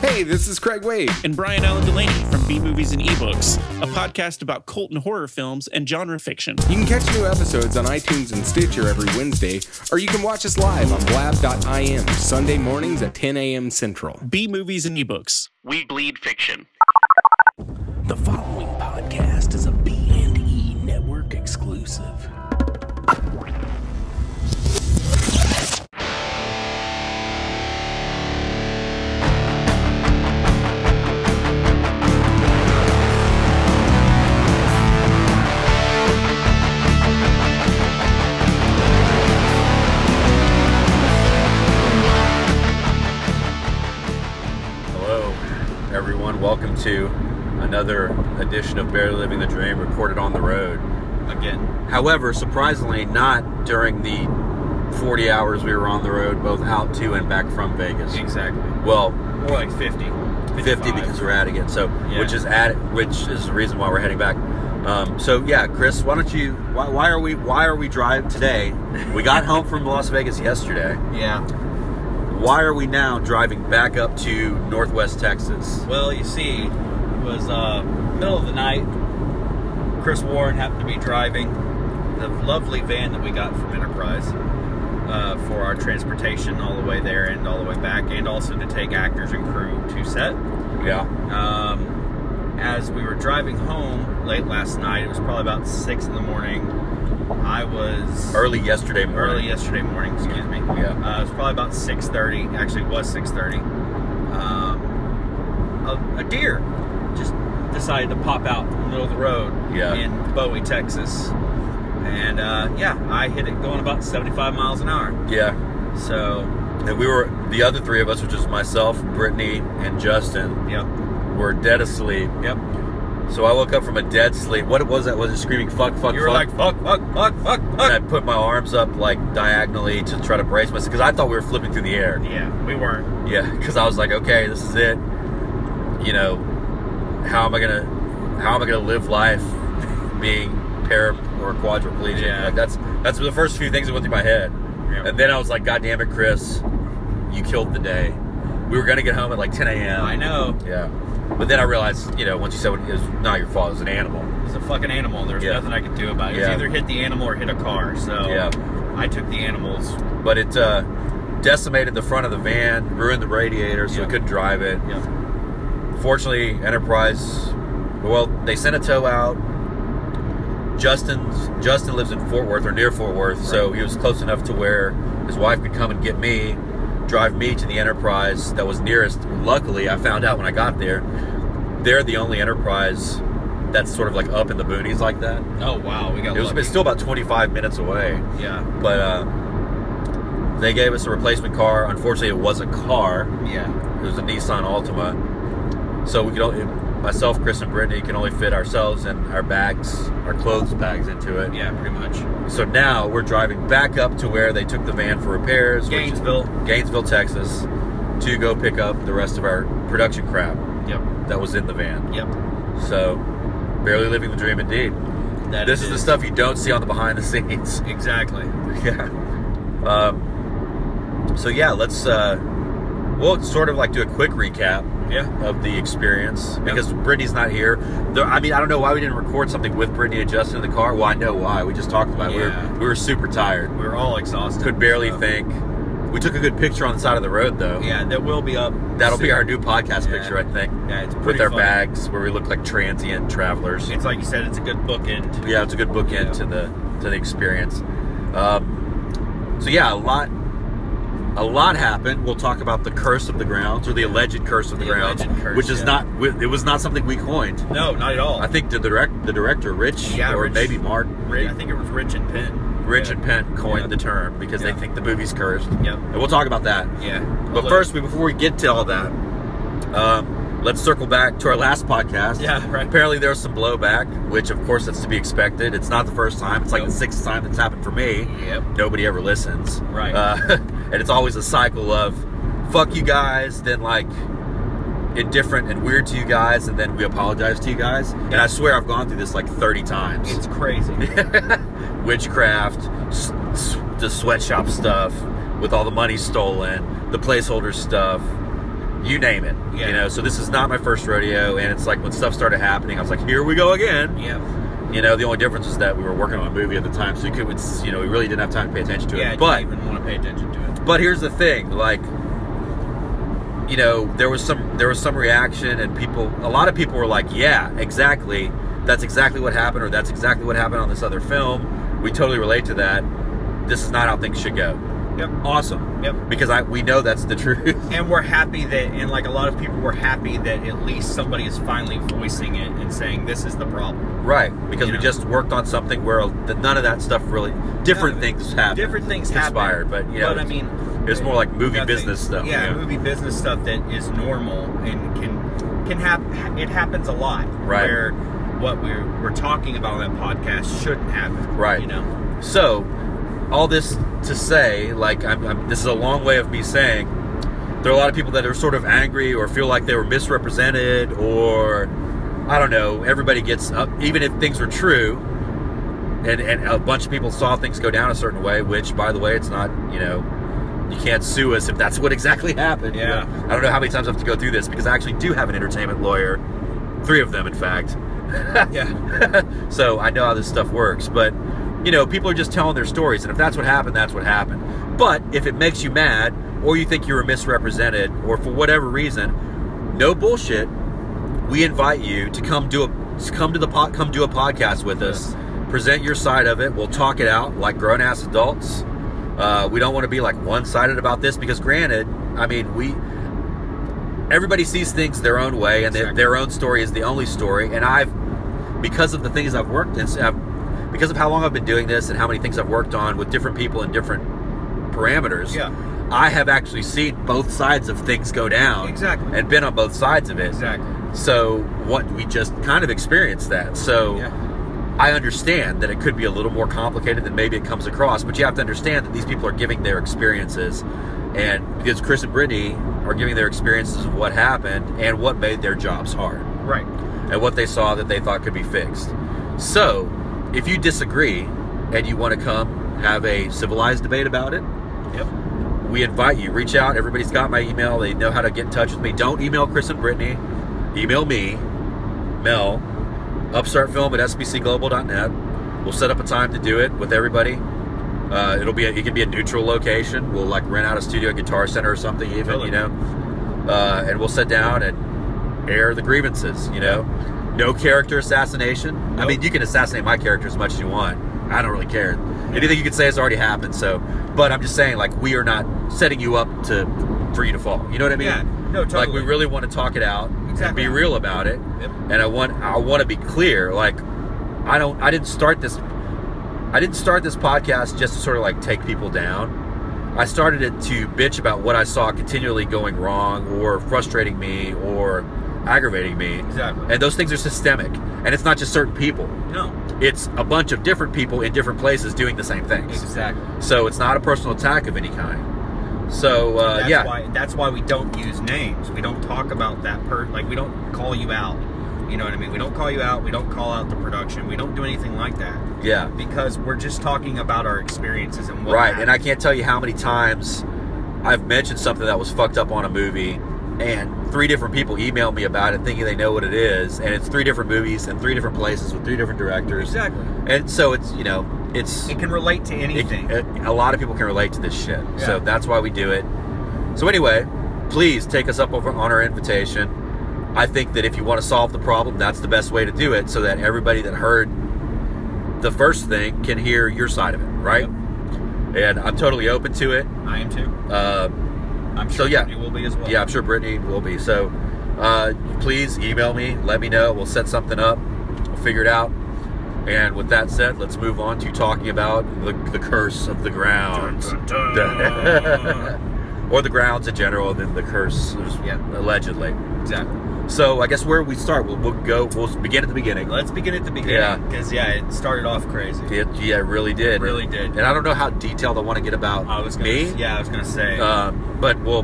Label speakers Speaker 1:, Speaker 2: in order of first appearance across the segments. Speaker 1: Hey, this is Craig Wade.
Speaker 2: and Brian Allen Delaney from B Movies and Ebooks, a podcast about cult and horror films and genre fiction.
Speaker 1: You can catch new episodes on iTunes and Stitcher every Wednesday, or you can watch us live on blab.im Sunday mornings at 10 a.m. Central.
Speaker 2: B Movies and Ebooks.
Speaker 3: We bleed fiction.
Speaker 4: The following podcast is a B&E network exclusive.
Speaker 5: Hello, everyone. Welcome to another edition of Barely Living the Dream, recorded on the road. Again. However, surprisingly, not during the 40 hours we were on the road, both out to and back from Vegas.
Speaker 6: Exactly.
Speaker 5: Well,
Speaker 6: More like 50.
Speaker 5: 50 because we're out again. So,
Speaker 6: Yeah.
Speaker 5: which is at which is the reason why we're heading back. Um, so yeah, Chris, why don't you? Why, why are we? Why are we driving today? We got home from Las Vegas yesterday.
Speaker 6: Yeah.
Speaker 5: Why are we now driving back up to Northwest Texas?
Speaker 6: Well, you see, it was uh, middle of the night. Chris Warren happened to be driving the lovely van that we got from Enterprise uh, for our transportation all the way there and all the way back, and also to take actors and crew to set.
Speaker 5: Yeah.
Speaker 6: um, as we were driving home late last night, it was probably about six in the morning. I was
Speaker 5: early yesterday morning.
Speaker 6: early yesterday morning. Excuse me.
Speaker 5: Yeah.
Speaker 6: Uh, it was probably about six thirty. Actually, it was six thirty. Um, a, a deer just decided to pop out in the middle of the road.
Speaker 5: Yeah.
Speaker 6: In Bowie, Texas. And uh, yeah, I hit it going about seventy-five miles an hour.
Speaker 5: Yeah,
Speaker 6: So
Speaker 5: and we were the other three of us, which is myself, Brittany, and Justin,
Speaker 6: yep,
Speaker 5: were dead asleep.
Speaker 6: yep.
Speaker 5: So I woke up from a dead sleep. What was that? Was it screaming "fuck, fuck,
Speaker 6: you were
Speaker 5: fuck"?
Speaker 6: like fuck, fuck, fuck, fuck, fuck.
Speaker 5: and I put my arms up like diagonally to try to brace myself because I thought we were flipping through the air.
Speaker 6: yeah, we weren't.
Speaker 5: Yeah, because I was like, okay, this is it. You know, how am I gonna, how am I gonna live life being para or quadriplegic?
Speaker 6: Yeah.
Speaker 5: Like that's that's the first few things that went through my head,
Speaker 6: Yeah.
Speaker 5: and then I was like, God damn it, Chris, you killed the day. We were gonna get home at like 10 a.m.
Speaker 6: I know.
Speaker 5: Yeah, but then I realized, you know, once you said it was not your fault, it was an animal.
Speaker 6: It's a fucking animal. There's
Speaker 5: Yeah.
Speaker 6: nothing I could do about it. It was
Speaker 5: Yeah.
Speaker 6: either hit the animal or hit a car. So
Speaker 5: Yeah.
Speaker 6: I took the animals.
Speaker 5: But it uh, decimated the front of the van, ruined the radiator, so
Speaker 6: Yeah.
Speaker 5: we couldn't drive it.
Speaker 6: Yeah.
Speaker 5: Fortunately, Enterprise. Well, they sent a tow out. Justin's Justin lives in Fort Worth or near Fort Worth, so he was close enough to where his wife could come and get me, drive me to the Enterprise that was nearest. Luckily, I found out when I got there, they're the only Enterprise that's sort of like up in the boonies like that.
Speaker 6: Oh wow, we got.
Speaker 5: It was
Speaker 6: lucky.
Speaker 5: it's still about 25 minutes away,
Speaker 6: Yeah.
Speaker 5: but uh, they gave us a replacement car. Unfortunately, it was a car.
Speaker 6: Yeah.
Speaker 5: It was a Nissan Altima. So we could only, myself, Chris, and Brittany can only fit ourselves and our bags, our clothes bags into it.
Speaker 6: Yeah. Pretty much.
Speaker 5: So now we're driving back up to where they took the van for repairs, which is
Speaker 6: Gainesville.
Speaker 5: Gainesville, Texas, to go pick up the rest of our production crap
Speaker 6: Yep.
Speaker 5: that was in the van.
Speaker 6: Yep.
Speaker 5: So barely living the dream indeed.
Speaker 6: That
Speaker 5: this is the stuff you don't see on the behind the scenes.
Speaker 6: Exactly.
Speaker 5: yeah. Um, so yeah, let's uh, we'll sort of like do a quick recap
Speaker 6: Yeah.
Speaker 5: of the experience because Brittany's not here. There, I mean, I don't know why we didn't record something with Brittany and Justin in the car. Well, I know why. We just talked about it. We,
Speaker 6: Yeah.
Speaker 5: were, we were super tired.
Speaker 6: We were all exhausted.
Speaker 5: Could barely
Speaker 6: so-
Speaker 5: think. We took a good picture on the side of the road, though.
Speaker 6: Yeah, that will be up.
Speaker 5: That'll be
Speaker 6: soon.
Speaker 5: our new podcast
Speaker 6: Yeah.
Speaker 5: picture, I think.
Speaker 6: Yeah, it's pretty
Speaker 5: With our
Speaker 6: funny.
Speaker 5: bags, where we look like transient travelers.
Speaker 6: It's like you said. It's a good bookend.
Speaker 5: Yeah, it's a good bookend
Speaker 6: Yeah.
Speaker 5: to the to the experience. Um, so yeah, a lot a lot happened. We'll talk about the curse of the grounds or the alleged curse of the,
Speaker 6: The
Speaker 5: grounds,
Speaker 6: alleged curse,
Speaker 5: which is
Speaker 6: yeah.
Speaker 5: not wi- it was not something we coined.
Speaker 6: No, not at all.
Speaker 5: I think the direct the director Rich
Speaker 6: Yeah,
Speaker 5: or
Speaker 6: Rich.
Speaker 5: maybe Mark
Speaker 6: Rich, I think it was Rich and Penn.
Speaker 5: Rich
Speaker 6: Yeah.
Speaker 5: and Penn coined
Speaker 6: Yeah.
Speaker 5: the term because
Speaker 6: Yeah.
Speaker 5: they think the movie's cursed.
Speaker 6: Yep.
Speaker 5: And we'll talk about that.
Speaker 6: Yeah.
Speaker 5: But first, we, before we get to all that, um, let's circle back to our last podcast.
Speaker 6: Yeah, right.
Speaker 5: Apparently, there was some blowback, which, of course, that's to be expected. It's not the first time. It's like
Speaker 6: Nope.
Speaker 5: the sixth time that's happened for me.
Speaker 6: Yep.
Speaker 5: Nobody ever listens.
Speaker 6: Right.
Speaker 5: Uh, and it's always a cycle of fuck you guys, then like indifferent and weird to you guys, and then we apologize to you guys. And I swear I've gone through this like 30 times
Speaker 6: It's crazy.
Speaker 5: witchcraft, s- s- the sweatshop stuff with all the money stolen, the placeholder stuff, you name it.
Speaker 6: Yeah.
Speaker 5: You know, so this is not my first rodeo, and it's like when stuff started happening, I was like, here we go again.
Speaker 6: Yeah.
Speaker 5: You know, the only difference is that we were working on a movie at the time, so you could, it's, you know, we really didn't have time to pay attention to it.
Speaker 6: Yeah, I
Speaker 5: but
Speaker 6: didn't even want to pay attention to it.
Speaker 5: but here's the thing, like you know, there was some there was some reaction and people a lot of people were like, "Yeah, exactly. That's exactly what happened or that's exactly what happened on this other film. We totally relate to that. This is not how things should go."
Speaker 6: Yep.
Speaker 5: Awesome.
Speaker 6: Yep.
Speaker 5: Because I we know that's the truth.
Speaker 6: And we're happy that, and like a lot of people were happy that at least somebody is finally voicing it and saying this is the problem.
Speaker 5: right, because
Speaker 6: You
Speaker 5: we
Speaker 6: know.
Speaker 5: just worked on something where that none of that stuff really different
Speaker 6: No,
Speaker 5: things happened.
Speaker 6: Different things
Speaker 5: Inspired,
Speaker 6: happen,
Speaker 5: but, you know,
Speaker 6: but I mean,
Speaker 5: it's more like movie
Speaker 6: nothing-
Speaker 5: business stuff,
Speaker 6: Yeah,
Speaker 5: yeah.
Speaker 6: movie business stuff that is normal and can can happen. It happens a lot.
Speaker 5: Right.
Speaker 6: Where what we're we're talking about on that podcast shouldn't happen.
Speaker 5: Right.
Speaker 6: You know.
Speaker 5: So, all this to say, like, I'm, I'm, this is a long way of me saying there are a lot of people that are sort of angry or feel like they were misrepresented, or I don't know, everybody gets up, even if things were true. And, and a bunch of people saw things go down a certain way, which, by the way, it's not, you know, you can't sue us if that's what exactly happened. you
Speaker 6: Yeah.
Speaker 5: know? I don't know how many times I have to go through this because I actually do have an entertainment lawyer, three of them, in fact.
Speaker 6: Yeah.
Speaker 5: so I know how this stuff works. But you know, people are just telling their stories, and if that's what happened, that's what happened. But if it makes you mad, or you think you were misrepresented, or for whatever reason, no bullshit. We invite you to come do a to come to the pot, come do a podcast with us. Present your side of it. We'll talk it out like grown ass adults. Uh, we don't want to be like one sided about this because, granted, I mean we everybody sees things their own way, and
Speaker 6: Exactly.
Speaker 5: their, their own story is the only story. And I've because of the things I've worked in, I've, because of how long I've been doing this and how many things I've worked on with different people and different parameters,
Speaker 6: Yeah.
Speaker 5: I have actually seen both sides of things go down.
Speaker 6: Exactly.
Speaker 5: And been on both sides of it.
Speaker 6: Exactly.
Speaker 5: So, what we just kind of experienced that. So,
Speaker 6: Yeah.
Speaker 5: I understand that it could be a little more complicated than maybe it comes across, but you have to understand that these people are giving their experiences. And because Chris and Brittany are giving their experiences of what happened and what made their jobs hard
Speaker 6: Right.
Speaker 5: and what they saw that they thought could be fixed. So, if you disagree and you want to come have a civilized debate about it,
Speaker 6: Yep.
Speaker 5: we invite you. Reach out. Everybody's got my email. They know how to get in touch with me. Don't email Chris and Brittany. Email me, Mel, upstartfilm at sbcglobal.net. We'll set up a time to do it with everybody. Uh, it'll be a, it can be a neutral location. We'll like rent out a studio at Guitar Center or something, even
Speaker 6: Totally.
Speaker 5: you know. Uh, and we'll sit down and air the grievances. You know, no character assassination. I
Speaker 6: Nope.
Speaker 5: mean, you can assassinate my character as much as you want. I don't really care. Anything you can say has already happened. So, but I'm just saying, like, we are not setting you up to for you to fall. You know what I mean?
Speaker 6: Yeah. No,
Speaker 5: Like,
Speaker 6: totally.
Speaker 5: we really want to talk it out and
Speaker 6: Exactly.
Speaker 5: be real about it.
Speaker 6: Yep.
Speaker 5: And I want I want to be clear. Like, I don't. I didn't start this. I didn't start this podcast just to sort of like take people down. I started it to bitch about what I saw continually going wrong or frustrating me or aggravating me.
Speaker 6: Exactly.
Speaker 5: And those things are systemic. And it's not just certain people.
Speaker 6: No.
Speaker 5: It's a bunch of different people in different places doing the same things.
Speaker 6: Exactly.
Speaker 5: So it's not a personal attack of any kind. So uh,
Speaker 6: that's
Speaker 5: yeah,
Speaker 6: why that's why we don't use names. We don't talk about that per like we don't call you out. You know what I mean? We don't call you out. We don't call out the production. We don't do anything like that
Speaker 5: yeah,
Speaker 6: because we're just talking about our experiences and what
Speaker 5: right. And I
Speaker 6: happened.
Speaker 5: can't tell you how many times I've mentioned something that was fucked up on a movie, and three different people email me about it, thinking they know what it is, and it's three different movies and three different places with three different directors.
Speaker 6: exactly.
Speaker 5: And so it's you know it's
Speaker 6: It can relate to
Speaker 5: it-
Speaker 6: anything.
Speaker 5: a lot of people can relate to this shit.
Speaker 6: Yeah.
Speaker 5: So that's why we do it. So anyway, please take us up over on our invitation. I think that if you want to solve the problem, that's the best way to do it so that everybody that heard the first thing can hear your side of it, right? And I'm totally open to it.
Speaker 6: I am too.
Speaker 5: Um,
Speaker 6: I'm
Speaker 5: uh, So,
Speaker 6: sure
Speaker 5: yeah.
Speaker 6: you will be as well.
Speaker 5: yeah, I'm sure Brittany will be. So uh, please email me, let me know. We'll set something up, we'll figure it out. And with that said, let's move on to talking about the, the curse of the grounds. or the grounds in general, and then the curse,
Speaker 6: Yeah.
Speaker 5: allegedly.
Speaker 6: exactly.
Speaker 5: So I guess where we start, we'll, we'll go, we'll begin at the beginning.
Speaker 6: Let's begin at the
Speaker 5: Yeah.
Speaker 6: beginning because yeah. it started off crazy.
Speaker 5: It, yeah, it really did.
Speaker 6: It really did.
Speaker 5: And I don't know how detailed I want to get about
Speaker 6: I was gonna,
Speaker 5: me,
Speaker 6: Yeah, I was gonna say.
Speaker 5: um, but we'll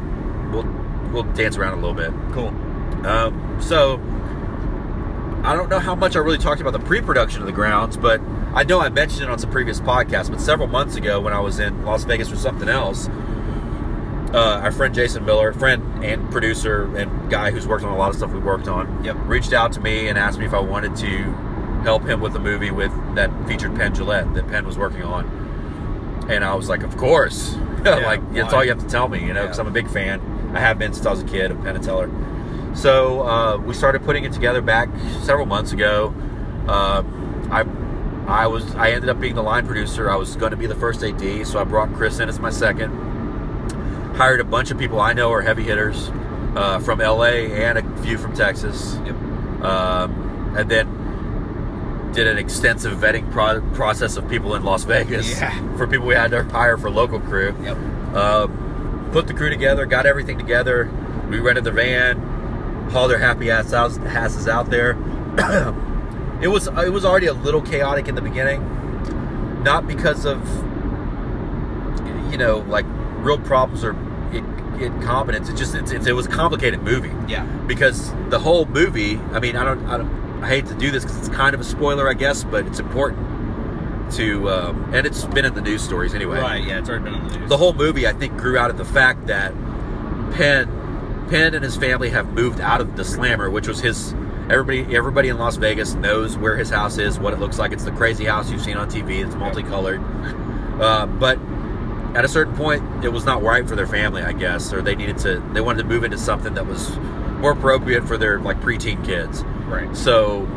Speaker 5: we'll we'll dance around a little bit.
Speaker 6: cool.
Speaker 5: Um, so I don't know how much I really talked about the pre-production of the grounds, but I know I mentioned it on some previous podcasts. But several months ago, when I was in Las Vegas for something else, uh, our friend Jason Miller, friend and producer and guy who's worked on a lot of stuff we worked on,
Speaker 6: Yep.
Speaker 5: reached out to me and asked me if I wanted to help him with a movie with that featured Penn Gillette that Penn was working on. And I was like, of course. like, it's
Speaker 6: why?
Speaker 5: all you have to tell me, you know, because
Speaker 6: Yeah.
Speaker 5: I'm a big fan. I have been since I was a kid of Penn and Teller. So uh, we started putting it together back several months ago. Uh, I I was I ended up being the line producer. I was going to be the first AD, so I brought Chris in as my second. Hired a bunch of people I know are heavy hitters uh, from LA and a few from Texas,
Speaker 6: Yep.
Speaker 5: um, and then did an extensive vetting pro- process of people in Las Vegas
Speaker 6: Yeah.
Speaker 5: for people we had to hire for local crew
Speaker 6: Yep.
Speaker 5: uh, put the crew together, got everything together. We rented the van, hauled their happy ass out, asses out there. it was it was already a little chaotic in the beginning, not because of you know like real problems or in- incompetence. It just it's, it's, it was a complicated movie
Speaker 6: Yeah.
Speaker 5: because the whole movie i mean i don't i, don't, I hate to do this because it's kind of a spoiler i guess but it's important to um, and it's been in the news stories anyway
Speaker 6: Right. Yeah. It's already been on the news.
Speaker 5: the whole movie I think grew out of the fact that Penn Penn and his family have moved out of the slammer, which was his everybody everybody in Las Vegas knows where his house is, what it looks like. It's the crazy house you've seen on TV, it's multicolored. Uh, but at a certain point it was not right for their family, I guess, or they needed to they wanted to move into something that was more appropriate for their like preteen kids.
Speaker 6: right.
Speaker 5: So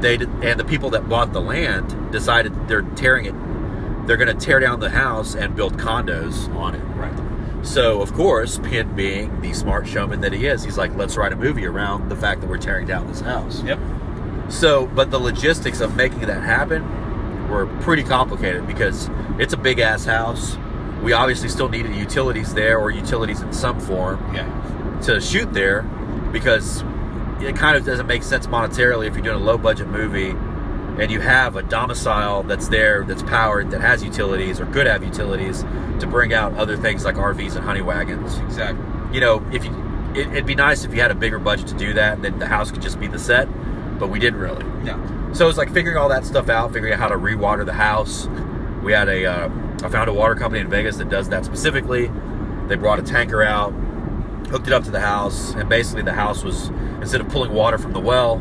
Speaker 5: they did, and the people that bought the land decided they're tearing it. They're going to tear down the house and build condos on it. Right. So of course, Penn being the smart showman that he is, he's like, let's write a movie around the fact that we're tearing down this house.
Speaker 6: Yep.
Speaker 5: So, but the logistics of making that happen were pretty complicated because it's a big ass house. We obviously still needed utilities there or utilities in some form
Speaker 6: Yeah.
Speaker 5: to shoot there because it kind of doesn't make sense monetarily if you're doing a low budget movie and you have a domicile that's there that's powered that has utilities or could have utilities to bring out other things like RVs and honey wagons.
Speaker 6: Exactly.
Speaker 5: You know, if you it, it'd be nice if you had a bigger budget to do that and then the house could just be the set, but we didn't really.
Speaker 6: Yeah.
Speaker 5: So it's like figuring all that stuff out, figuring out how to rewater the house. We had a, uh, I found a water company in Vegas that does that specifically. They brought a tanker out, hooked it up to the house, and basically the house was instead of pulling water from the well,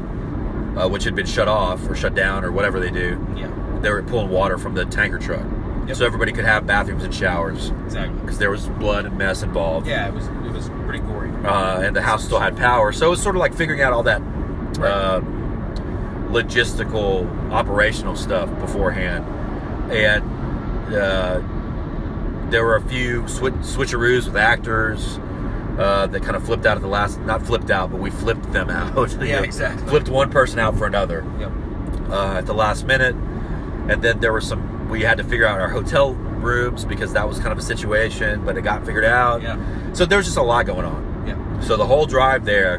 Speaker 5: uh, which had been shut off or shut down or whatever they do,
Speaker 6: Yeah.
Speaker 5: they were pulling water from the tanker truck,
Speaker 6: Yep.
Speaker 5: so everybody could have bathrooms and showers
Speaker 6: Exactly.
Speaker 5: because there was blood and mess involved
Speaker 6: Yeah. It was. It was pretty gory.
Speaker 5: uh, and the house still had power. So it was sort of like figuring out all that uh, logistical, operational stuff beforehand. And uh, there were a few swi switcheroos with actors uh, that kind of flipped out at the last, not flipped out, but we flipped them out.
Speaker 6: Yeah, exactly.
Speaker 5: Flipped one person out for another
Speaker 6: Yep.
Speaker 5: uh, at the last minute. And then there were some, we had to figure out our hotel rooms because that was kind of a situation, but it got figured out.
Speaker 6: Yeah.
Speaker 5: So there's just a lot going on.
Speaker 6: Yeah.
Speaker 5: So the whole drive there,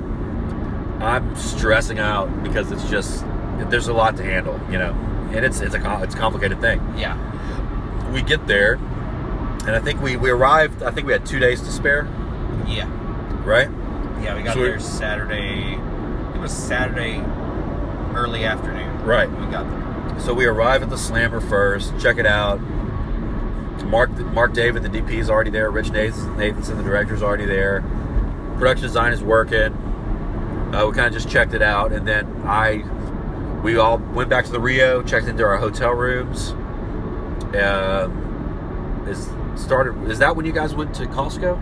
Speaker 5: I'm stressing out because it's just there's a lot to handle, you know, and it's it's a com- it's a complicated thing.
Speaker 6: Yeah.
Speaker 5: We get there, and I think we we arrived. I think we had two days to spare,
Speaker 6: Yeah.
Speaker 5: right?
Speaker 6: Yeah. We got
Speaker 5: So we-
Speaker 6: there Saturday. It was Saturday early afternoon.
Speaker 5: Right.
Speaker 6: when We got there.
Speaker 5: So we arrive at the Slammer first, check it out. Mark Mark David, the DP, is already there. Rich Nathan- Nathanson, the director, is already there. Production design is working. Uh, we kind of just checked it out, and then I, we all went back to the Rio, checked into our hotel rooms. Uh, is started? Is that when you guys went to Costco?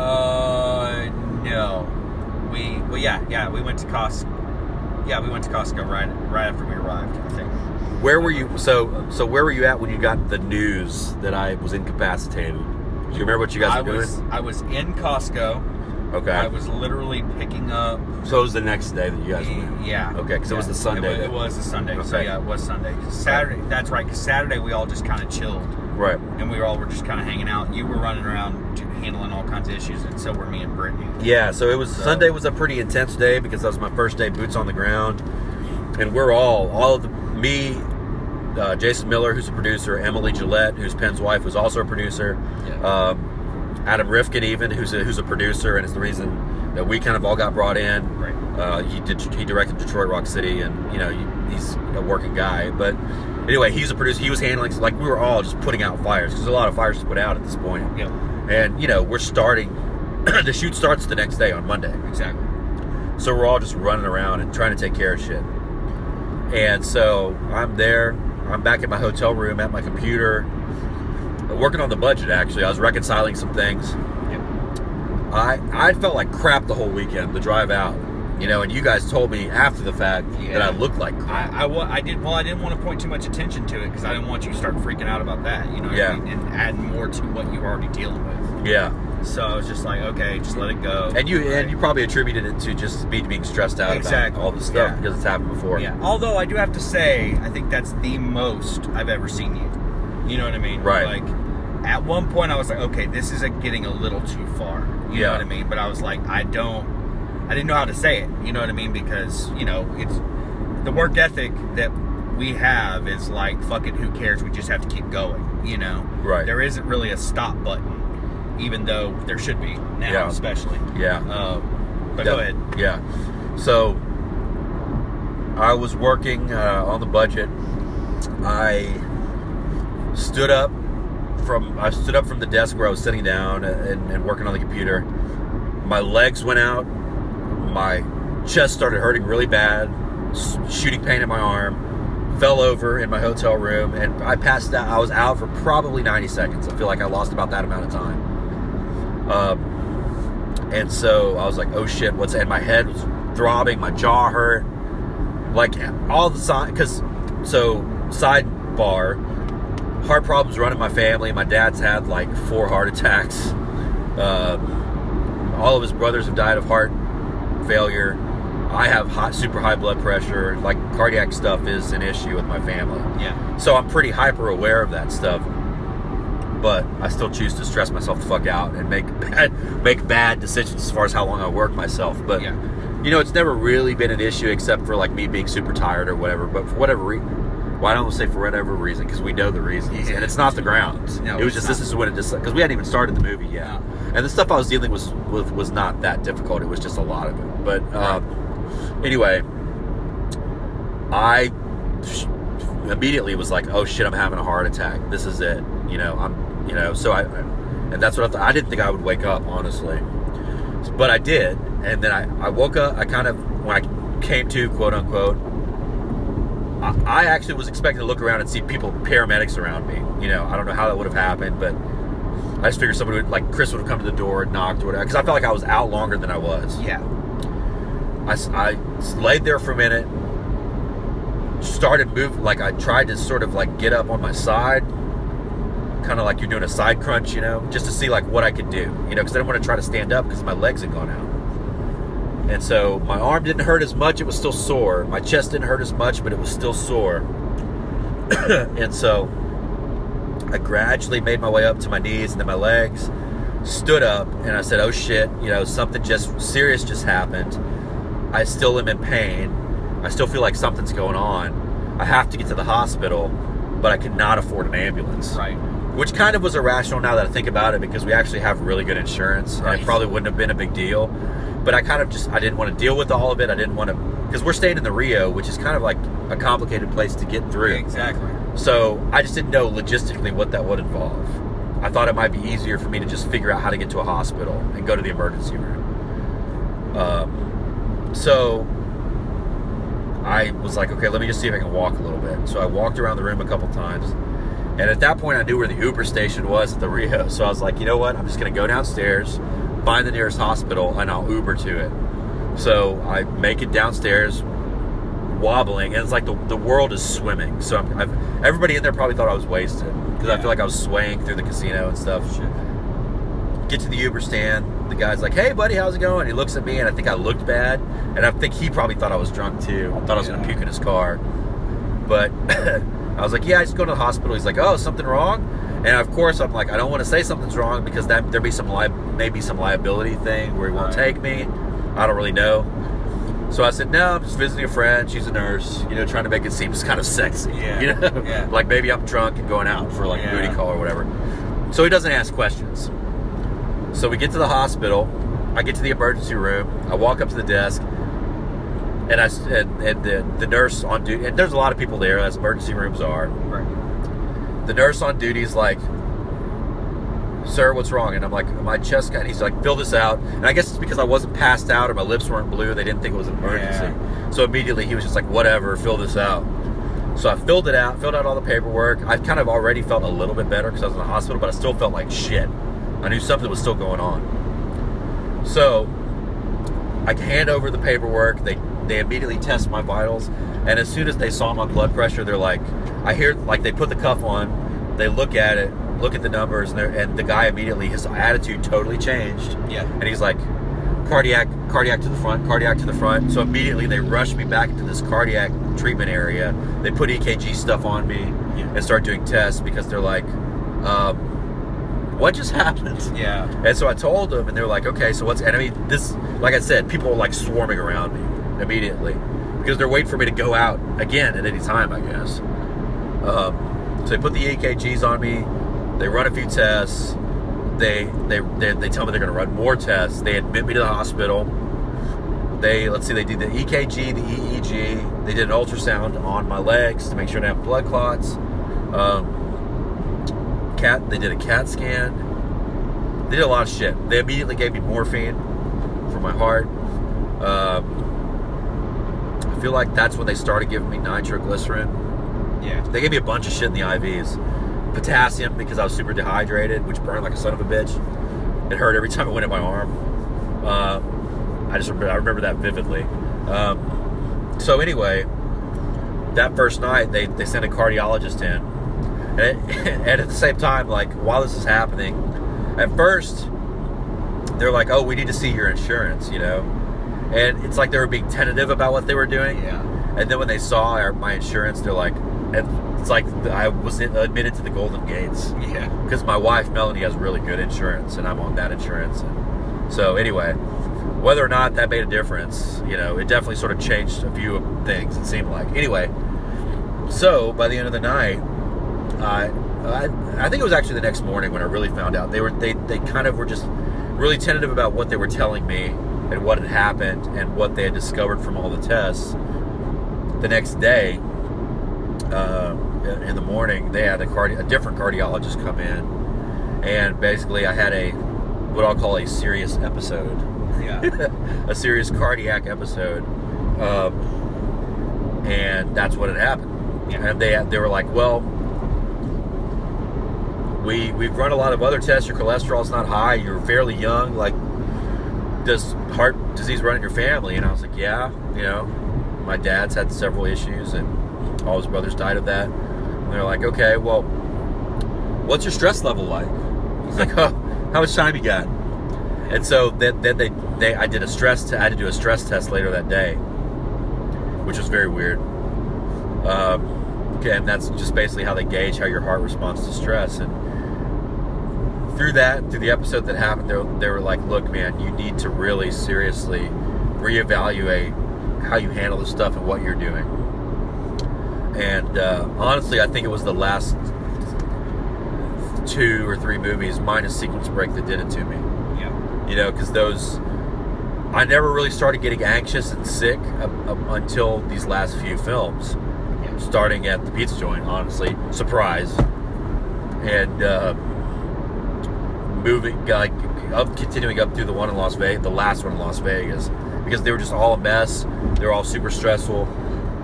Speaker 6: Uh. No. We. Well. Yeah. Yeah. We went to Costco. Yeah. We went to Costco right right after we arrived. I think.
Speaker 5: Where were you? So so where were you at when you got the news that I was incapacitated? Do you remember what you guys
Speaker 6: I
Speaker 5: were doing?
Speaker 6: was I was in Costco.
Speaker 5: okay.
Speaker 6: I was literally picking up.
Speaker 5: So it was the next day that you guys went.
Speaker 6: Yeah.
Speaker 5: Okay, 'cause it was
Speaker 6: Yeah.
Speaker 5: the Sunday
Speaker 6: It was,
Speaker 5: that-
Speaker 6: it was the Sunday. So
Speaker 5: Okay.
Speaker 6: yeah, it was Sunday. Saturday. That's right. Because Saturday we all just kind of chilled,
Speaker 5: Right.
Speaker 6: and we were all were just kind of hanging out. You were running around do- handling all kinds of issues, and so were me and Brittany.
Speaker 5: Yeah. So it was
Speaker 6: So-
Speaker 5: Sunday was a pretty intense day because that was my first day boots on the ground, and we're all all of the me, uh, Jason Miller, who's a producer, Emily Gillette, who's Penn's wife, who's also a producer,
Speaker 6: Yeah.
Speaker 5: um, Adam Rifkin, even who's a, who's a producer and is the reason that we kind of all got brought in.
Speaker 6: Right.
Speaker 5: Uh, he did. He directed Detroit Rock City, and you know he- he's a working guy. But anyway, he's a producer. He was handling like we were all just putting out fires because there's a lot of fires to put out at this point.
Speaker 6: Yeah.
Speaker 5: And you know, we're starting. the shoot starts the next day on Monday.
Speaker 6: Exactly.
Speaker 5: So we're all just running around and trying to take care of shit. And so I'm there. I'm back at my hotel room at my computer, working on the budget. Actually, I was reconciling some things.
Speaker 6: Yep.
Speaker 5: I I felt like crap the whole weekend. The drive out, you know. And you guys told me after the fact that
Speaker 6: Yeah.
Speaker 5: I looked like crap.
Speaker 6: I, I, wa- I did well. I didn't want to point too much attention to it because I didn't want you to start freaking out about that, you know, what I
Speaker 5: Yeah.
Speaker 6: mean, and add more to what you were already dealing with.
Speaker 5: Yeah.
Speaker 6: So I was just like, okay, just let it go.
Speaker 5: And you and you probably attributed it to just me being stressed out
Speaker 6: Exactly.
Speaker 5: about all the stuff
Speaker 6: Yeah.
Speaker 5: because it's happened before.
Speaker 6: yeah. Although I do have to say, I think that's the most I've ever seen you. You know what I mean?
Speaker 5: Right.
Speaker 6: Like at one point, I was like, okay, this is like, getting a little too far. You know
Speaker 5: Yeah.
Speaker 6: what I mean? But I was like, I don't. I didn't know how to say it. You know what I mean? Because you know, it's the work ethic that we have is like, fuck it, who cares? We just have to keep going. You know?
Speaker 5: Right.
Speaker 6: There isn't really a stop button, even though there should be now,
Speaker 5: Yeah.
Speaker 6: especially.
Speaker 5: Yeah.
Speaker 6: Um, but go
Speaker 5: Yeah.
Speaker 6: ahead.
Speaker 5: Yeah. So I was working uh, on the budget. I stood up from I stood up from the desk where I was sitting down and, and working on the computer. My legs went out. My chest started hurting really bad. s- Shooting pain in my arm. Fell over in my hotel room and I passed out. I was out for probably 90 seconds. I feel like I lost about that amount of time. Um, and so I was like, "Oh shit, what's?" And my head was throbbing, my jaw hurt, like all the sign. Because so sidebar, heart problems run in my family. My dad's had like four heart attacks. Uh, all of his brothers have died of heart failure. I have hot, super high blood pressure. Like cardiac stuff is an issue with my family.
Speaker 6: Yeah.
Speaker 5: So I'm pretty hyper aware of that stuff. But I still choose to stress myself the fuck out and make bad, make bad decisions as far as how long I work myself. But
Speaker 6: Yeah.
Speaker 5: you know, it's never really been an issue except for like me being super tired or whatever. But for whatever reason, well, I don't say for whatever reason because we know the reasons,
Speaker 6: Yeah.
Speaker 5: and it's not the ground.
Speaker 6: No,
Speaker 5: it was
Speaker 6: it's
Speaker 5: just
Speaker 6: not.
Speaker 5: this is what it just because we hadn't even started the movie yet,
Speaker 6: No.
Speaker 5: and the stuff I was dealing was with was not that difficult. It was just a lot of it. But um, anyway, I sh- immediately was like, "Oh shit, I'm having a heart attack. This is it." You know, I'm, you know, so I, I and that's what I thought. I didn't think I would wake up, honestly, but I did. And then I, I woke up. I kind of when I came to, quote unquote, I, I actually was expecting to look around and see people, paramedics around me. You know, I don't know how that would have happened, but I just figured somebody would, like Chris would have come to the door and knocked or whatever, because I felt like I was out longer than I was.
Speaker 6: Yeah.
Speaker 5: I, s- I s- laid there for a minute, started moving, like I tried to sort of like get up on my side, kind of like you're doing a side crunch, you know, just to see like what I could do, you know, because I didn't want to try to stand up because my legs had gone out. And so my arm didn't hurt as much, it was still sore. My chest didn't hurt as much, but it was still sore. and so I gradually made my way up to my knees and then my legs, stood up, and I said, oh shit, you know, something just serious just happened. I still am in pain. I still feel like something's going on. I have to get to the hospital, but I cannot afford an ambulance.
Speaker 6: Right.
Speaker 5: Which kind of was irrational now that I think about it because we actually have really good insurance and
Speaker 6: Right.
Speaker 5: it probably wouldn't have been a big deal. But I kind of just, I didn't want to deal with all of it. I didn't want to, because we're staying in the Rio, which is kind of like a complicated place to get through.
Speaker 6: Exactly.
Speaker 5: So I just didn't know logistically what that would involve. I thought it might be easier for me to just figure out how to get to a hospital and go to the emergency room. Um, so I was like, okay, let me just see if I can walk a little bit. So I walked around the room a couple times. And at that point, I knew where the Uber station was at the Rio. So I was like, you know what? I'm just going to go downstairs, find the nearest hospital, and I'll Uber to it. So I make it downstairs, wobbling, and it's like the, the world is swimming. So I'm, I've, everybody in there probably thought I was wasted because I feel like I was swaying through the casino and stuff. Get to the Uber stand. The guy's like, "Hey, buddy, how's it going?" And he looks at me, and I think I looked bad, and I think he probably thought I was drunk too. I thought I was going
Speaker 6: Yeah.
Speaker 5: to puke in his car, but I was like, "Yeah, I just go to the hospital." He's like, "Oh, something wrong?" And of course, I'm like, "I don't want to say something's wrong because that there be some li- maybe some liability thing where he won't
Speaker 6: Right.
Speaker 5: take me. I don't really know." So I said, no, I'm just visiting a friend. She's a nurse, you know, trying to make it seem kind of sexy.
Speaker 6: Yeah,
Speaker 5: You know,
Speaker 6: yeah.
Speaker 5: like maybe I'm drunk and going out for like
Speaker 6: Yeah.
Speaker 5: a booty call or whatever. So he doesn't ask questions. So we get to the hospital. I get to the emergency room. I walk up to the desk, and I s- and, and the, the nurse on duty. And there's a lot of people there, as emergency rooms are
Speaker 6: Right.
Speaker 5: the nurse on duty is like, sir, what's wrong? And I'm like, my chest got. And he's like, fill this out. And I guess it's because I wasn't passed out or my lips weren't blue. They didn't think it was an emergency. So immediately he was just like, whatever, fill this out. So I filled it out, filled out all the paperwork. I kind of already felt a little bit better because I was in the hospital, but I still felt like shit. I knew something was still going on. So I hand over the paperwork. They they immediately test my vitals, and as soon as they saw my blood pressure, they're like, I hear like they put the cuff on, they look at it, look at the numbers, and, they're- and the guy immediately his attitude totally changed,
Speaker 6: Yeah.
Speaker 5: and he's like, cardiac, cardiac to the front, cardiac to the front. So immediately they rush me back into this cardiac treatment area. They put EKG stuff on me
Speaker 6: Yeah.
Speaker 5: and start doing tests because they're like, um, what just happened?
Speaker 6: Yeah.
Speaker 5: And so I told them, and they were like, "Okay, so what's?" And I mean, this, like I said, people were like swarming around me immediately because they're waiting for me to go out again at any time, I guess. Um, so they put the EKGs on me. They run a few tests. They they they, they tell me they're going to run more tests. They admit me to the hospital. They let's see, they did the EKG, the EEG. They did an ultrasound on my legs to make sure I didn't have blood clots. Um, cat, they did a CAT scan. They did a lot of shit. They immediately gave me morphine for my heart. Um, I feel like that's when they started giving me nitroglycerin.
Speaker 6: Yeah.
Speaker 5: They gave me a bunch of shit in the IVs. Potassium because I was super dehydrated, which burned like a son of a bitch. It hurt every time it went in my arm. Uh, I just remember, I remember that vividly. Um, so anyway, that first night they, they sent a cardiologist in, and, and at the same time, like while this is happening, at first they're like, "Oh, we need to see your insurance," you know, and it's like they were being tentative about what they were doing.
Speaker 6: Yeah.
Speaker 5: And then when they saw our, my insurance, they're like, and "It's like I was admitted to the Golden Gates."
Speaker 6: Yeah.
Speaker 5: because my wife Melanie has really good insurance, and I'm on that insurance. And so anyway, whether or not that made a difference, you know, it definitely sort of changed a few things. It seemed like anyway. So by the end of the night, I I, I think it was actually the next morning when I really found out they were they they kind of were just really tentative about what they were telling me and what had happened and what they had discovered from all the tests. The next day, uh, in the morning, they had a, cardi- a different cardiologist come in, and basically I had a what I'll call a serious episode,
Speaker 6: Yeah.
Speaker 5: a serious cardiac episode, um, and that's what had happened.
Speaker 6: Yeah.
Speaker 5: And they they were like, well, we we've run a lot of other tests. Your cholesterol's not high. You're fairly young. Like, does heart disease run in your family? And I was like, yeah, you know, my dad's had several issues, and all his brothers died of that. And they're like, okay, well, what's your stress level like? He's like, oh, how much time you got? And so then, then they, they, I did a stress, t- I had to do a stress test later that day, which was very weird. Um, okay, and that's just basically how they gauge how your heart responds to stress. And through that, through the episode that happened, they were, they were like, look, man, you need to really seriously reevaluate how you handle this stuff and what you're doing. And uh, honestly, I think it was the last two or three movies, minus Sequence Break, that did it to me
Speaker 6: Yeah.
Speaker 5: you know, because those I never really started getting anxious and sick up, up until these last few films,
Speaker 6: Yeah.
Speaker 5: starting at the pizza joint. Honestly, surprise, and uh, moving like uh, up, continuing up through the one in Las Vegas, the last one in Las Vegas, because they were just all a mess. They were all super stressful.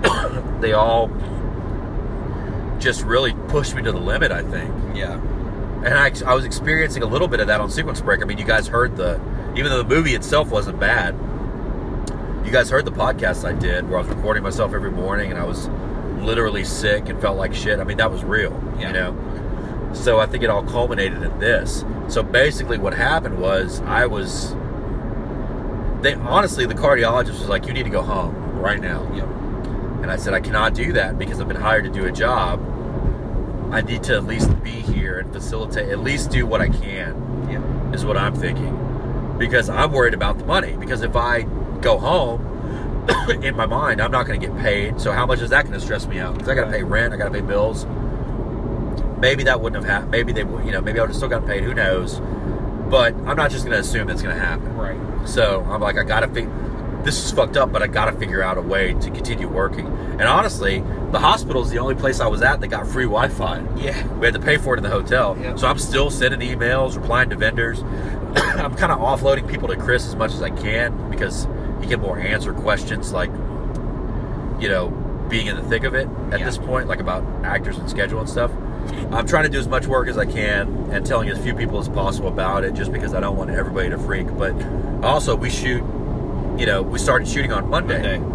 Speaker 5: they all just really pushed me to the limit. I think
Speaker 6: Yeah.
Speaker 5: and I, I was experiencing a little bit of that on Sequence Break. I mean, you guys heard the, even though the movie itself wasn't bad, you guys heard the podcast I did where I was recording myself every morning and I was literally sick and felt like shit. I mean, that was real,
Speaker 6: Yeah.
Speaker 5: you know? So I think it all culminated in this. So basically, what happened was I was, they honestly, the cardiologist was like, you need to go home right now.
Speaker 6: Yep.
Speaker 5: And I said, I cannot do that because I've been hired to do a job. I need to at least be here and facilitate, at least do what I can,
Speaker 6: Yeah.
Speaker 5: is what I'm thinking. Because I'm worried about the money. Because if I go home, in my mind, I'm not going to get paid. So how much is that going to stress me out? Because I got to pay rent, I got to pay bills. Maybe that wouldn't have happened. Maybe they would, you know, maybe I would have still got paid. Who knows? But I'm not just going to assume it's going to happen.
Speaker 6: Right.
Speaker 5: So I'm like, I gotta fix. this is fucked up, but I got to figure out a way to continue working. And honestly, the hospital is the only place I was at that got free Wi Fi.
Speaker 6: Yeah.
Speaker 5: We had to pay for it in the hotel.
Speaker 6: Yeah.
Speaker 5: So I'm still sending emails, replying to vendors. I'm kind of offloading people to Chris as much as I can because he can more answer questions like, you know, being in the thick of it at
Speaker 6: Yeah.
Speaker 5: this point, like about actors and schedule and stuff. I'm trying to do as much work as I can and telling as few people as possible about it just because I don't want everybody to freak. But also, we shoot, you know, we started shooting on Monday.
Speaker 6: Monday.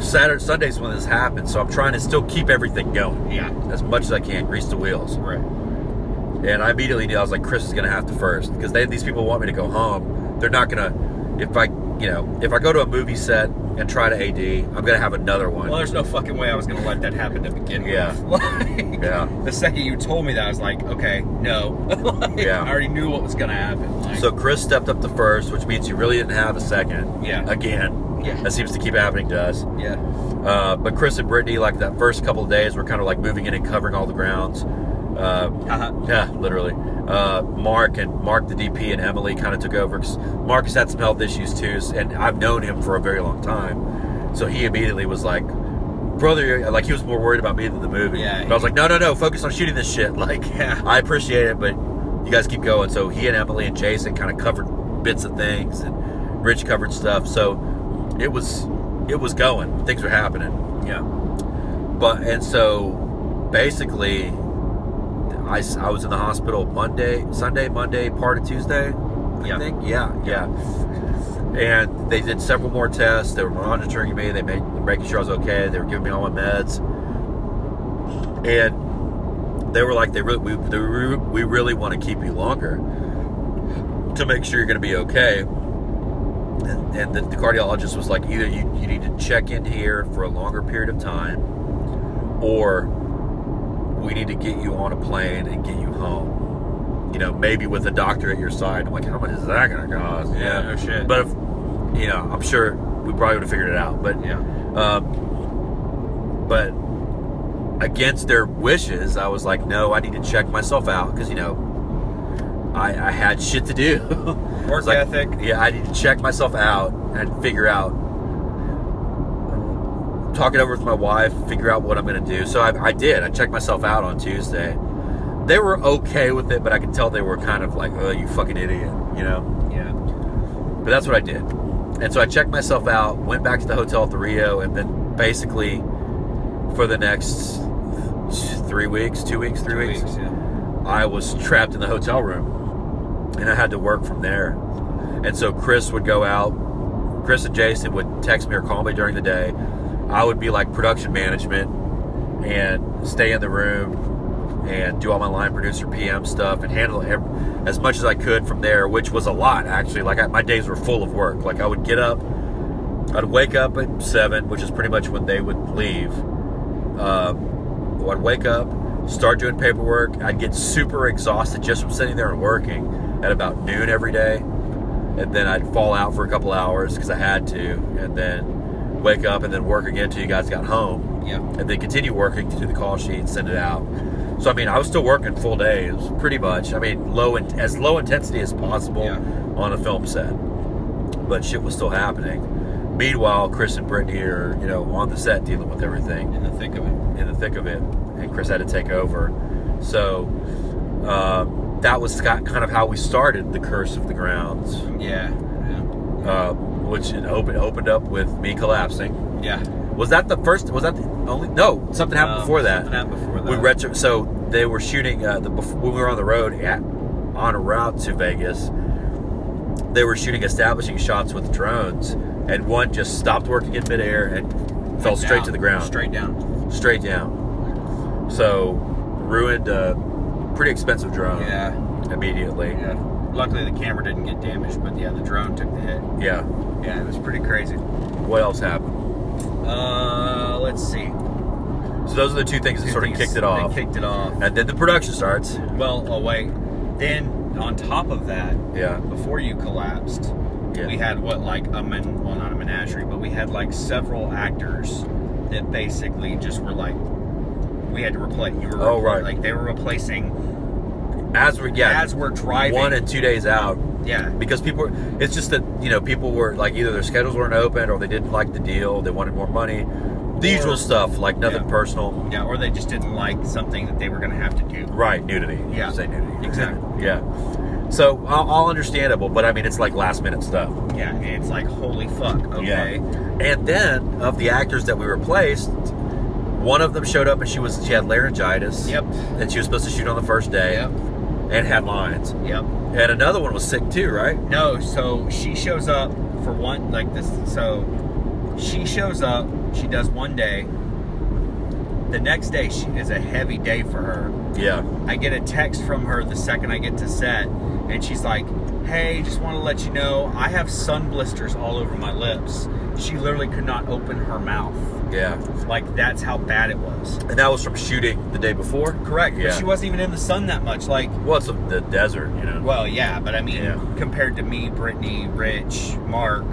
Speaker 5: Saturday, Sunday's when this happened. So I'm trying to still keep everything going
Speaker 6: Yeah.
Speaker 5: as much as I can, grease the wheels.
Speaker 6: Right.
Speaker 5: And I immediately knew I was like, Chris is gonna have to first because they these people want me to go home. They're not gonna if I you know if I go to a movie set and try to AD, I'm gonna have another one.
Speaker 6: Well, there's no fucking way I was gonna let that happen to begin
Speaker 5: Yeah.
Speaker 6: with. Like,
Speaker 5: Yeah.
Speaker 6: The second you told me that, I was like, okay, no. Like,
Speaker 5: Yeah.
Speaker 6: I already knew what was gonna happen. Like,
Speaker 5: so Chris stepped up to first, which means you really didn't have a second.
Speaker 6: Yeah.
Speaker 5: Again.
Speaker 6: Yeah.
Speaker 5: That seems to keep happening to us.
Speaker 6: yeah.
Speaker 5: Uh, but Chris and Brittany, like that first couple of days, were kind of like moving in and covering all the grounds. Uh,
Speaker 6: Haha.
Speaker 5: Yeah, literally. Uh, Mark and Mark the DP and Emily kind of took over because Mark's had some health issues too, s- and I've known him for a very long time. So he immediately was like, "Brother," you're-" like he was more worried about me than the movie.
Speaker 6: Yeah.
Speaker 5: But I was like, "No, no, no, focus on shooting this shit." Like,
Speaker 6: Yeah.
Speaker 5: I appreciate it, but you guys keep going. So he and Emily and Jason kind of covered bits of things, and Rich covered stuff. So it was it was going. Things were happening. Yeah. But and so basically I, s- I was in the hospital Monday, Sunday, Monday, part of Tuesday. I
Speaker 6: Yeah.
Speaker 5: think. Yeah, yeah. And they did several more tests. They were monitoring me. They made making sure I was okay. They were giving me all my meds. And they were like, they really, we, they, re- we really want to keep you longer to make sure you're going to be okay. And, and the, the cardiologist was like, either you, you need to check in here for a longer period of time, or we need to get you on a plane and get you home. You know, maybe with a doctor at your side. I'm like, how much is that going to cost?
Speaker 6: Yeah, no shit.
Speaker 5: But if, you know, I'm sure we probably would have figured it out. But
Speaker 6: Yeah.
Speaker 5: um, but Um, against their wishes, I was like, no, I need to check myself out because you know, I, I had shit to do.
Speaker 6: Work
Speaker 5: It's like,
Speaker 6: ethic.
Speaker 5: Yeah, I need to check myself out and figure out. Talk it over with my wife, figure out what I'm going to do. So I, I did. I checked myself out on Tuesday. They were okay with it, but I could tell they were kind of like, "Oh, you fucking idiot," you know.
Speaker 6: Yeah.
Speaker 5: But that's what I did. And so I checked myself out, went back to the hotel at the Rio, and then basically for the next three weeks, two weeks, three weeks,
Speaker 6: yeah.
Speaker 5: I was trapped in the hotel room. And I had to work from there. And so Chris would go out. Chris and Jason would text me or call me during the day. I would be like production management and stay in the room and do all my line producer PM stuff and handle ev as much as I could from there, which was a lot actually. Like I, my days were full of work. Like I would get up, I'd wake up at seven, which is pretty much when they would leave. Um, I'd wake up, start doing paperwork. I'd get super exhausted just from sitting there and working at about noon every day, and then I'd fall out for a couple hours because I had to, and then wake up and then work again till you guys got home
Speaker 6: Yeah.
Speaker 5: and then continue working to do the call sheet, send it out. So I mean, I was still working full days, pretty much. I mean, low in, as low intensity as possible
Speaker 6: Yeah.
Speaker 5: on a film set, but shit was still happening. Meanwhile, Chris and Brittany are you know on the set dealing with everything
Speaker 6: In the thick of it.
Speaker 5: in the thick of it, and Chris had to take over. So um, that was ki- kind of how we started the curse of the grounds,
Speaker 6: Yeah.
Speaker 5: uh, which it opened opened up with me collapsing.
Speaker 6: Yeah. Yeah.
Speaker 5: Was that the first? Was that the only? No, something happened
Speaker 6: Um,
Speaker 5: before that.
Speaker 6: something happened before that.
Speaker 5: We retro. So they were shooting uh, the bef- when we were on the road at on a route to Vegas. They were shooting establishing shots with drones, and one just stopped working in midair and fell
Speaker 6: Went
Speaker 5: straight
Speaker 6: down.
Speaker 5: to the ground,
Speaker 6: Straight down.
Speaker 5: straight down. So ruined a pretty expensive drone.
Speaker 6: Yeah.
Speaker 5: Immediately.
Speaker 6: Yeah. Luckily, the camera didn't get damaged, but yeah, the drone took the hit.
Speaker 5: yeah.
Speaker 6: Yeah, it was pretty crazy.
Speaker 5: What else happened?
Speaker 6: Uh, let's see.
Speaker 5: So those are the two things that
Speaker 6: Two
Speaker 5: sort of
Speaker 6: things
Speaker 5: kicked it
Speaker 6: that
Speaker 5: off.
Speaker 6: Kicked it off.
Speaker 5: and then the production starts.
Speaker 6: Well, oh wait. Then on top of that,
Speaker 5: Yeah.
Speaker 6: before you collapsed,
Speaker 5: Yeah.
Speaker 6: we had what like a men well not a menagerie, but we had like several actors that basically just were like we had to replace. You were
Speaker 5: Oh, right.
Speaker 6: like they were replacing
Speaker 5: As we yeah,
Speaker 6: as we're driving.
Speaker 5: one and two days out,
Speaker 6: Yeah.
Speaker 5: because people it's just that you know people were like either their schedules weren't open or they didn't like the deal they wanted more money the
Speaker 6: Or-
Speaker 5: usual stuff like nothing
Speaker 6: Yeah.
Speaker 5: personal
Speaker 6: Yeah, or they just didn't like something that they were going to have to do.
Speaker 5: right nudity You
Speaker 6: Yeah.
Speaker 5: say nudity
Speaker 6: Exactly.
Speaker 5: yeah so all, all understandable but i mean it's like last minute stuff
Speaker 6: Yeah, and it's like, holy fuck, okay.
Speaker 5: and then of the actors that we replaced one of them showed up and she was she had laryngitis
Speaker 6: Yep.
Speaker 5: and she was supposed to shoot on the first day
Speaker 6: Yep.
Speaker 5: and had lines
Speaker 6: Yep.
Speaker 5: and another one was sick too right
Speaker 6: No, so she shows up for one like this so she shows up, she does one day. The next day she is a heavy day for her.
Speaker 5: yeah
Speaker 6: I get a text from her the second I get to set and she's like, "Hey, just want to let you know I have sun blisters all over my lips." She literally could not open her mouth.
Speaker 5: yeah
Speaker 6: Like that's how bad it was.
Speaker 5: and that was from shooting the day before
Speaker 6: Correct.
Speaker 5: Yeah.
Speaker 6: But she wasn't even in the sun that much. Like
Speaker 5: Well, it's the desert, you know.
Speaker 6: Well, yeah, but I mean,
Speaker 5: Yeah.
Speaker 6: compared to me, Brittany, Rich, Mark,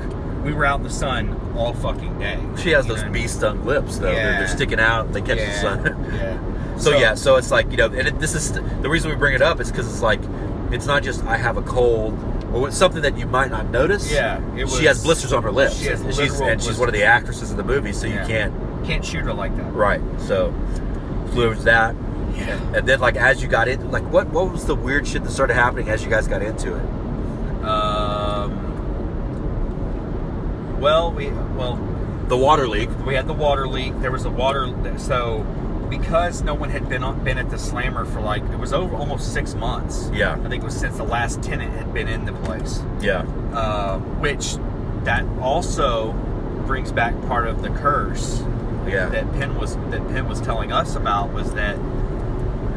Speaker 6: we were out in the sun all fucking day.
Speaker 5: she has
Speaker 6: You
Speaker 5: those
Speaker 6: know?
Speaker 5: bee stung lips, though. They're,
Speaker 6: Yeah.
Speaker 5: they're sticking out. They catch the
Speaker 6: Yeah,
Speaker 5: sun.
Speaker 6: yeah.
Speaker 5: so, yeah, so it's like you know, and it, this is the reason we bring it up is because it's like it's not just I have a cold or it's something that you might not notice.
Speaker 6: Yeah, it was-
Speaker 5: she has blisters on her lips.
Speaker 6: She has
Speaker 5: and she's,
Speaker 6: literal
Speaker 5: and she's one of the
Speaker 6: blisters.
Speaker 5: actresses in the movie, so
Speaker 6: Yeah.
Speaker 5: you can't.
Speaker 6: Can't shoot her like that.
Speaker 5: Right. So, so there was that,
Speaker 6: Yeah.
Speaker 5: and then like as you got in, like what what was the weird shit that started happening as you guys got into it?
Speaker 6: Um. Well, we well
Speaker 5: The water leak.
Speaker 6: we had the water leak. There was a water so because no one had been on, been at the slammer for like it was over almost six months.
Speaker 5: Yeah.
Speaker 6: I think it was since the last tenant had been in the place.
Speaker 5: Yeah.
Speaker 6: Uh, which that also brings back part of the curse
Speaker 5: Yeah.
Speaker 6: that Penn was that Penn was telling us about was that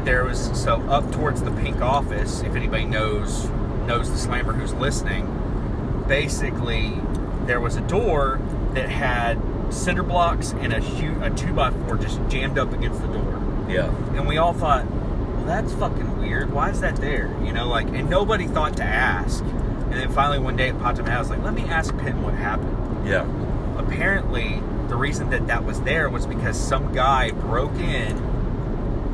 Speaker 6: there was so up towards the pink office, if anybody knows knows the slammer who's listening, basically there was a door that had cinder blocks and a huge a two by four just jammed up against the door.
Speaker 5: yeah.
Speaker 6: And we all thought, well that's fucking weird. Why is that there? You know, like and nobody thought to ask. And then finally one day it popped in my head, I was like, let me ask Penn what happened
Speaker 5: Yeah.
Speaker 6: apparently the reason that that was there was because some guy broke in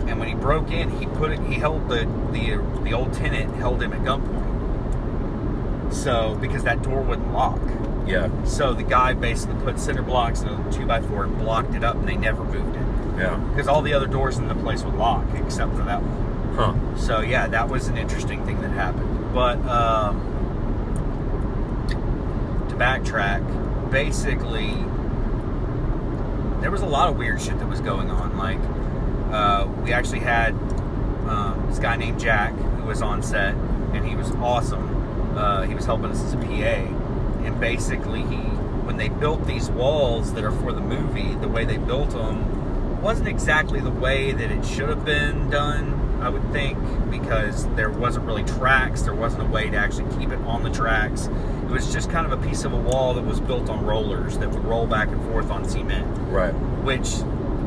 Speaker 6: and when he broke in he put it he held the the the old tenant held him at gunpoint so because that door wouldn't lock
Speaker 5: Yeah.
Speaker 6: so the guy basically put cinder blocks and a 2x4 and blocked it up and they never moved it
Speaker 5: Yeah.
Speaker 6: because all the other doors in the place would lock except for that one
Speaker 5: Huh.
Speaker 6: so yeah, that was an interesting thing that happened. But um, to backtrack, basically, there was a lot of weird shit that was going on. Like uh, we actually had um, this guy named Jack who was on set, and he was awesome. Uh, he was helping us as a PA, and basically, he when they built these walls that are for the movie, the way they built them wasn't exactly the way that it should have been done. I would think because there wasn't really tracks, there wasn't a way to actually keep it on the tracks. It was just kind of a piece of a wall that was built on rollers that would roll back and forth on cement,
Speaker 5: Right.
Speaker 6: which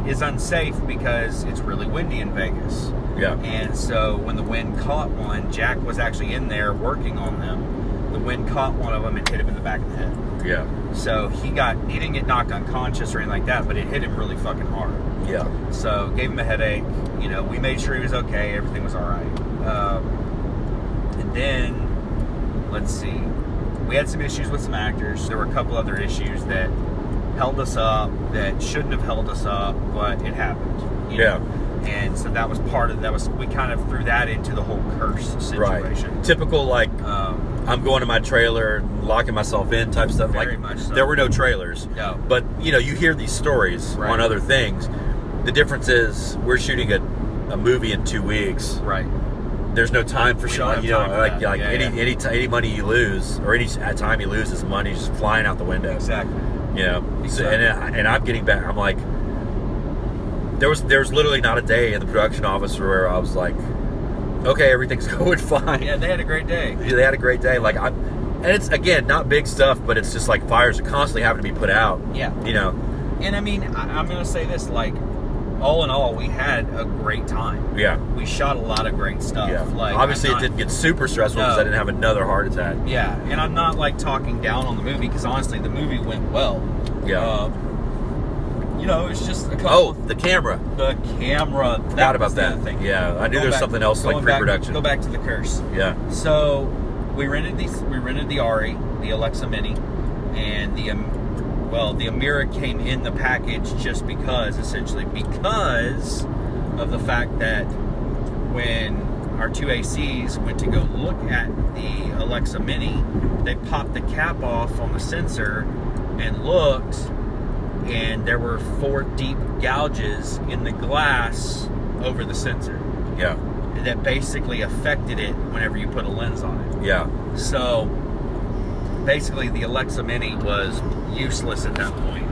Speaker 6: is unsafe because it's really windy in Vegas.
Speaker 5: Yeah.
Speaker 6: And so when the wind caught one, Jack was actually in there working on them. The wind caught one of them and hit him in the back of the head.
Speaker 5: Yeah.
Speaker 6: So he got he didn't get knocked unconscious or anything like that, but it hit him really fucking hard.
Speaker 5: Yeah.
Speaker 6: So gave him a headache. You know, we made sure he was okay. Everything was all right. Um, and then let's see, we had some issues with some actors. There were a couple other issues that held us up that shouldn't have held us up, but it happened. you
Speaker 5: Yeah.
Speaker 6: know. And so that was part of that was we kind of threw that into the whole curse situation.
Speaker 5: Right. Typical like
Speaker 6: Um,
Speaker 5: I'm going to my trailer, locking myself in type stuff.
Speaker 6: Very
Speaker 5: like
Speaker 6: much so.
Speaker 5: there were no trailers.
Speaker 6: No.
Speaker 5: But you know, you hear these stories
Speaker 6: Right.
Speaker 5: on other things. The difference is we're shooting a, a movie in two weeks.
Speaker 6: right.
Speaker 5: There's no time for
Speaker 6: We don't
Speaker 5: shot.
Speaker 6: have
Speaker 5: You know,
Speaker 6: time for
Speaker 5: like
Speaker 6: that.
Speaker 5: like
Speaker 6: Yeah,
Speaker 5: any
Speaker 6: yeah.
Speaker 5: any t- any money you lose or any s- time you lose is money just flying out the window.
Speaker 6: Exactly.
Speaker 5: You know. So,
Speaker 6: Exactly.
Speaker 5: and I- and I'm getting back. I'm like, there was there was literally not a day in the production office where I was like, okay, everything's going fine.
Speaker 6: Yeah, they had a great day.
Speaker 5: Yeah, they had a great day. Like I'm, and it's again not big stuff, but it's just like fires are constantly having to be put out.
Speaker 6: Yeah.
Speaker 5: You know.
Speaker 6: And I mean, I, I'm gonna say this like, all in all, we had a great time.
Speaker 5: Yeah.
Speaker 6: we shot a lot of great stuff.
Speaker 5: yeah.
Speaker 6: Like
Speaker 5: Obviously,
Speaker 6: I'm
Speaker 5: it
Speaker 6: not-
Speaker 5: didn't get super stressful
Speaker 6: No.
Speaker 5: because I didn't have another heart attack.
Speaker 6: Yeah, and I'm not like talking down on the movie because honestly, the movie went well.
Speaker 5: Yeah.
Speaker 6: Um, you know, it's just a
Speaker 5: Oh,
Speaker 6: couple.
Speaker 5: the camera.
Speaker 6: the camera. That
Speaker 5: Forgot about
Speaker 6: was the
Speaker 5: that.
Speaker 6: other thing.
Speaker 5: Yeah, I knew
Speaker 6: Going
Speaker 5: there was
Speaker 6: back-
Speaker 5: something else like
Speaker 6: going back-
Speaker 5: pre-production.
Speaker 6: Go back to the curse.
Speaker 5: Yeah.
Speaker 6: So we rented these. We rented the Ari, the Alexa Mini, and the um, well, the Amira came in the package just because, essentially, because of the fact that when our two ACs went to go look at the Alexa Mini, they popped the cap off on the sensor and looked, and there were four deep gouges in the glass over the sensor
Speaker 5: Yeah.
Speaker 6: that basically affected it whenever you put a lens on it.
Speaker 5: Yeah.
Speaker 6: So basically, the Alexa Mini was useless at that point.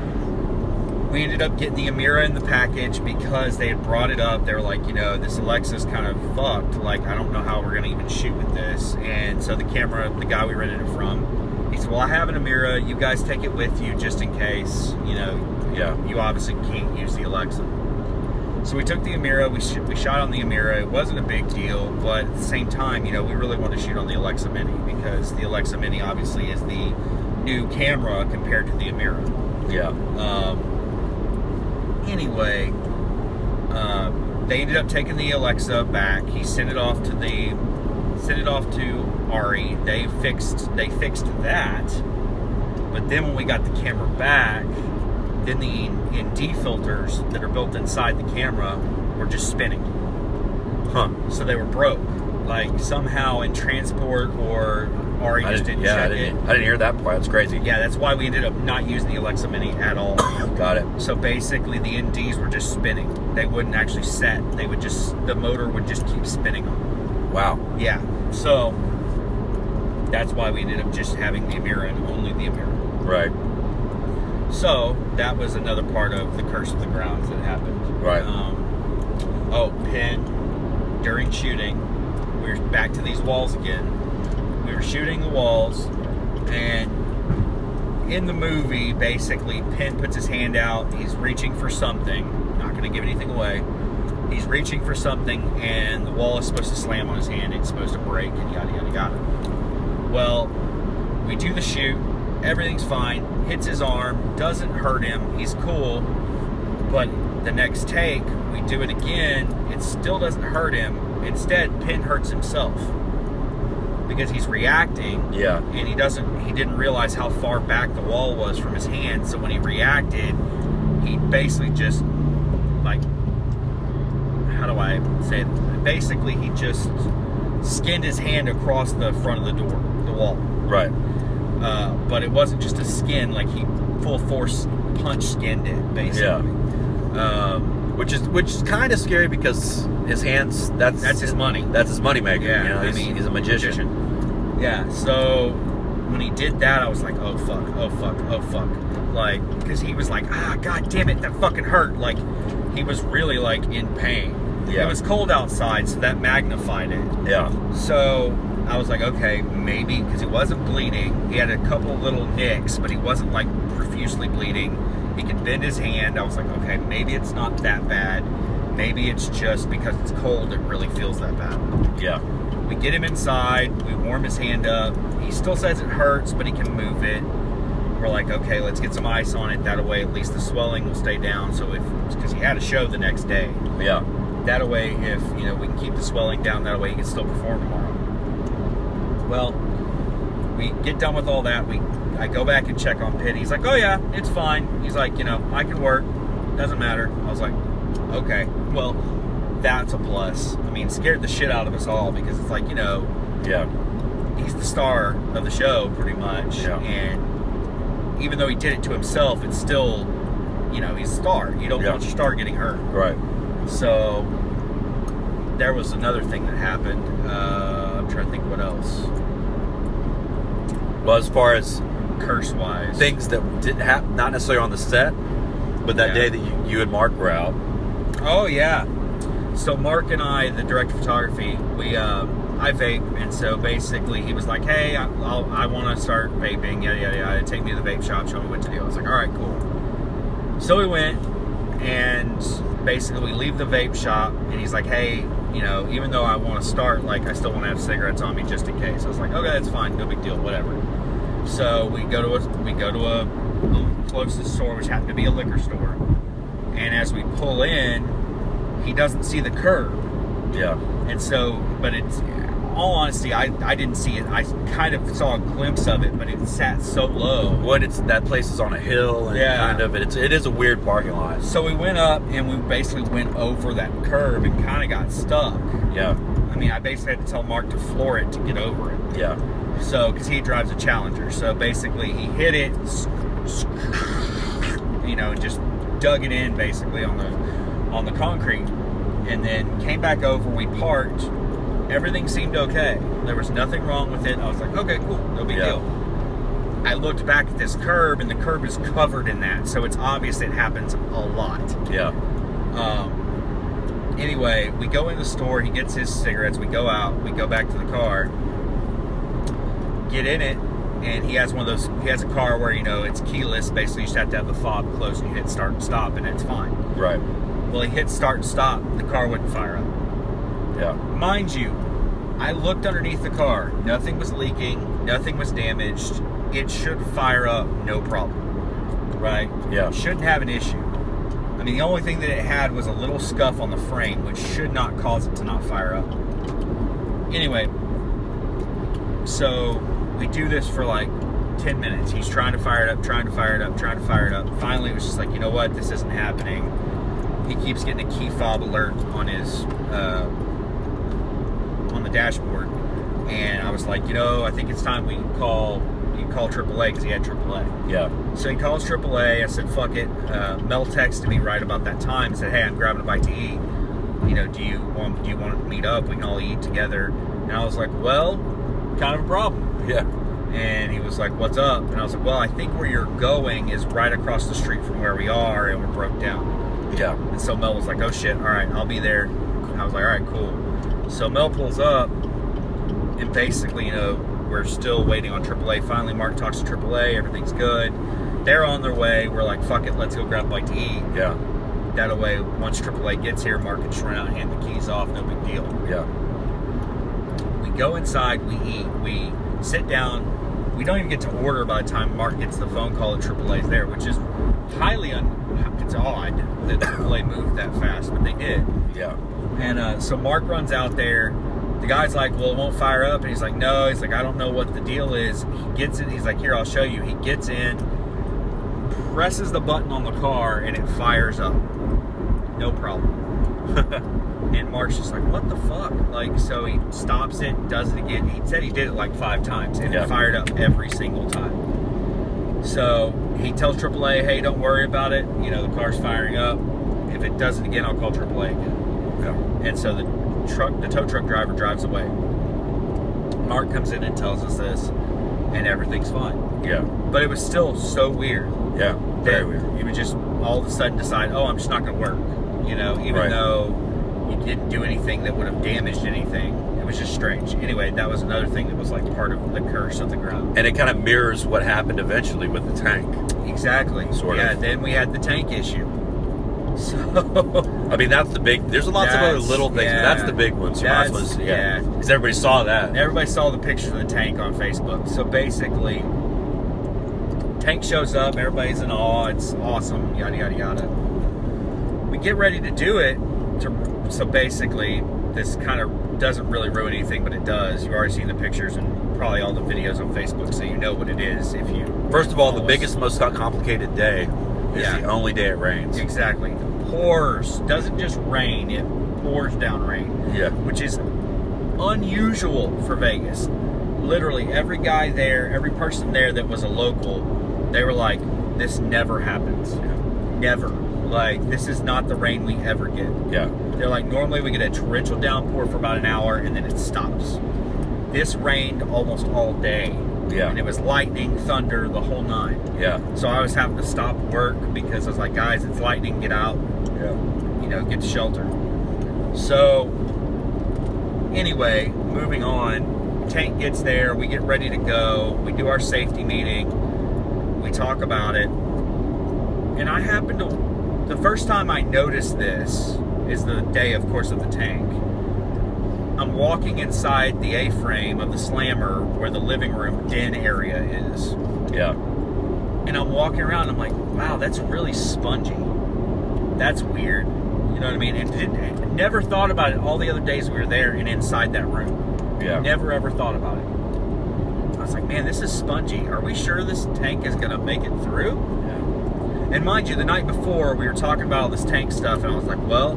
Speaker 6: We ended up getting the Amira in the package because they had brought it up. They were like, you know, this Alexa's kind of fucked. Like, I don't know how we're gonna even shoot with this. And so the camera, the guy we rented it from, he said, "Well, I have an Amira. You guys take it with you just in case. You know,
Speaker 5: Yeah.
Speaker 6: you obviously can't use the Alexa." So we took the Amira. We sh- we shot on the Amira. It wasn't a big deal, but at the same time, you know, we really wanted to shoot on the Alexa Mini because the Alexa Mini obviously is the new camera compared to the Amira.
Speaker 5: Yeah.
Speaker 6: Um, anyway, uh, they ended up taking the Alexa back. He sent it off to the sent it off to Ari. They fixed they fixed that. But then when we got the camera back, then the ND filters that are built inside the camera were just spinning
Speaker 5: Huh.
Speaker 6: so they were broke. Like somehow in transport or Ari
Speaker 5: I
Speaker 6: just
Speaker 5: didn't,
Speaker 6: didn't,
Speaker 5: yeah, I
Speaker 6: check
Speaker 5: didn't, e-
Speaker 6: it.
Speaker 5: I didn't hear that part. That's crazy.
Speaker 6: Yeah, that's why we ended up not using the Alexa Mini at all.
Speaker 5: Got it.
Speaker 6: so basically, the NDs were just spinning. They wouldn't actually set. They would just the motor would just keep spinning on. them.
Speaker 5: Wow.
Speaker 6: Yeah. So that's why we ended up just having the Amira and only the Amira.
Speaker 5: Right.
Speaker 6: So that was another part of the curse of the grounds that happened.
Speaker 5: Right.
Speaker 6: Um, oh, Penn, during shooting, we were back to these walls again. We were shooting the walls, and in the movie, basically, Penn puts his hand out. He's reaching for something. Not going to give anything away. He's reaching for something, and the wall is supposed to slam on his hand. It's supposed to break, and yada, yada, yada. Well, we do the shoot. Everything's fine. Hits his arm. Doesn't hurt him. He's cool. But the next take, we do it again. It still doesn't hurt him. Instead, Penn hurts himself because he's reacting
Speaker 5: Yeah.
Speaker 6: and he doesn't. He didn't realize how far back the wall was from his hand. So when he reacted, he basically just like how do I say? It? Basically, he just skinned his hand across the front of the door, the wall
Speaker 5: Right.
Speaker 6: uh, but it wasn't just a skin; like he full force punch skinned it, basically. Um,
Speaker 5: Which is which is kind of scary because his hands. That's
Speaker 6: That's his money.
Speaker 5: That's his moneymaker.
Speaker 6: Yeah,
Speaker 5: You know,
Speaker 6: I
Speaker 5: he's,
Speaker 6: mean,
Speaker 5: he's a magician.
Speaker 6: yeah. So when he did that, I was like, "Oh fuck! Oh fuck! Oh fuck!" Like, because he was like, "Ah, god damn it, that fucking hurt!" Like, he was really like in pain.
Speaker 5: Yeah.
Speaker 6: It was cold outside, so that magnified it.
Speaker 5: Yeah.
Speaker 6: So I was like, okay, maybe because he wasn't bleeding. He had a couple little nicks, but he wasn't like profusely bleeding. He could bend his hand. I was like, okay, maybe it's not that bad. Maybe it's just because it's cold, it really feels that bad.
Speaker 5: Yeah.
Speaker 6: We get him inside, we warm his hand up. He still says it hurts, but he can move it. We're like, okay, let's get some ice on it. That way, at least the swelling will stay down. So if, because he had a show the next day,
Speaker 5: Yeah.
Speaker 6: that way, if you know we can keep the swelling down, that way he can still perform tomorrow. Well, we get done with all that. We I go back and check on Pitt. He's like, "Oh yeah, it's fine." He's like, "You know, I can work. Doesn't matter." I was like, "Okay, well, that's a plus." I mean, scared the shit out of us all because it's like you know
Speaker 5: Yeah.
Speaker 6: he's the star of the show pretty much,
Speaker 5: Yeah.
Speaker 6: and even though he did it to himself, it's still you know he's a star. You don't
Speaker 5: Yeah.
Speaker 6: want your star getting hurt.
Speaker 5: Right.
Speaker 6: So there was another thing that happened. Uh, I'm trying to think what else.
Speaker 5: Well, as far as
Speaker 6: Curse wise.
Speaker 5: things that didn't happen, not necessarily on the set, but that
Speaker 6: Yeah.
Speaker 5: day that you, you and Mark were out.
Speaker 6: Oh yeah. So Mark and I, the director of photography, we uh, I vape, and so basically he was like, "Hey, I, I'll, I want to start vaping. Yada yada yada. Take me to the vape shop. Show me what to do." I was like, "All right, cool." So we went, and basically we leave the vape shop, and he's like, "Hey, you know, even though I want to start, like, I still want to have cigarettes on me just in case." I was like, "Okay, that's fine. No big deal. Whatever." So we go to a we go to a the closest store, which happened to be a liquor store. And as we pull in, he doesn't see the curb,
Speaker 5: Yeah.
Speaker 6: and so but it's all honesty, I, I didn't see it. I kind of saw a glimpse of it, but it sat so low.
Speaker 5: What it's that place is on a hill and
Speaker 6: Yeah.
Speaker 5: kind of it's it is a weird parking lot.
Speaker 6: So we went up and we basically went over that curb and kind of got stuck.
Speaker 5: Yeah,
Speaker 6: I mean, I basically had to tell Mark to floor it to get over it.
Speaker 5: yeah.
Speaker 6: So, because he drives a Challenger, so basically he hit it, s- s- you know, and just dug it in basically on the on the concrete, and then came back over. We parked. Everything seemed okay. There was nothing wrong with it. I was like, okay, cool, no big
Speaker 5: Yeah.
Speaker 6: deal. I looked back at this curb, and the curb is covered in that, so it's obvious it happens a lot.
Speaker 5: Yeah,
Speaker 6: Um, anyway, we go in the store. He gets his cigarettes. We go out. We go back to the car. Get in it, and he has one of those. He has a car where you know it's keyless. Basically, you just have to have the fob closed, and you hit start and stop, and it's fine.
Speaker 5: right.
Speaker 6: Well, he hit start and stop. The car wouldn't fire up.
Speaker 5: Yeah,
Speaker 6: Mind you, I looked underneath the car. Nothing was leaking. Nothing was damaged. It should fire up, no problem. Right?
Speaker 5: yeah,
Speaker 6: shouldn't have an issue. I mean, the only thing that it had was a little scuff on the frame, which should not cause it to not fire up. Anyway, so we do this for like 10 minutes. He's trying to fire it up, trying to fire it up, trying to fire it up. Finally, it was just like, you know what? This isn't happening. He keeps getting a key fob alert on his uh, on the dashboard, and I was like, you know, I think it's time we call you call AAA because he had AAA.
Speaker 5: yeah,
Speaker 6: So he calls AAA. I said, fuck it. Uh, Mel texted me right about that time. Said, hey, I'm grabbing a bite to eat. You know, do you want do you want to meet up? We can all eat together. And I was like, well, kind of a problem.
Speaker 5: yeah,
Speaker 6: And he was like, what's up? And I was like, well, I think where you're going is right across the street from where we are, and we're broke down.
Speaker 5: yeah,
Speaker 6: And so Mel was like, oh shit, all right, I'll be there. And I was like, all right, cool. So Mel pulls up, and basically, you know, we're still waiting on AAA. Finally, Mark talks to AAA, everything's good. They're on their way. We're like, fuck it, let's go grab a bite to eat.
Speaker 5: yeah,
Speaker 6: That way, once AAA gets here, Mark can just run out and hand the keys off, no big deal.
Speaker 5: yeah,
Speaker 6: We go inside, we eat, we sit down. We don't even get to order by the time Mark gets the phone call that AAA's there, which is highly un. It's odd that AAA moved that fast, but they did.
Speaker 5: yeah,
Speaker 6: And uh, so Mark runs out there. The guy's like, "Well, it won't fire up," and he's like, "No." He's like, "I don't know what the deal is." He gets it. He's like, "Here, I'll show you." He gets in, presses the button on the car, and it fires up. No problem. and Mark's just like, "What the fuck?" Like, so he stops it, does it again. He said he did it like five times, and
Speaker 5: Yeah.
Speaker 6: it fired up every single time. So he tells AAA, "Hey, don't worry about it. You know, the car's firing up. If it does it again, I'll call AAA again."
Speaker 5: yeah,
Speaker 6: And so the truck, the tow truck driver drives away. Mark comes in and tells us this, and everything's fine.
Speaker 5: yeah,
Speaker 6: But it was still so weird
Speaker 5: yeah.
Speaker 6: that
Speaker 5: Very weird.
Speaker 6: you would just all of a sudden decide, oh, I'm just not going to work. You know, even
Speaker 5: Right.
Speaker 6: though you didn't do anything that would have damaged anything, it was just strange. Anyway, that was another thing that was like part of the curse of the ground.
Speaker 5: And it kind of mirrors what happened eventually with the tank.
Speaker 6: Exactly.
Speaker 5: Sort
Speaker 6: yeah.
Speaker 5: of.
Speaker 6: Then we had the tank issue. So
Speaker 5: I mean, that's the big. There's lots of other
Speaker 6: That's-
Speaker 5: little things,
Speaker 6: yeah.
Speaker 5: but that's the big one. Surprise was
Speaker 6: That's- yeah.
Speaker 5: yeah, because everybody saw that.
Speaker 6: everybody saw the picture of the tank on Facebook. So basically, tank shows up, everybody's in awe, it's awesome, yada yada yada. We get ready to do it. To, so basically, this kind of doesn't really ruin anything, but it does. You've already seen the pictures and probably all the videos on Facebook, so you know what it is if you
Speaker 5: First of all, the
Speaker 6: Almost.
Speaker 5: biggest, most complicated day is
Speaker 6: Yeah.
Speaker 5: the only day it rains.
Speaker 6: exactly. It pours doesn't just rain; it pours down rain.
Speaker 5: Yeah,
Speaker 6: which is unusual for Vegas. Literally, every guy there, every person there that was a local, they were like, "This never happens, never. Like, this is not the rain we ever get."
Speaker 5: yeah,
Speaker 6: They're like, "Normally, we get a torrential downpour for about an hour, and then it stops." This rained almost all day.
Speaker 5: Yeah.
Speaker 6: and it was lightning, thunder, the whole nine.
Speaker 5: yeah,
Speaker 6: So I was having to stop work because I was like, "Guys, it's lightning. Get out
Speaker 5: yeah,
Speaker 6: you know, get to shelter. So, anyway, moving on, tank gets there, we get ready to go, we do our safety meeting, we talk about it. And I happen to, the first time I noticed this is the day, of course, of the tank. I'm walking inside the A frame of the slammer where the living room den area is
Speaker 5: yeah,
Speaker 6: and I'm walking around. I'm like, wow, that's really spongy. That's weird. You know what I mean? And didn't, never thought about it all the other days we were there and inside that room.
Speaker 5: Yeah.
Speaker 6: Never ever thought about it. I was like, man, this is spongy. Are we sure this tank is gonna make it through? And mind you, the night before we were talking about all this tank stuff, and I was like, well,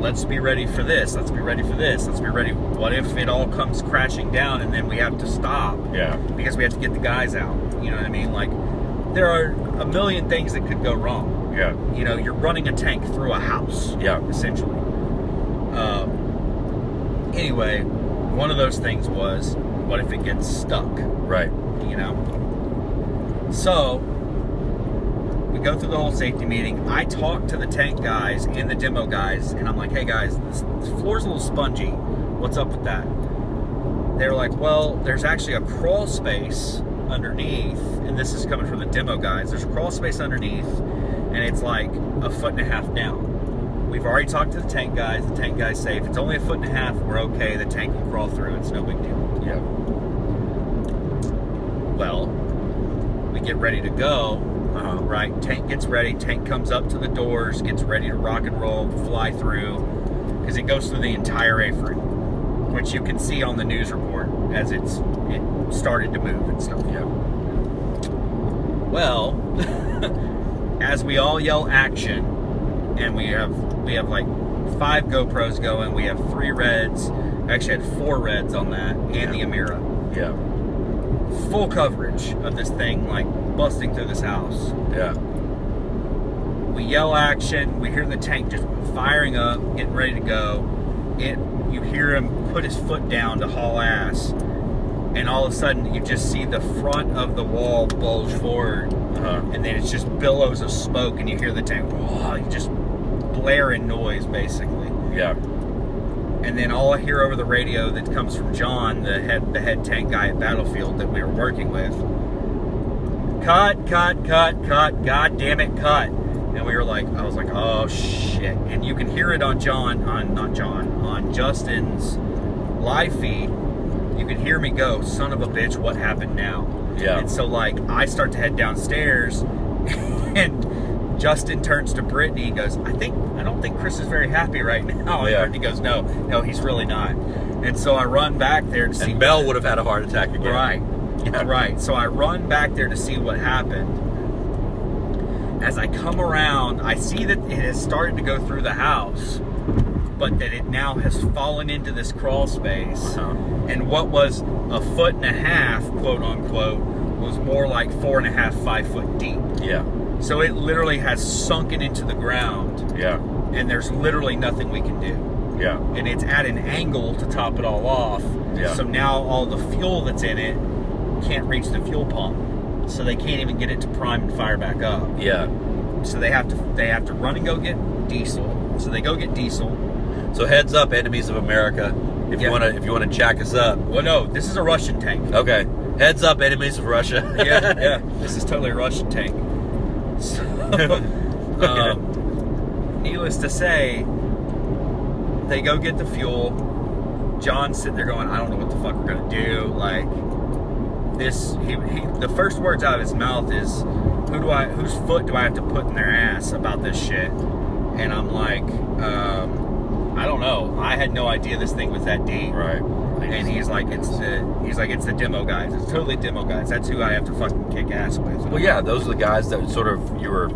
Speaker 6: let's be ready for this. Let's be ready for this. Let's be ready. What if it all comes crashing down and then we have to stop?
Speaker 5: Yeah.
Speaker 6: Because we have to get the guys out. You know what I mean? Like, there are a million things that could go wrong.
Speaker 5: Yeah.
Speaker 6: You know, you're running a tank through a house
Speaker 5: Yeah.
Speaker 6: essentially. Um, anyway, one of those things was, what if it gets stuck?
Speaker 5: Right.
Speaker 6: You know. So we go through the whole safety meeting. I talk to the tank guys and the demo guys, and I'm like, "Hey guys, this, this floor's a little spongy. What's up with that?" They're like, "Well, there's actually a crawl space underneath, and this is coming from the demo guys. There's a crawl space underneath, and it's like a foot and a half down. We've already talked to the tank guys. The tank guys say if it's only a foot and a half, we're okay. The tank will crawl through. It's no big deal."
Speaker 5: Yeah.
Speaker 6: Well, we get ready to go.
Speaker 5: Uh-huh.
Speaker 6: Uh, Right? Tank gets ready. Tank comes up to the doors, gets ready to rock and roll, fly through, because it goes through the entire apron, which you can see on the news report as it's it started to move and stuff.
Speaker 5: Yeah.
Speaker 6: Well, as we all yell action, and we have we have like five GoPros going. We have three reds. Actually, had four reds on that, and the Amira
Speaker 5: Yeah.
Speaker 6: full coverage of this thing, like busting through this house.
Speaker 5: Yeah.
Speaker 6: We yell action. We hear the tank just firing up, getting ready to go. It, you hear him put his foot down to haul ass, and all of a sudden you just see the front of the wall bulge forward,
Speaker 5: Uh-huh.
Speaker 6: and then it's just billows of smoke, and you hear the tank, "Wah," just blaring noise basically.
Speaker 5: Yeah.
Speaker 6: And then all I hear over the radio that comes from John, the head the head tank guy at Battlefield that we were working with. Cut, cut, cut, cut, god damn it, cut. And we were like, I was like, oh shit. And you can hear it on John, on not John, on Justin's live feed. You can hear me go, son of a bitch, what happened now?
Speaker 5: Yeah.
Speaker 6: And so like I start to head downstairs and Justin turns to Brittany, he goes, I think I don't think Chris is very happy right now. And
Speaker 5: Yeah.
Speaker 6: Brittany goes, No, no, he's really not. And so I run back there to see
Speaker 5: And Bell would have had a heart attack again.
Speaker 6: Right. Right. So I run back there to see what happened. As I come around, I see that it has started to go through the house, but that it now has fallen into this crawl space.
Speaker 5: Uh-huh.
Speaker 6: And what was a foot and a half, quote unquote, was more like four and a half, five foot deep.
Speaker 5: Yeah.
Speaker 6: So it literally has sunken into the ground,
Speaker 5: Yeah.
Speaker 6: and there's literally nothing we can do
Speaker 5: Yeah.
Speaker 6: and it's at an angle to top it all off.
Speaker 5: Yeah.
Speaker 6: So now all the fuel that's in it can't reach the fuel pump. So they can't even get it to prime and fire back up.
Speaker 5: Yeah.
Speaker 6: So they have to they have to run and go get diesel. So they go get diesel.
Speaker 5: So heads up, enemies of America. If
Speaker 6: Yeah.
Speaker 5: you wanna if you wanna jack us up.
Speaker 6: Well, no, Oh, this is a Russian tank.
Speaker 5: Okay. Heads up, enemies of Russia.
Speaker 6: yeah, yeah. This is totally a Russian tank. So, um, needless to say, they go get the fuel. John's sitting there going, I don't know what the fuck we're gonna do. Like this, he, he the first words out of his mouth is, "Who do I? Whose foot do I have to put in their ass about this shit?" And I'm like, um, I don't know. I had no idea this thing was that deep.
Speaker 5: Right.
Speaker 6: And he's like, it's the he's like, it's the demo guys. It's totally demo guys. That's who I have to fucking kick ass with.
Speaker 5: Well, yeah, those are the guys that sort of you were.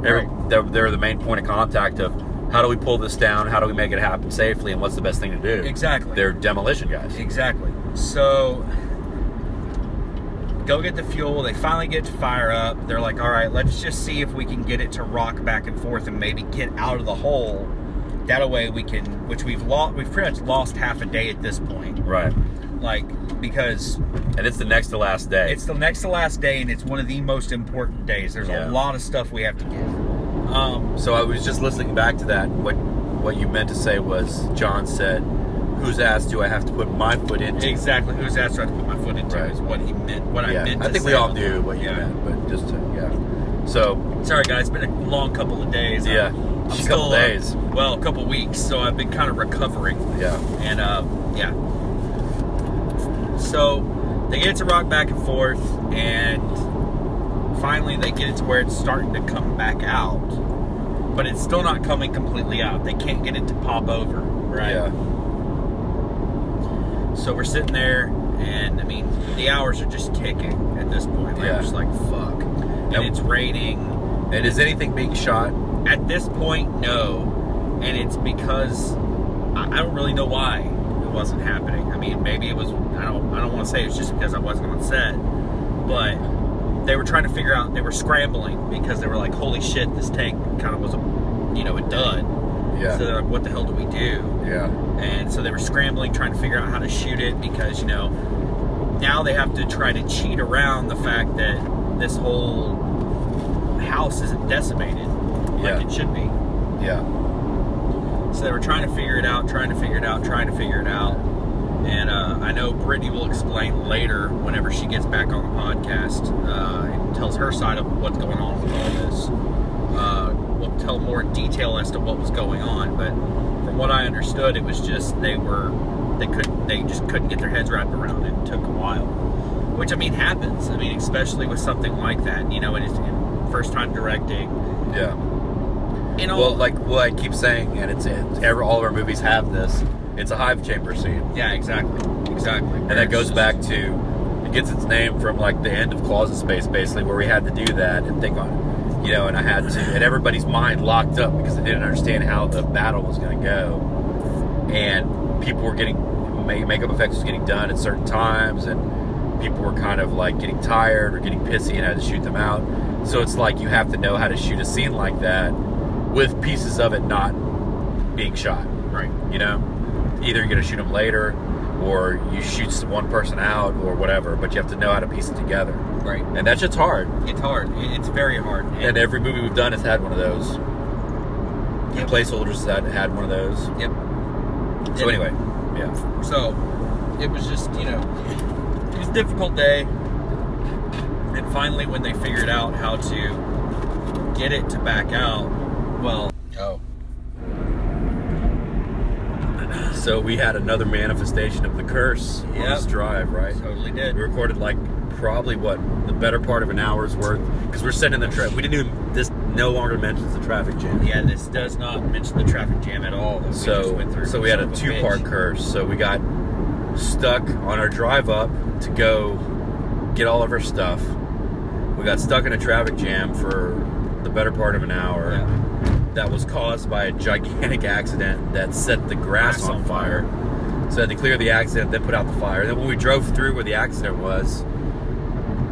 Speaker 5: They're,
Speaker 6: Right.
Speaker 5: they're, they're the main point of contact of how do we pull this down? How do we make it happen safely? And what's the best thing to do?
Speaker 6: Exactly.
Speaker 5: They're demolition guys.
Speaker 6: Exactly. So go get the fuel. They finally get to fire up. They're like, all right, let's just see if we can get it to rock back and forth and maybe get out of the hole. That way we can, which we've lost, we've pretty much lost half a day at this point.
Speaker 5: Right.
Speaker 6: Like because
Speaker 5: And it's the next to last day.
Speaker 6: It's the next to last day, and it's one of the most important days. There's
Speaker 5: Yeah.
Speaker 6: a lot of stuff we have to give. Um,
Speaker 5: so I was just listening back to that. What what you meant to say was John said, "Whose ass do I have to put my foot into?"
Speaker 6: exactly. Who's asked I to put my foot into
Speaker 5: Right.
Speaker 6: is what he meant. What I
Speaker 5: Yeah.
Speaker 6: meant.
Speaker 5: I
Speaker 6: To
Speaker 5: think we
Speaker 6: say.
Speaker 5: all knew what you
Speaker 6: Yeah.
Speaker 5: meant, but just to, yeah. So
Speaker 6: Sorry, guys. It's been a long couple of days.
Speaker 5: Yeah.
Speaker 6: I'm,
Speaker 5: Just a
Speaker 6: still,
Speaker 5: couple
Speaker 6: uh,
Speaker 5: days.
Speaker 6: well, a couple weeks. So I've been kind of recovering.
Speaker 5: yeah,
Speaker 6: And uh, yeah. So they get it to rock back and forth, and finally they get it to where it's starting to come back out, but it's still not coming completely out. They can't get it to pop over, right?
Speaker 5: yeah,
Speaker 6: So we're sitting there, and I mean, the hours are just ticking at this point. Like,
Speaker 5: Yeah.
Speaker 6: We're just like, fuck. And
Speaker 5: Yep.
Speaker 6: it's raining.
Speaker 5: And is anything being shot?
Speaker 6: At this point, no. And it's because I, I don't really know why it wasn't happening. I mean, maybe it was. I don't. I don't want to say it's just because I wasn't on set, but they were trying to figure out. They were scrambling because they were like, "Holy shit, this tank kind of was a, you know, a dud."
Speaker 5: Yeah.
Speaker 6: So they're like, "What the hell do we do?"
Speaker 5: yeah.
Speaker 6: and so they were scrambling trying to figure out how to shoot it because you know now they have to try to cheat around the fact that this whole house isn't decimated
Speaker 5: Yeah.
Speaker 6: like it should be
Speaker 5: Yeah.
Speaker 6: so they were trying to figure it out trying to figure it out trying to figure it out and uh, i know brittany will explain later whenever she gets back on the podcast uh, and tells her side of what's going on with all this uh, we'll tell more in detail as to what was going on. But from what I understood, it was just they were they could they just couldn't get their heads wrapped around it. It took a while, which I mean happens. I mean especially with something like that, you know, and it's and first time directing.
Speaker 5: Yeah.
Speaker 6: And all,
Speaker 5: Well, like well, I keep saying, and it's it. Every, all of our movies have this. It's a hive chamber scene,
Speaker 6: yeah, exactly, exactly.
Speaker 5: and that goes back to it gets its name from like the end of Closet Space, basically, where we had to do that and think on, it, you know, and I had to, and everybody's mind locked up because they didn't understand how the battle was going to go, and people were getting ma- makeup effects was getting done at certain times, and people were kind of like getting tired or getting pissy and had to shoot them out. So it's like you have to know how to shoot a scene like that with pieces of it not being shot.
Speaker 6: right.
Speaker 5: You know, either you're gonna shoot them later, or you shoot one person out, or whatever. But you have to know how to piece it together,
Speaker 6: Right.
Speaker 5: and that's just hard.
Speaker 6: It's hard. It- It's very hard.
Speaker 5: And every movie we've done has had one of those.
Speaker 6: Yep.
Speaker 5: Placeholders had had one of those.
Speaker 6: Yep.
Speaker 5: So
Speaker 6: And-
Speaker 5: anyway, yeah,
Speaker 6: So it was just, you know, it was a difficult day. And finally, when they figured out how to get it to back out, well, oh,
Speaker 5: so we had another manifestation of the curse on
Speaker 6: Yep.
Speaker 5: this drive, right?
Speaker 6: totally
Speaker 5: We
Speaker 6: did.
Speaker 5: recorded like probably what the better part of an hour's worth because we're sitting in the trip. We didn't even this no longer mentions the traffic jam.
Speaker 6: Yeah, this does not mention the traffic jam at all. That we just went
Speaker 5: So,
Speaker 6: through.
Speaker 5: so we had
Speaker 6: Son
Speaker 5: a
Speaker 6: of
Speaker 5: two part
Speaker 6: bitch.
Speaker 5: curse. So we got stuck on our drive up to go get all of our stuff. We got stuck in a traffic jam for the better part of an hour.
Speaker 6: Yeah.
Speaker 5: That was caused by a gigantic accident that set the grass on fire. So I had to clear the accident, then put out the fire. Then when we drove through where the accident was,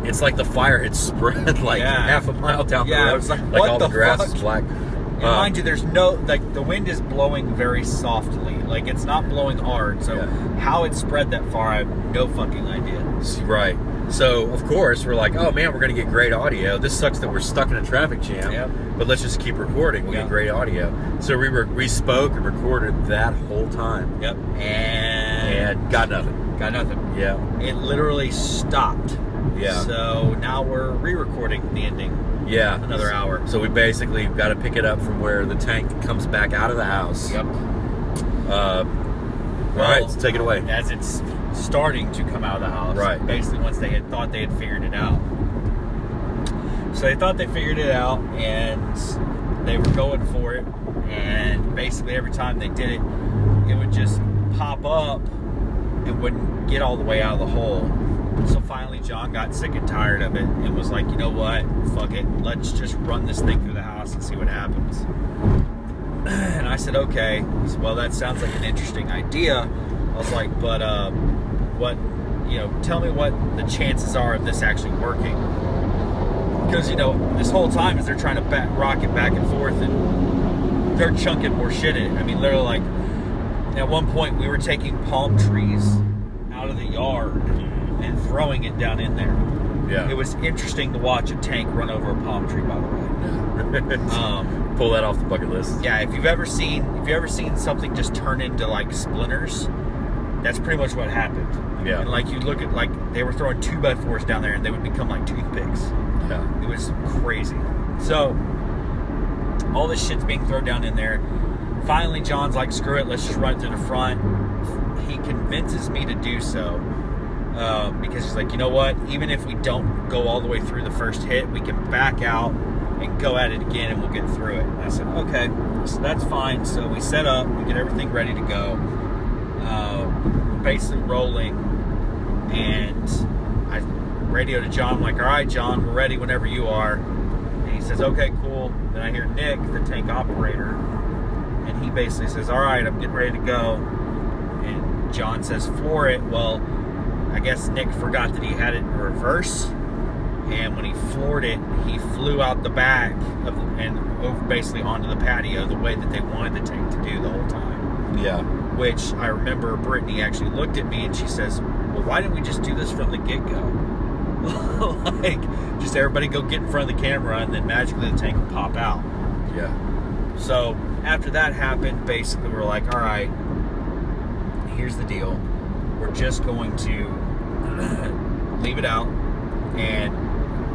Speaker 5: it's like the fire had spread like
Speaker 6: Yeah.
Speaker 5: half a mile down
Speaker 6: Yeah,
Speaker 5: the road.
Speaker 6: I was like, what
Speaker 5: all the,
Speaker 6: the
Speaker 5: grass
Speaker 6: fuck?
Speaker 5: is black.
Speaker 6: And
Speaker 5: Uh,
Speaker 6: mind you, there's no like the wind is blowing very softly. Like it's not blowing hard. So
Speaker 5: Yeah.
Speaker 6: how it spread that far, I have no fucking idea.
Speaker 5: Right. So of course we're like, oh man, we're gonna get great audio. This sucks that we're stuck in a traffic jam.
Speaker 6: Yep.
Speaker 5: But let's just keep recording. We'll
Speaker 6: Yeah.
Speaker 5: get great audio. So we were we spoke and recorded that whole time
Speaker 6: Yep. And,
Speaker 5: and got nothing.
Speaker 6: got nothing.
Speaker 5: Yeah.
Speaker 6: it literally stopped.
Speaker 5: Yeah.
Speaker 6: So now we're re-recording the ending
Speaker 5: Yeah.
Speaker 6: another hour.
Speaker 5: So we basically got to pick it up from where the tank comes back out of the house.
Speaker 6: Yep.
Speaker 5: Uh, all right, let's take it away.
Speaker 6: As it's starting to come out of the house.
Speaker 5: Right.
Speaker 6: Basically, once they had thought they had figured it out. So they thought they figured it out, and they were going for it. And basically, every time they did it, it would just pop up. It wouldn't get all the way out of the hole. So finally, John got sick and tired of it, and was like, "You know what? Fuck it. Let's just run this thing through the house and see what happens." And I said, okay. He said, well, that sounds like an interesting idea. I was like, but um, what, you know, tell me what the chances are of this actually working. Because, you know, this whole time as they're trying to back, rock it back and forth and they're chunking more shit in it. I mean, literally, like, at one point we were taking palm trees out of the yard and throwing it down in there.
Speaker 5: Yeah.
Speaker 6: It was interesting to watch a tank run over a palm tree, by the way. Um,
Speaker 5: Pull that off the bucket list.
Speaker 6: yeah, if you've ever seen if you have ever seen something just turn into like splinters, that's pretty much what happened.
Speaker 5: Yeah.
Speaker 6: And like you look at like they were throwing two by fours down there and they would become like toothpicks.
Speaker 5: Yeah.
Speaker 6: It was crazy. So all this shit's being thrown down in there. Finally, John's like, screw it, let's just run it through the front. He convinces me to do so uh, because he's like, you know what? Even if we don't go all the way through the first hit, we can back out and go at it again and we'll get through it. And I said, okay, so that's fine. So we set up, we get everything ready to go. uh, we're basically rolling, and I radio to John like, "All right, John, we're ready whenever you are." And he says, "Okay, cool." Then I hear Nick, the tank operator, and he basically says, "All right, I'm getting ready to go." And John says, "For it." Well, I guess Nick forgot that he had it in reverse and when he floored it, he flew out the back of the, and over basically onto the patio the way that they wanted the tank to do the whole time.
Speaker 5: Yeah.
Speaker 6: Which I remember Brittany actually looked at me and she says, "Well, why didn't we just do this from the get go? like, just everybody go get in front of the camera and then magically the tank will pop out."
Speaker 5: Yeah.
Speaker 6: So after that happened, basically we're like, all right, here's the deal. We're just going to leave it out. And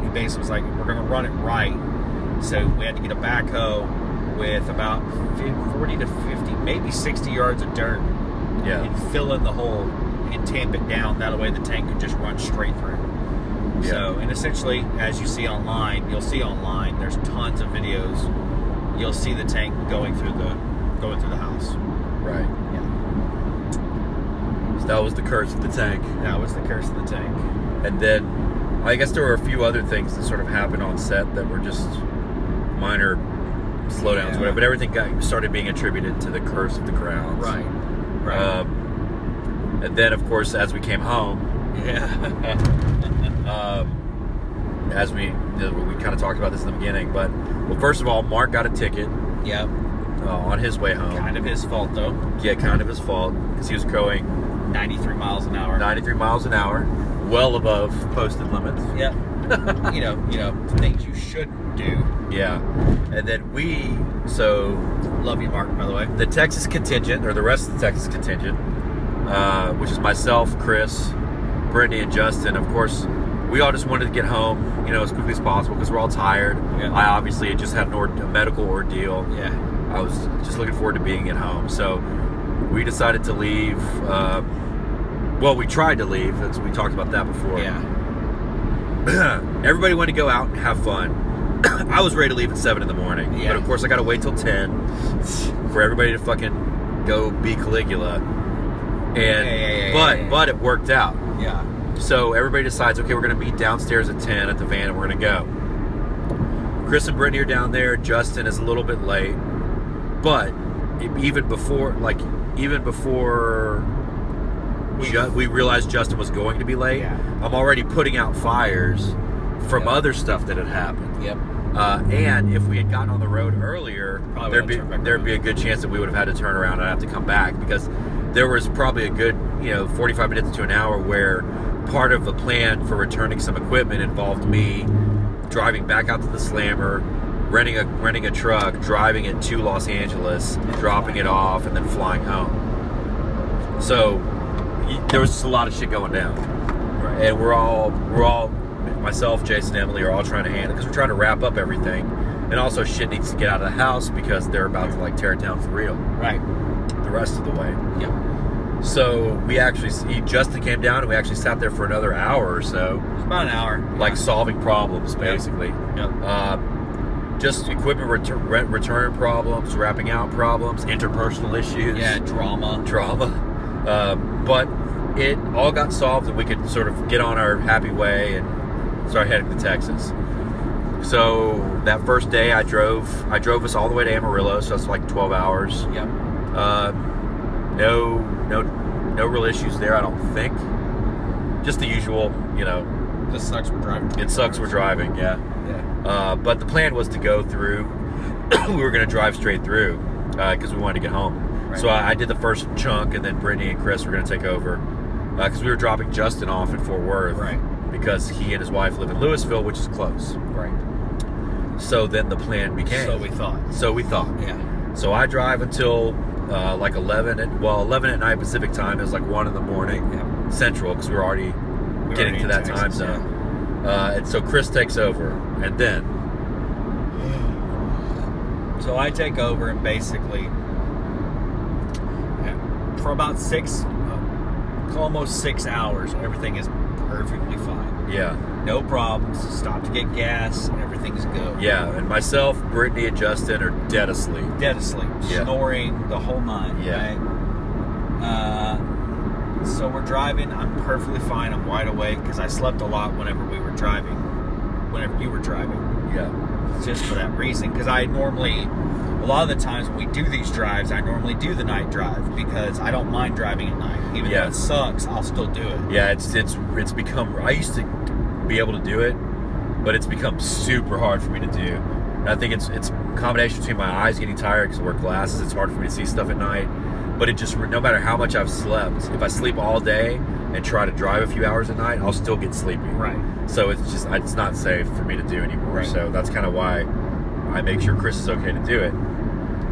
Speaker 6: he basically was like, we're going to run it right. So we had to get a backhoe with about fif- 40 to 50, maybe 60 yards of dirt
Speaker 5: Yeah.
Speaker 6: and fill in the hole and tamp it down. That way the tank could just run straight through.
Speaker 5: Yeah.
Speaker 6: So, and essentially, as you see online, you'll see online. There's tons of videos. You'll see the tank going through the going through the house.
Speaker 5: Right.
Speaker 6: Yeah,
Speaker 5: So that was the curse of the tank.
Speaker 6: that was the curse of the tank.
Speaker 5: And then I guess there were a few other things that sort of happened on set that were just minor slowdowns,
Speaker 6: Yeah.
Speaker 5: whatever. But everything got started being attributed to the curse of the grounds.
Speaker 6: Right.
Speaker 5: Um, and then, of course, as we came home,
Speaker 6: yeah.
Speaker 5: um, as we we kind of talked about this in the beginning, but well, first of all, Mark got a ticket
Speaker 6: yeah.
Speaker 5: uh, on his way home.
Speaker 6: Kind of his fault though.
Speaker 5: Yeah, kind of his fault because he was going
Speaker 6: 93 miles an hour.
Speaker 5: 93 miles an hour, well above posted limits.
Speaker 6: Yep. you know, you know, things you shouldn't do.
Speaker 5: Yeah, and then we so
Speaker 6: Love you, Mark. By the way.
Speaker 5: the Texas contingent, or the rest of the Texas contingent, uh, which is myself, Chris, Brittany, and Justin. Of course, we all just wanted to get home, you know, as quickly as possible because we're all tired.
Speaker 6: Yeah.
Speaker 5: I obviously had just had an or- a medical ordeal.
Speaker 6: Yeah.
Speaker 5: I was just looking forward to being at home. So we decided to leave. Uh, well, we tried to leave. That's, we talked about that before.
Speaker 6: Yeah.
Speaker 5: Everybody wanted to go out and have fun. I was ready to leave at seven in the morning,
Speaker 6: Yeah.
Speaker 5: but of course I got to wait till ten for everybody to fucking go be Caligula. And
Speaker 6: yeah, yeah,
Speaker 5: but
Speaker 6: yeah, yeah.
Speaker 5: but it worked out.
Speaker 6: Yeah.
Speaker 5: So everybody decides, okay, we're gonna meet downstairs at ten at the van, and we're gonna go. Chris and Brittany are down there. Justin is a little bit late, but e-, even before, like even before we ju- we realized Justin was going to be late,
Speaker 6: Yeah.
Speaker 5: I'm already putting out fires from
Speaker 6: Yeah.
Speaker 5: other stuff that had happened.
Speaker 6: Yep.
Speaker 5: Uh, and if we had gotten on the road earlier,
Speaker 6: Probably
Speaker 5: there'd
Speaker 6: would've
Speaker 5: be
Speaker 6: turned back
Speaker 5: there'd be a good chance that we would have had to turn around and have to come back because there was probably a good you know 45 minutes to an hour where part of the plan for returning some equipment involved me driving back out to the slammer, renting a renting a truck, driving it to Los Angeles, dropping it off, and then flying home. So y- there was just a lot of shit going down
Speaker 6: Right.
Speaker 5: and we're all we're all myself, Jason, Emily are all trying to handle because we're trying to wrap up everything, and also shit needs to get out of the house because they're about to like tear it down for real
Speaker 6: Right.
Speaker 5: the rest of the way.
Speaker 6: Yep.
Speaker 5: So we actually he, Justin came down and we actually sat there for another hour or so,
Speaker 6: About an hour.
Speaker 5: like solving problems basically.
Speaker 6: Yep.
Speaker 5: Uh, just equipment retur- re- return problems, wrapping out problems, interpersonal issues
Speaker 6: Yeah. Drama.
Speaker 5: drama. Uh, but it all got solved, and we could sort of get on our happy way and start heading to Texas. So that first day, I drove. I drove us all the way to Amarillo, so that's like 12 hours.
Speaker 6: Yep.
Speaker 5: Uh, no, no, no real issues there. I don't think. Just the usual, you know.
Speaker 6: This sucks. We're driving.
Speaker 5: It sucks we're driving, yeah.
Speaker 6: Yeah.
Speaker 5: Uh, but the plan was to go through. we were going to drive straight through because we wanted to get home.
Speaker 6: Right.
Speaker 5: So I, I did the first chunk, and then Brittany and Chris were going to take over because we were dropping Justin off in Fort Worth,
Speaker 6: Right.
Speaker 5: Because he and his wife live in Louisville, which is close.
Speaker 6: Right.
Speaker 5: So then the plan became.
Speaker 6: So we thought.
Speaker 5: So we thought.
Speaker 6: Yeah.
Speaker 5: So I drive until uh, like eleven at well eleven at night Pacific time. It was like one in the morning
Speaker 6: Yeah.
Speaker 5: Central because we were already
Speaker 6: were
Speaker 5: getting
Speaker 6: already
Speaker 5: to
Speaker 6: in
Speaker 5: that time
Speaker 6: Texas,
Speaker 5: zone. Uh, and so Chris takes over, and then
Speaker 6: So I take over and basically, for about six, uh, almost six hours, everything is perfectly fine.
Speaker 5: yeah.
Speaker 6: No problems. Stop to get gas. Everything's good.
Speaker 5: Yeah, and myself, Brittany, and Justin are dead asleep.
Speaker 6: Dead asleep,
Speaker 5: Yeah.
Speaker 6: snoring the whole night.
Speaker 5: Yeah.
Speaker 6: Right? Uh, so we're driving. I'm perfectly fine. I'm wide awake because I slept a lot whenever we were driving, whenever you were driving
Speaker 5: Yeah.
Speaker 6: just for that reason because i normally a lot of the times when we do these drives i normally do the night drive because i don't mind driving at night even
Speaker 5: Yeah.
Speaker 6: though it sucks i'll still do it
Speaker 5: Yeah, it's it's it's become I used to be able to do it, but it's become super hard for me to do. And I think it's it's a combination between my eyes getting tired because I wear glasses. It's hard for me to see stuff at night. But it just no matter how much I've slept, if I sleep all day and try to drive a few hours at night, I'll still get sleepy.
Speaker 6: right
Speaker 5: So it's just it's not safe for me to do anymore.
Speaker 6: Right.
Speaker 5: So that's kind of why I make sure Chris is okay to do it.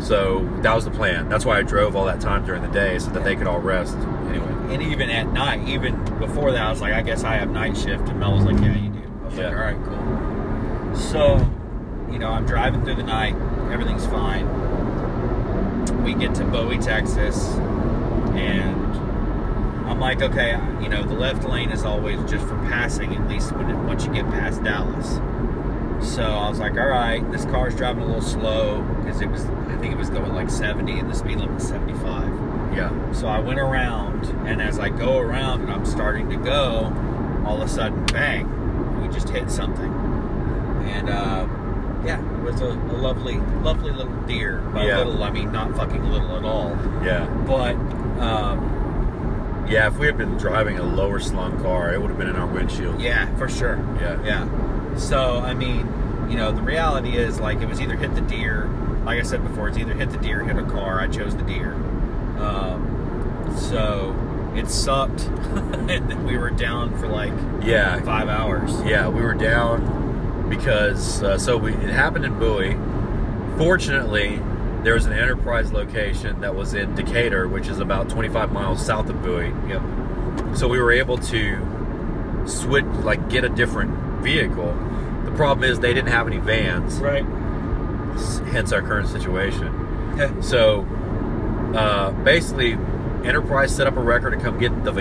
Speaker 5: So that was the plan. That's why I drove all that time during the day so that they could all rest. Anyway.
Speaker 6: and even at night even before that i was like i guess i have night shift and mel was like yeah you do i was
Speaker 5: Yeah.
Speaker 6: like all right cool so you know i'm driving through the night everything's fine we get to bowie texas and I'm like, okay, you know, the left lane is always just for passing, at least when it, once you get past Dallas. So I was like, all right, this car's driving a little slow because it was, I think it was going like 70 and the speed limit's 75.
Speaker 5: Yeah.
Speaker 6: So I went around, and as I go around and I'm starting to go, all of a sudden, bang, we just hit something. And, uh, yeah, it was a, a lovely, lovely little deer. By
Speaker 5: Yeah.
Speaker 6: little, I mean not fucking little at all.
Speaker 5: Yeah.
Speaker 6: But, um,
Speaker 5: Yeah, if we had been driving a lower slung car, it would have been in our windshield.
Speaker 6: Yeah, for sure.
Speaker 5: Yeah.
Speaker 6: Yeah. So, I mean, you know, the reality is like it was either hit the deer, like I said before, it's either hit the deer, hit a car. I chose the deer. Um, so it sucked. and then we were down for like
Speaker 5: Yeah.
Speaker 6: five hours.
Speaker 5: Yeah, we were down because uh, so we it happened in Bowie. Fortunately, there was an Enterprise location that was in Decatur, which is about 25 miles south of Bowie.
Speaker 6: Yep.
Speaker 5: So we were able to switch, like, get a different vehicle. The problem is they didn't have any vans,
Speaker 6: Right.
Speaker 5: hence our current situation. So uh, basically, Enterprise set up a record to come get the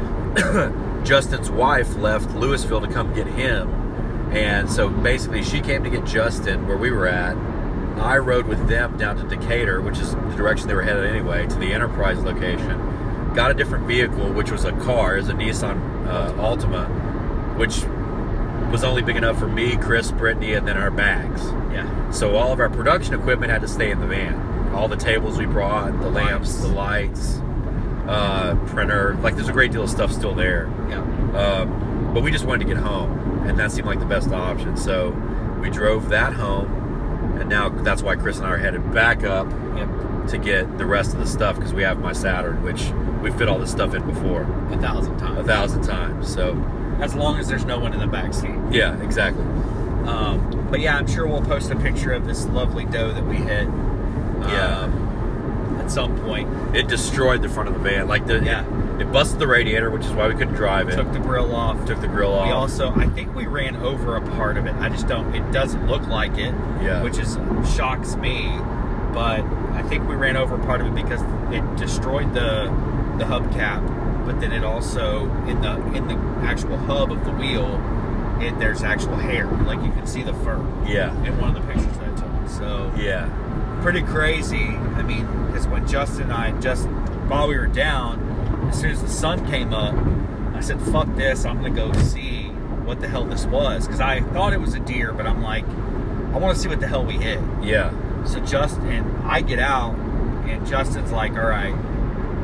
Speaker 5: van. Justin's wife left Louisville to come get him. And so basically, she came to get Justin where we were at. I rode with them down to Decatur, which is the direction they were headed anyway, to the Enterprise location. Got a different vehicle, which was a car, is a Nissan uh, Altima, which was only big enough for me, Chris, Brittany, and then our bags.
Speaker 6: yeah.
Speaker 5: So all of our production equipment had to stay in the van. All the tables we brought, the lamps, the lights, uh, printer. Like there's a great deal of stuff still there.
Speaker 6: Yeah.
Speaker 5: Um, but we just wanted to get home, and that seemed like the best option. So we drove that home, and now that's why Chris and I are headed back up
Speaker 6: Yep.
Speaker 5: to get the rest of the stuff because we have my Saturn, which we fit all this stuff in before
Speaker 6: A thousand
Speaker 5: a
Speaker 6: times.
Speaker 5: thousand times. So
Speaker 6: As long as there's no one in the back seat.
Speaker 5: yeah, exactly.
Speaker 6: Um, but yeah, I'm sure we'll post a picture of this lovely doe that we hit.
Speaker 5: Yeah.
Speaker 6: um, at some point,
Speaker 5: It destroyed the front of the van. Like the
Speaker 6: Yeah.
Speaker 5: it, busted the radiator, which is why we couldn't drive it.
Speaker 6: took the grill off.
Speaker 5: took the grill off.
Speaker 6: We also, I think we ran over a part of it. I just don't. It doesn't look like it.
Speaker 5: Yeah.
Speaker 6: Which is shocks me, but I think we ran over part of it because it destroyed the the hubcap. But then it also in the in the actual hub of the wheel, it there's actual hair. Like you can see the fur
Speaker 5: yeah,
Speaker 6: in one of the pictures that I took. So
Speaker 5: yeah,
Speaker 6: pretty crazy. I mean, because when Justin and I just while we were down, as soon as the sun came up, I said, "Fuck this! I'm gonna go see what the hell this was." Because I thought it was a deer, but I'm like, I want to see what the hell we hit.
Speaker 5: yeah,
Speaker 6: So Justin, I get out, and Justin's like, "All right."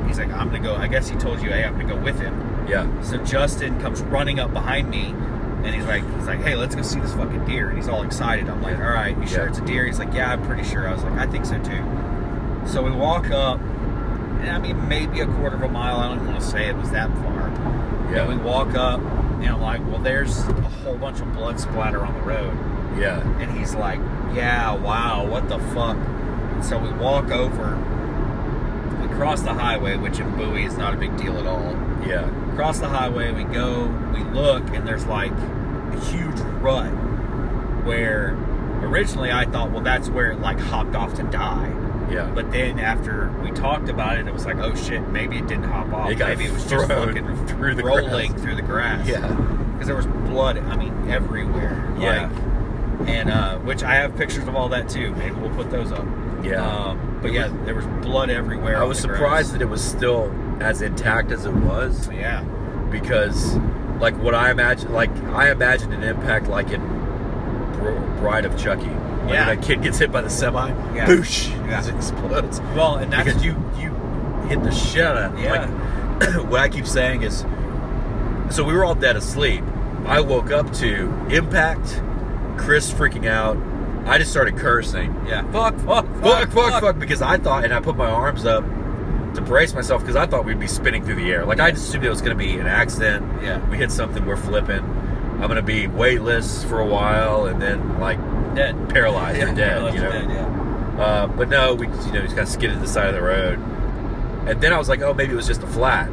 Speaker 6: He's like, "I'm gonna go." I guess he told you, "Hey, I'm gonna go with him."
Speaker 5: yeah,
Speaker 6: So Justin comes running up behind me, and he's like, "He's like, hey, let's go see this fucking deer." And he's all excited. I'm like, "All right, you sure
Speaker 5: Yeah.
Speaker 6: it's a deer?" He's like, "Yeah, I'm pretty sure." I was like, "I think so too." So we walk up, and I mean, maybe a quarter of a mile. I don't even want to say it was that far. And we
Speaker 5: yeah,
Speaker 6: walk up, and I'm like, "Well, there's a whole bunch of blood splatter on the road."
Speaker 5: yeah,
Speaker 6: And he's like, Yeah, wow, what the fuck? And so we walk over, we cross the highway, which in Bowie is not a big deal at all.
Speaker 5: yeah,
Speaker 6: Cross the highway, we go, we look, and there's like a huge rut where originally I thought, well, that's where it like hopped off to die.
Speaker 5: yeah.
Speaker 6: But then after we talked about it, it was like, oh shit, maybe it didn't hop off.
Speaker 5: It got
Speaker 6: maybe it was just
Speaker 5: thrown
Speaker 6: fucking
Speaker 5: through the
Speaker 6: rolling
Speaker 5: grass.
Speaker 6: through the grass
Speaker 5: yeah,
Speaker 6: because there was blood. I mean, everywhere.
Speaker 5: Yeah.
Speaker 6: Like, and uh, which I have pictures of all that too. Maybe we'll put those up.
Speaker 5: Yeah.
Speaker 6: Um, but yeah, there was blood everywhere.
Speaker 5: I
Speaker 6: on
Speaker 5: was
Speaker 6: the
Speaker 5: surprised
Speaker 6: grass.
Speaker 5: that it was still as intact as it was
Speaker 6: Yeah.
Speaker 5: because, like, what I imagine, like, I imagined an impact like in Br- Bride of Chucky. Like,
Speaker 6: Yeah.
Speaker 5: That kid gets hit by the semi,
Speaker 6: Yeah.
Speaker 5: boosh,
Speaker 6: Yeah.
Speaker 5: it explodes.
Speaker 6: Well, and that's
Speaker 5: because you you hit the shit out of it.
Speaker 6: Yeah.
Speaker 5: Like, what I keep saying is, so we were all dead asleep. I woke up to impact, Chris freaking out. I just started cursing.
Speaker 6: yeah. Fuck, fuck,
Speaker 5: Fuck, fuck, fuck, because I thought, and I put my arms up to brace myself because I thought we'd be spinning through the air. Like, I just assumed it was going to be an accident.
Speaker 6: Yeah.
Speaker 5: We hit something, we're flipping. I'm going to be weightless for a while and then, like,
Speaker 6: Dead.
Speaker 5: paralyzed or
Speaker 6: Left
Speaker 5: dead, you know?
Speaker 6: dead, yeah.
Speaker 5: Uh, but no, we just, you know just kind of skidded the side of the road, and then I was like, oh, maybe it was just a flat.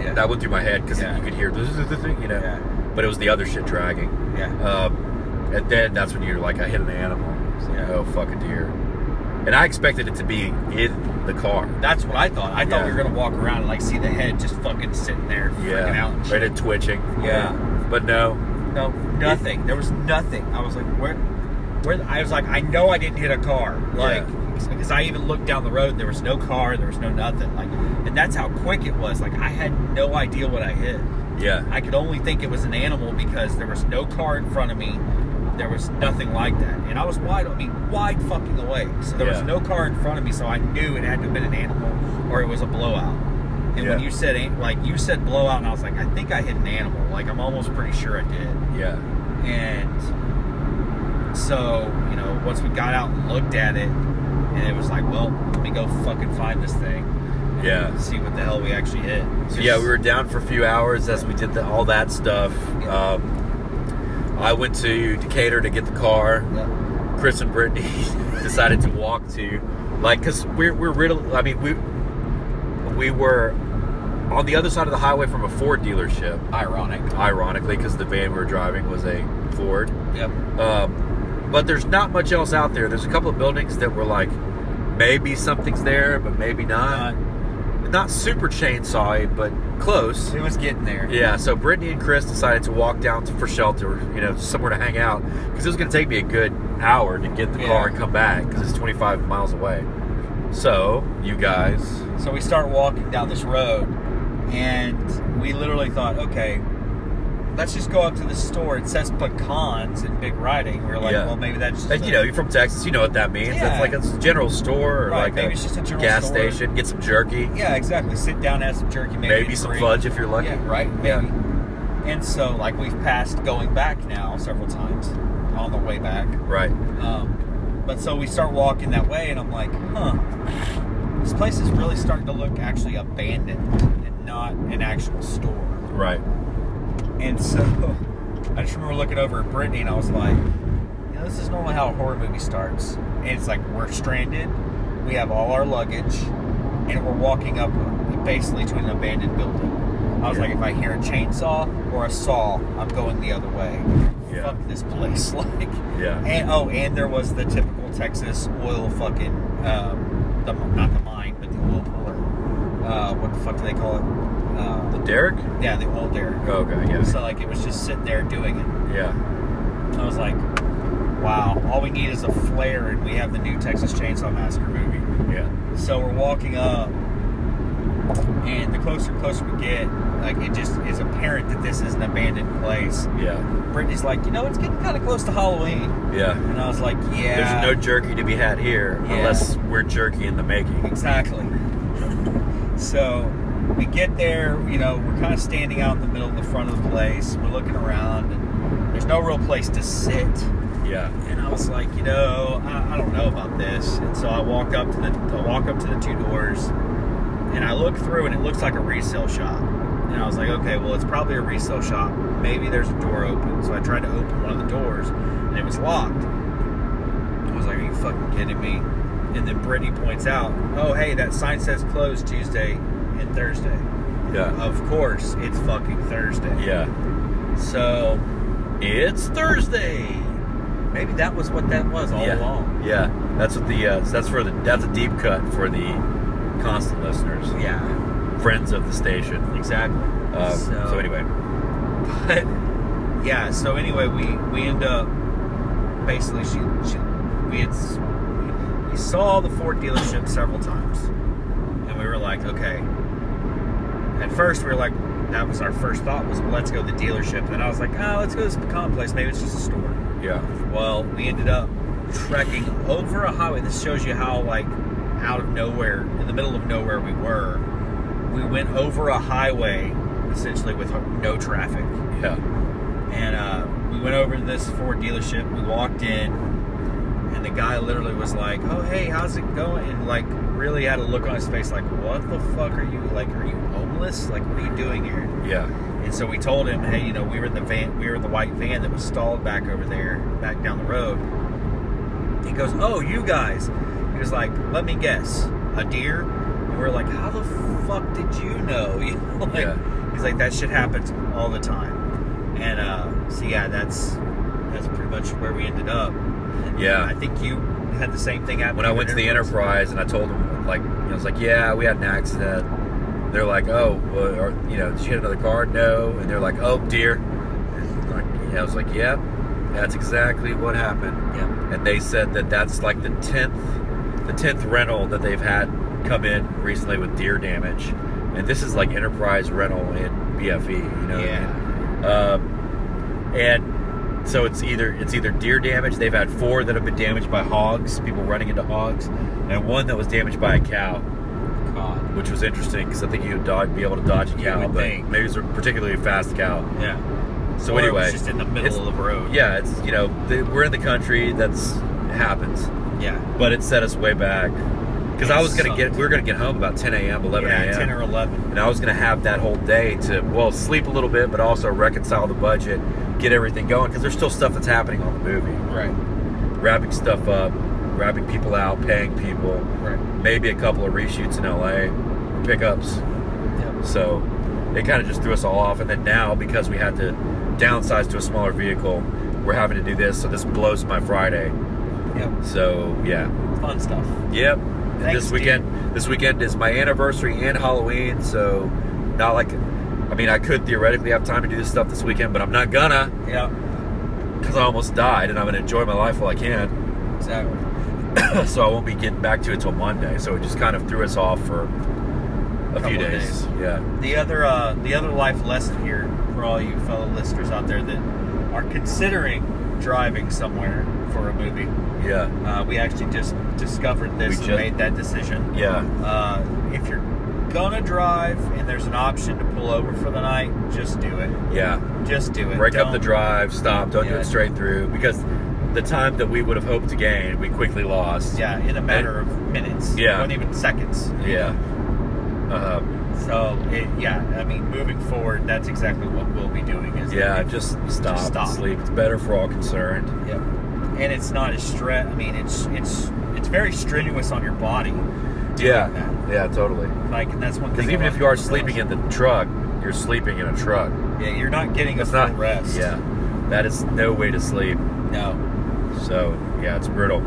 Speaker 6: Yeah.
Speaker 5: That went through my head because
Speaker 6: Yeah.
Speaker 5: you could hear, you know,
Speaker 6: Yeah.
Speaker 5: but it was the other shit dragging.
Speaker 6: Yeah.
Speaker 5: Um, and then that's when you're like, I hit an animal. It's like,
Speaker 6: Yeah.
Speaker 5: Oh fuck a deer, and I expected it to be in the car.
Speaker 6: That's what I thought. I thought we
Speaker 5: Yeah.
Speaker 6: were gonna walk around and like see the head just fucking sitting there, freaking out. And
Speaker 5: Yeah,
Speaker 6: shit.
Speaker 5: right at twitching.
Speaker 6: Yeah.
Speaker 5: but no,
Speaker 6: No, nothing. There was nothing. I was like, where? Where? I was like, I know I didn't hit a car. Like, because I even looked down the road, and there was no car, there was no nothing. Like, and that's how quick it was. Like, I had no idea what I hit.
Speaker 5: yeah,
Speaker 6: I could only think it was an animal because there was no car in front of me. There was nothing like that, and I was wide. I mean, wide fucking awake. So there was
Speaker 5: Yeah.
Speaker 6: no car in front of me, so I knew it had to have been an animal or it was a blowout. And
Speaker 5: Yeah.
Speaker 6: when you said an- like you said blowout, and I was like, I think I hit an animal. Like I'm almost pretty sure I did.
Speaker 5: yeah,
Speaker 6: And so, you know, once we got out and looked at it, and it was like, well, let me go fucking find this thing. and
Speaker 5: Yeah.
Speaker 6: See what the hell we actually hit.
Speaker 5: So yeah, we were down for a few hours as we did the, all that stuff.
Speaker 6: Yeah.
Speaker 5: Um, I went to Decatur to get the car.
Speaker 6: Yeah.
Speaker 5: Chris and Brittany decided to walk to, like, because we're we're riddle. I mean, we we were on the other side of the highway from a Ford dealership.
Speaker 6: Ironic.
Speaker 5: Ironically, because the van we were driving was a Ford.
Speaker 6: Yep.
Speaker 5: Um, but there's not much else out there. There's a couple of buildings that were like, maybe something's there, but maybe not.
Speaker 6: uh,
Speaker 5: Not super chainsawy, but close.
Speaker 6: it was getting there.
Speaker 5: Yeah, so Brittany and Chris decided to walk down to, for shelter, you know, somewhere to hang out, because it was going to take me a good hour to get the
Speaker 6: Yeah.
Speaker 5: car and come back, because it's 25 miles away. So, you guys,
Speaker 6: So we start walking down this road, and we literally thought, okay, let's just go up to the store. It says pecans in big writing. We are like,
Speaker 5: Yeah.
Speaker 6: well, maybe that's just
Speaker 5: and
Speaker 6: a-
Speaker 5: you know, you're from Texas, you know what that means.
Speaker 6: Yeah.
Speaker 5: That's like a general store or
Speaker 6: Right,
Speaker 5: like
Speaker 6: maybe
Speaker 5: a
Speaker 6: it's just a general
Speaker 5: gas
Speaker 6: store.
Speaker 5: station, get some jerky,
Speaker 6: Yeah, exactly. Sit down, have some jerky, maybe,
Speaker 5: maybe
Speaker 6: it's
Speaker 5: some
Speaker 6: free.
Speaker 5: fudge if you're lucky.
Speaker 6: Yeah, right. Maybe.
Speaker 5: Yeah.
Speaker 6: And so, like, we've passed going back now several times on the way back.
Speaker 5: Right.
Speaker 6: Um, but so we start walking that way, and I'm like, huh, this place is really starting to look actually abandoned and not an actual store.
Speaker 5: Right.
Speaker 6: And so I just remember looking over at Brittany, and I was like, you know, this is normally how a horror movie starts. And it's like, we're stranded, we have all our luggage, and we're walking up basically to an abandoned building. I was
Speaker 5: Yeah.
Speaker 6: like, if I hear a chainsaw or a saw, I'm going the other way.
Speaker 5: Yeah.
Speaker 6: Fuck this place. Like,
Speaker 5: Yeah.
Speaker 6: and oh, and there was the typical Texas oil fucking, um, the, not the mine, but the oil puller. Uh, what the fuck do they call it? Uh,
Speaker 5: Derek?
Speaker 6: yeah, the oil derrick.
Speaker 5: Oh, Okay, yeah.
Speaker 6: So like it was just sitting there doing it.
Speaker 5: Yeah.
Speaker 6: I was like, wow, all we need is a flare and we have the new Texas Chainsaw Massacre movie.
Speaker 5: Yeah.
Speaker 6: So we're walking up and the closer and closer we get, like it just is apparent that this is an abandoned place.
Speaker 5: Yeah.
Speaker 6: Brittany's like, you know, it's getting kind of close to Halloween.
Speaker 5: Yeah.
Speaker 6: And I was like, yeah.
Speaker 5: There's no jerky to be had here
Speaker 6: Yeah.
Speaker 5: unless we're jerky in the making.
Speaker 6: Exactly. so we get there, you know, we're kind of standing out in the middle of the front of the place. We're looking around, and there's no real place to sit.
Speaker 5: Yeah.
Speaker 6: And I was like, you know, I, I don't know about this. And so I walk up to the I walk up to the two doors, and I look through, and it looks like a resale shop. And I was like, okay, well, it's probably a resale shop. Maybe there's a door open. So I tried to open one of the doors, and it was locked. I was like, "Are you fucking kidding me?" And then Brittany points out, "Oh, hey, that sign says closed Tuesday and Thursday."
Speaker 5: Yeah.
Speaker 6: Of course, it's fucking Thursday.
Speaker 5: Yeah.
Speaker 6: So
Speaker 5: It's
Speaker 6: Thursday. Maybe that was what that was all
Speaker 5: yeah.
Speaker 6: along.
Speaker 5: Yeah, that's what the uh, that's for the that's a deep cut for the constant listeners,
Speaker 6: Yeah.
Speaker 5: friends of the station.
Speaker 6: Exactly.
Speaker 5: Um, so, anyway,
Speaker 6: but yeah. So anyway, we we end up basically she she we had s- we saw the Ford dealership several times, and we were like, okay. At first, we were like, that was our first thought was, well, let's go to the dealership. Then I was like, oh, let's go to this pecan place. Maybe it's just a store.
Speaker 5: Yeah.
Speaker 6: Well, we ended up trekking over a highway. This shows you how like out of nowhere, in the middle of nowhere we were. We went over a highway essentially with no traffic.
Speaker 5: Yeah.
Speaker 6: And uh, we went over to this Ford dealership. We walked in, and the guy literally was like, "Oh, hey, how's it going?" And like, really had a look on his face, like, "What the fuck are you? Like, are you homeless? Like, what are you doing here?"
Speaker 5: Yeah.
Speaker 6: And so we told him, "Hey, you know, we were in the van. We were in the white van that was stalled back over there, back down the road." He goes, "Oh, you guys." He was like, "Let me guess, a deer." And we're like, "How the fuck did you know?" You know, like,
Speaker 5: Yeah.
Speaker 6: he's like, "That shit happens all the time." And uh, so yeah, that's that's pretty much where we ended up.
Speaker 5: Yeah.
Speaker 6: I think you had the same thing happen
Speaker 5: When I went to the Enterprise and I told them, like, I was like, yeah, we had an accident. They're like, oh, well, or, you know, did you get another car? No. And they're like, oh, dear. And like, yeah, I was like, yep, that's exactly what happened.
Speaker 6: Yeah.
Speaker 5: and they said that that's like the tenth, the tenth rental that they've had come in recently with deer damage, and this is like Enterprise Rental in BFE, you know.
Speaker 6: Yeah.
Speaker 5: Um, and so it's either it's either deer damage. They've had four that have been damaged by hogs, people running into hogs, and one that was damaged by a cow
Speaker 6: God.
Speaker 5: which was interesting because I think you'd dodge, be able to dodge a
Speaker 6: You
Speaker 5: cow,
Speaker 6: would
Speaker 5: but
Speaker 6: think.
Speaker 5: maybe it's a particularly fast cow.
Speaker 6: Yeah.
Speaker 5: So
Speaker 6: Or it was
Speaker 5: anyway,
Speaker 6: just in the
Speaker 5: it's-
Speaker 6: middle of the road.
Speaker 5: yeah, it's you know the, we're in the country that's it happens,
Speaker 6: Yeah.
Speaker 5: but it set us way back because I
Speaker 6: It
Speaker 5: was gonna get
Speaker 6: sucked.
Speaker 5: we were gonna get home about 10 a.m., 11
Speaker 6: yeah,
Speaker 5: a.m.
Speaker 6: 10 or 11.
Speaker 5: and I was gonna have that whole day to well sleep a little bit, but also reconcile the budget, get everything going because there's still stuff that's happening on the movie,
Speaker 6: Right,
Speaker 5: wrapping stuff up, wrapping people out, paying people,
Speaker 6: right.
Speaker 5: maybe a couple of reshoots in LA, pickups. So it kind of just threw us all off. And then now, because we had to downsize to a smaller vehicle, we're having to do this. So this blows my Friday.
Speaker 6: Yep.
Speaker 5: So yeah,
Speaker 6: Fun stuff.
Speaker 5: yep. And
Speaker 6: Thanks,
Speaker 5: this
Speaker 6: dude.
Speaker 5: weekend, this weekend is my anniversary and Halloween. So not like, I mean, I could theoretically have time to do this stuff this weekend, but I'm not gonna
Speaker 6: Yeah,
Speaker 5: because I almost died, and I'm gonna enjoy my life while I can.
Speaker 6: exactly.
Speaker 5: so I won't be getting back to it till Monday. So it just kind of threw us off for a few
Speaker 6: Couple of
Speaker 5: days.
Speaker 6: days.
Speaker 5: Yeah.
Speaker 6: The other, uh, the other life lesson here for all you fellow listeners out there that are considering driving somewhere for a movie.
Speaker 5: Yeah.
Speaker 6: Uh, we actually just discovered
Speaker 5: We
Speaker 6: this and
Speaker 5: just-
Speaker 6: made that decision.
Speaker 5: Yeah.
Speaker 6: Uh, if you're gonna drive and there's an option to pull over for the night, just do it.
Speaker 5: Yeah.
Speaker 6: Just do it.
Speaker 5: break up the
Speaker 6: Don't-
Speaker 5: drive, stop, don't do
Speaker 6: Yeah.
Speaker 5: it straight through because the time that we would have hoped to gain, we quickly lost.
Speaker 6: Yeah, in a matter of minutes.
Speaker 5: Yeah.
Speaker 6: Not even seconds.
Speaker 5: Yeah. Um,
Speaker 6: So it, yeah, I mean, moving forward, that's exactly what we'll be doing. Is
Speaker 5: yeah, just stop,
Speaker 6: Just stop.
Speaker 5: sleep. It's better for all concerned.
Speaker 6: Yep. And it's not as stress. I mean, it's it's it's very strenuous on your body. doing that.
Speaker 5: Yeah, totally.
Speaker 6: Like, and that's one thing.
Speaker 5: Because even
Speaker 6: a
Speaker 5: if
Speaker 6: lot
Speaker 5: you are
Speaker 6: of people
Speaker 5: sleeping in
Speaker 6: realize.
Speaker 5: the truck, you're sleeping in a truck.
Speaker 6: yeah, you're not getting a
Speaker 5: It's
Speaker 6: full
Speaker 5: not
Speaker 6: rest.
Speaker 5: Yeah. That is no way to sleep.
Speaker 6: No.
Speaker 5: So yeah, it's brutal.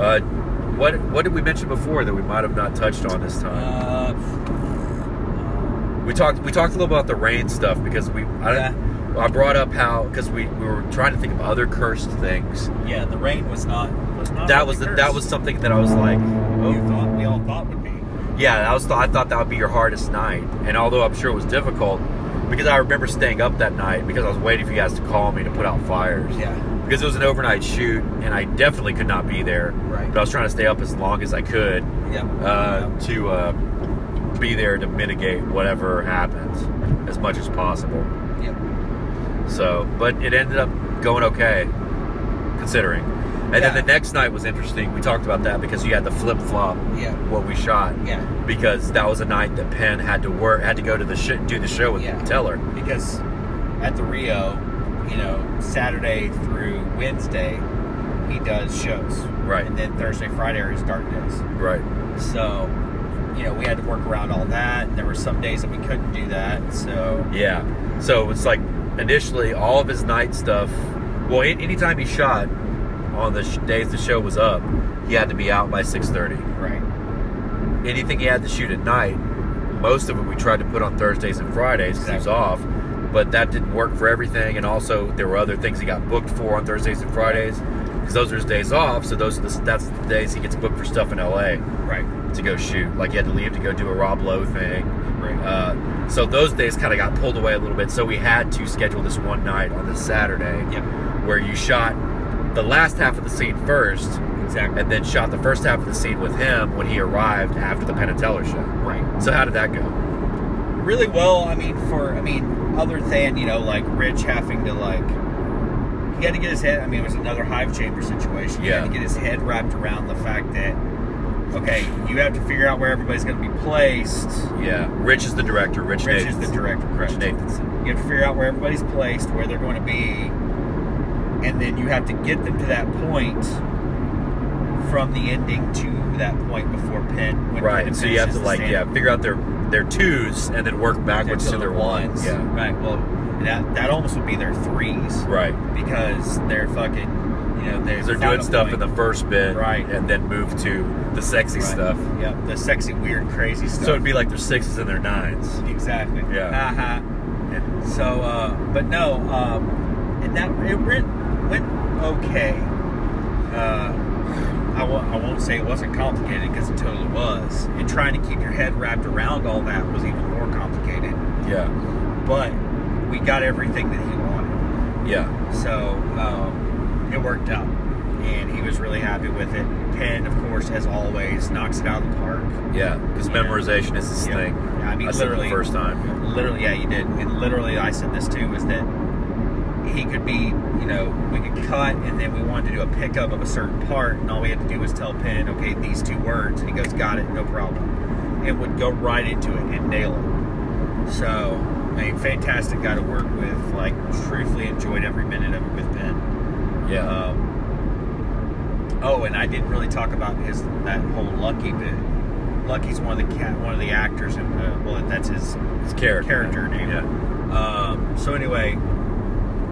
Speaker 5: Uh, what what did we mention before that we might have not touched on this time?
Speaker 6: Uh,
Speaker 5: We talked. We talked a little about the rain stuff because we. I, don't I brought up how because we, we were trying to think of other cursed things.
Speaker 6: yeah, the rain was not. Was not
Speaker 5: that
Speaker 6: really
Speaker 5: was the,
Speaker 6: cursed.
Speaker 5: that was something that I was like,
Speaker 6: You
Speaker 5: oh
Speaker 6: thought we all thought would be.
Speaker 5: yeah. I was I thought that would be your hardest night, and although I'm sure it was difficult, because I remember staying up that night because I was waiting for you guys to call me to put out fires.
Speaker 6: Yeah.
Speaker 5: Because it was an overnight shoot, and I definitely could not be there.
Speaker 6: Right.
Speaker 5: But I was trying to stay up as long as I could
Speaker 6: Yeah.
Speaker 5: uh, to uh, be there to mitigate whatever happens as much as possible.
Speaker 6: Yep.
Speaker 5: So, but it ended up going okay, considering. And then
Speaker 6: Yeah.
Speaker 5: the next night was interesting. We talked about that because you had the flip flop
Speaker 6: Yeah.
Speaker 5: what we shot
Speaker 6: Yeah.
Speaker 5: because that was a night that Penn had to work, had to go to the sh- do the show with
Speaker 6: Yeah.
Speaker 5: Teller.
Speaker 6: because at the Rio, you know, Saturday through Wednesday, he does shows.
Speaker 5: Right.
Speaker 6: And then Thursday, Friday are his dark days.
Speaker 5: Right.
Speaker 6: So, you know, we had to work around all that. And there were some days that we couldn't do that. So,
Speaker 5: Yeah. So it's like initially all of his night stuff. Well, a- anytime he shot on the sh- days the show was up, he had to be out by six thirty.
Speaker 6: right.
Speaker 5: anything he had to shoot at night, most of it we tried to put on Thursdays and Fridays because he
Speaker 6: Exactly.
Speaker 5: was off. But that didn't work for everything, and also there were other things he got booked for on Thursdays and Fridays because those are his days off. So those are the, that's the days he gets booked for stuff in L.A.
Speaker 6: Right.
Speaker 5: to go shoot. Like he had to leave to go do a Rob Lowe thing.
Speaker 6: Right.
Speaker 5: Uh, so those days kind of got pulled away a little bit. So we had to schedule this one night on this Saturday
Speaker 6: Yep.
Speaker 5: where you shot the last half of the scene first
Speaker 6: Exactly.
Speaker 5: and then shot the first half of the scene with him when he arrived after the Penn and Teller show.
Speaker 6: right.
Speaker 5: So how did that go?
Speaker 6: Really well. I mean, for I mean, other than you know, like Rich having to like. He had to get his head. I mean, it was another hive chamber situation. He
Speaker 5: Yeah.
Speaker 6: had to get his head wrapped around the fact that, okay, you have to figure out where everybody's going to be placed.
Speaker 5: Yeah. Rich is the director. Rich,
Speaker 6: Rich
Speaker 5: Nathanson.
Speaker 6: is the director, correct?
Speaker 5: Rich Nathanson.
Speaker 6: You have to figure out where everybody's placed, where they're going to be, and then you have to get them to that point from the ending to that point before Penn. when Penn
Speaker 5: Right. So you have to
Speaker 6: finishes the
Speaker 5: like
Speaker 6: stand.
Speaker 5: yeah figure out their their twos and then work
Speaker 6: Their
Speaker 5: backwards to their
Speaker 6: total
Speaker 5: ones. Yeah.
Speaker 6: Right. Well, that that almost would be their threes
Speaker 5: Right.
Speaker 6: because they're fucking, you know, they're,
Speaker 5: Because they're doing stuff in the first bit,
Speaker 6: Right.
Speaker 5: and then move to the sexy stuff.
Speaker 6: Yeah, the sexy, weird, crazy stuff.
Speaker 5: So it'd be like their sixes and their nines.
Speaker 6: Exactly.
Speaker 5: Yeah.
Speaker 6: Uh huh. So, uh, but no, um, and that it went, went okay. Uh, I w- I won't say it wasn't complicated because it totally was. And trying to keep your head wrapped around all that was even more complicated.
Speaker 5: Yeah.
Speaker 6: But we got everything that he wanted.
Speaker 5: Yeah.
Speaker 6: So um, it worked out. And he was really happy with it. Penn, of course, as always, knocks it out of the park.
Speaker 5: Yeah. Because memorization is this
Speaker 6: Yeah.
Speaker 5: thing.
Speaker 6: Yeah, I mean,
Speaker 5: I said it the
Speaker 6: literally-
Speaker 5: first time.
Speaker 6: literally yeah you did and literally i said this too is that he could be you know we could cut and then we wanted to do a pickup of a certain part and all we had to do was tell penn okay these two words and he goes got it no problem and would go right into it and nail it so i mean fantastic guy to work with like truthfully enjoyed every minute of it with penn
Speaker 5: Yeah.
Speaker 6: um, oh and i didn't really talk about his that whole lucky bit lucky's one of the cat one of the actors and uh, well that's his
Speaker 5: it's character.
Speaker 6: character name.
Speaker 5: Yeah.
Speaker 6: Um, so anyway,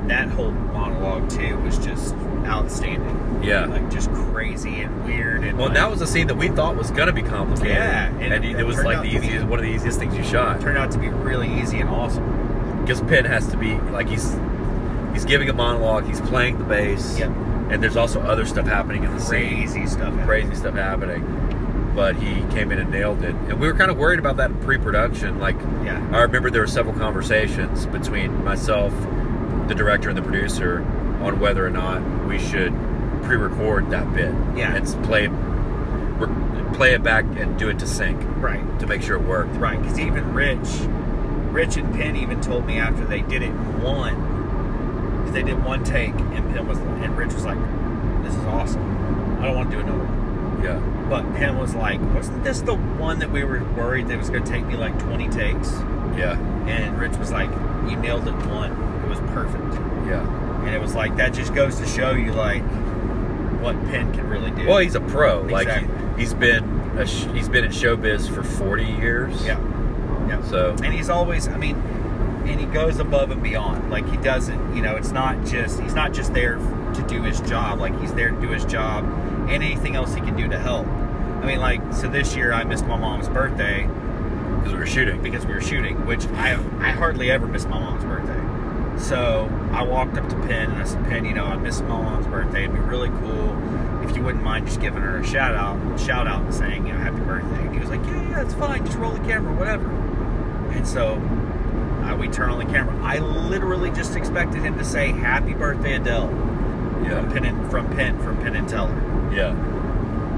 Speaker 6: that whole monologue too was just outstanding.
Speaker 5: Yeah.
Speaker 6: like just crazy and weird. And
Speaker 5: Well,
Speaker 6: like,
Speaker 5: that was a scene that we thought was gonna be complicated.
Speaker 6: Yeah,
Speaker 5: And,
Speaker 6: and
Speaker 5: it,
Speaker 6: it
Speaker 5: was
Speaker 6: turned
Speaker 5: like
Speaker 6: out
Speaker 5: the
Speaker 6: to be-
Speaker 5: easiest, one of the easiest things you shot.
Speaker 6: turned out to be really easy and awesome.
Speaker 5: Because Penn has to be like he's he's giving a monologue. He's playing the bass.
Speaker 6: Yep.
Speaker 5: And there's also other stuff happening in the scene.
Speaker 6: Crazy stuff. happened.
Speaker 5: crazy stuff happening. But he came in and nailed it. And we were kind of worried about that in pre production. Like,
Speaker 6: Yeah.
Speaker 5: I remember there were several conversations between myself, the director, and the producer on whether or not we should pre record that bit.
Speaker 6: Yeah.
Speaker 5: And s- play, re- play it back and do it to sync
Speaker 6: Right.
Speaker 5: to make sure it worked.
Speaker 6: Right. Because even Rich, Rich and Penn even told me after they did it one, 'cause they did one take and Penn was and Rich was like, "This is awesome. I don't want to do another." one."
Speaker 5: Yeah.
Speaker 6: But Penn was like, "Wasn't this the one that we were worried that was going to take me like 20 takes?"
Speaker 5: Yeah.
Speaker 6: And Rich was like, "You nailed it one. It was perfect."
Speaker 5: Yeah.
Speaker 6: And it was like that just goes to show you like what Penn can really do.
Speaker 5: Well, he's a pro.
Speaker 6: Exactly.
Speaker 5: Like, he, he's been a sh- he's been in showbiz for 40 years.
Speaker 6: yeah, yeah.
Speaker 5: So,
Speaker 6: And he's always, I mean, and he goes above and beyond. Like he doesn't, you know, it's not just he's not just there to do his job. Like he's there to do his job and anything else he can do to help. I mean, like so this year I missed my mom's birthday.
Speaker 5: because we were shooting.
Speaker 6: because we were shooting, which I I hardly ever miss my mom's birthday. So I walked up to Penn and I said, Penn, you know, I miss my mom's birthday. It'd be really cool if you wouldn't mind just giving her a shout out, shout out and saying, you know, happy birthday. And he was like, yeah, yeah, it's fine. Just roll the camera, whatever. And so I, we turn on the camera. I literally just expected him to say, happy birthday, Adele, from
Speaker 5: Yeah.
Speaker 6: Penn and, from Penn, from Penn and Teller.
Speaker 5: Yeah.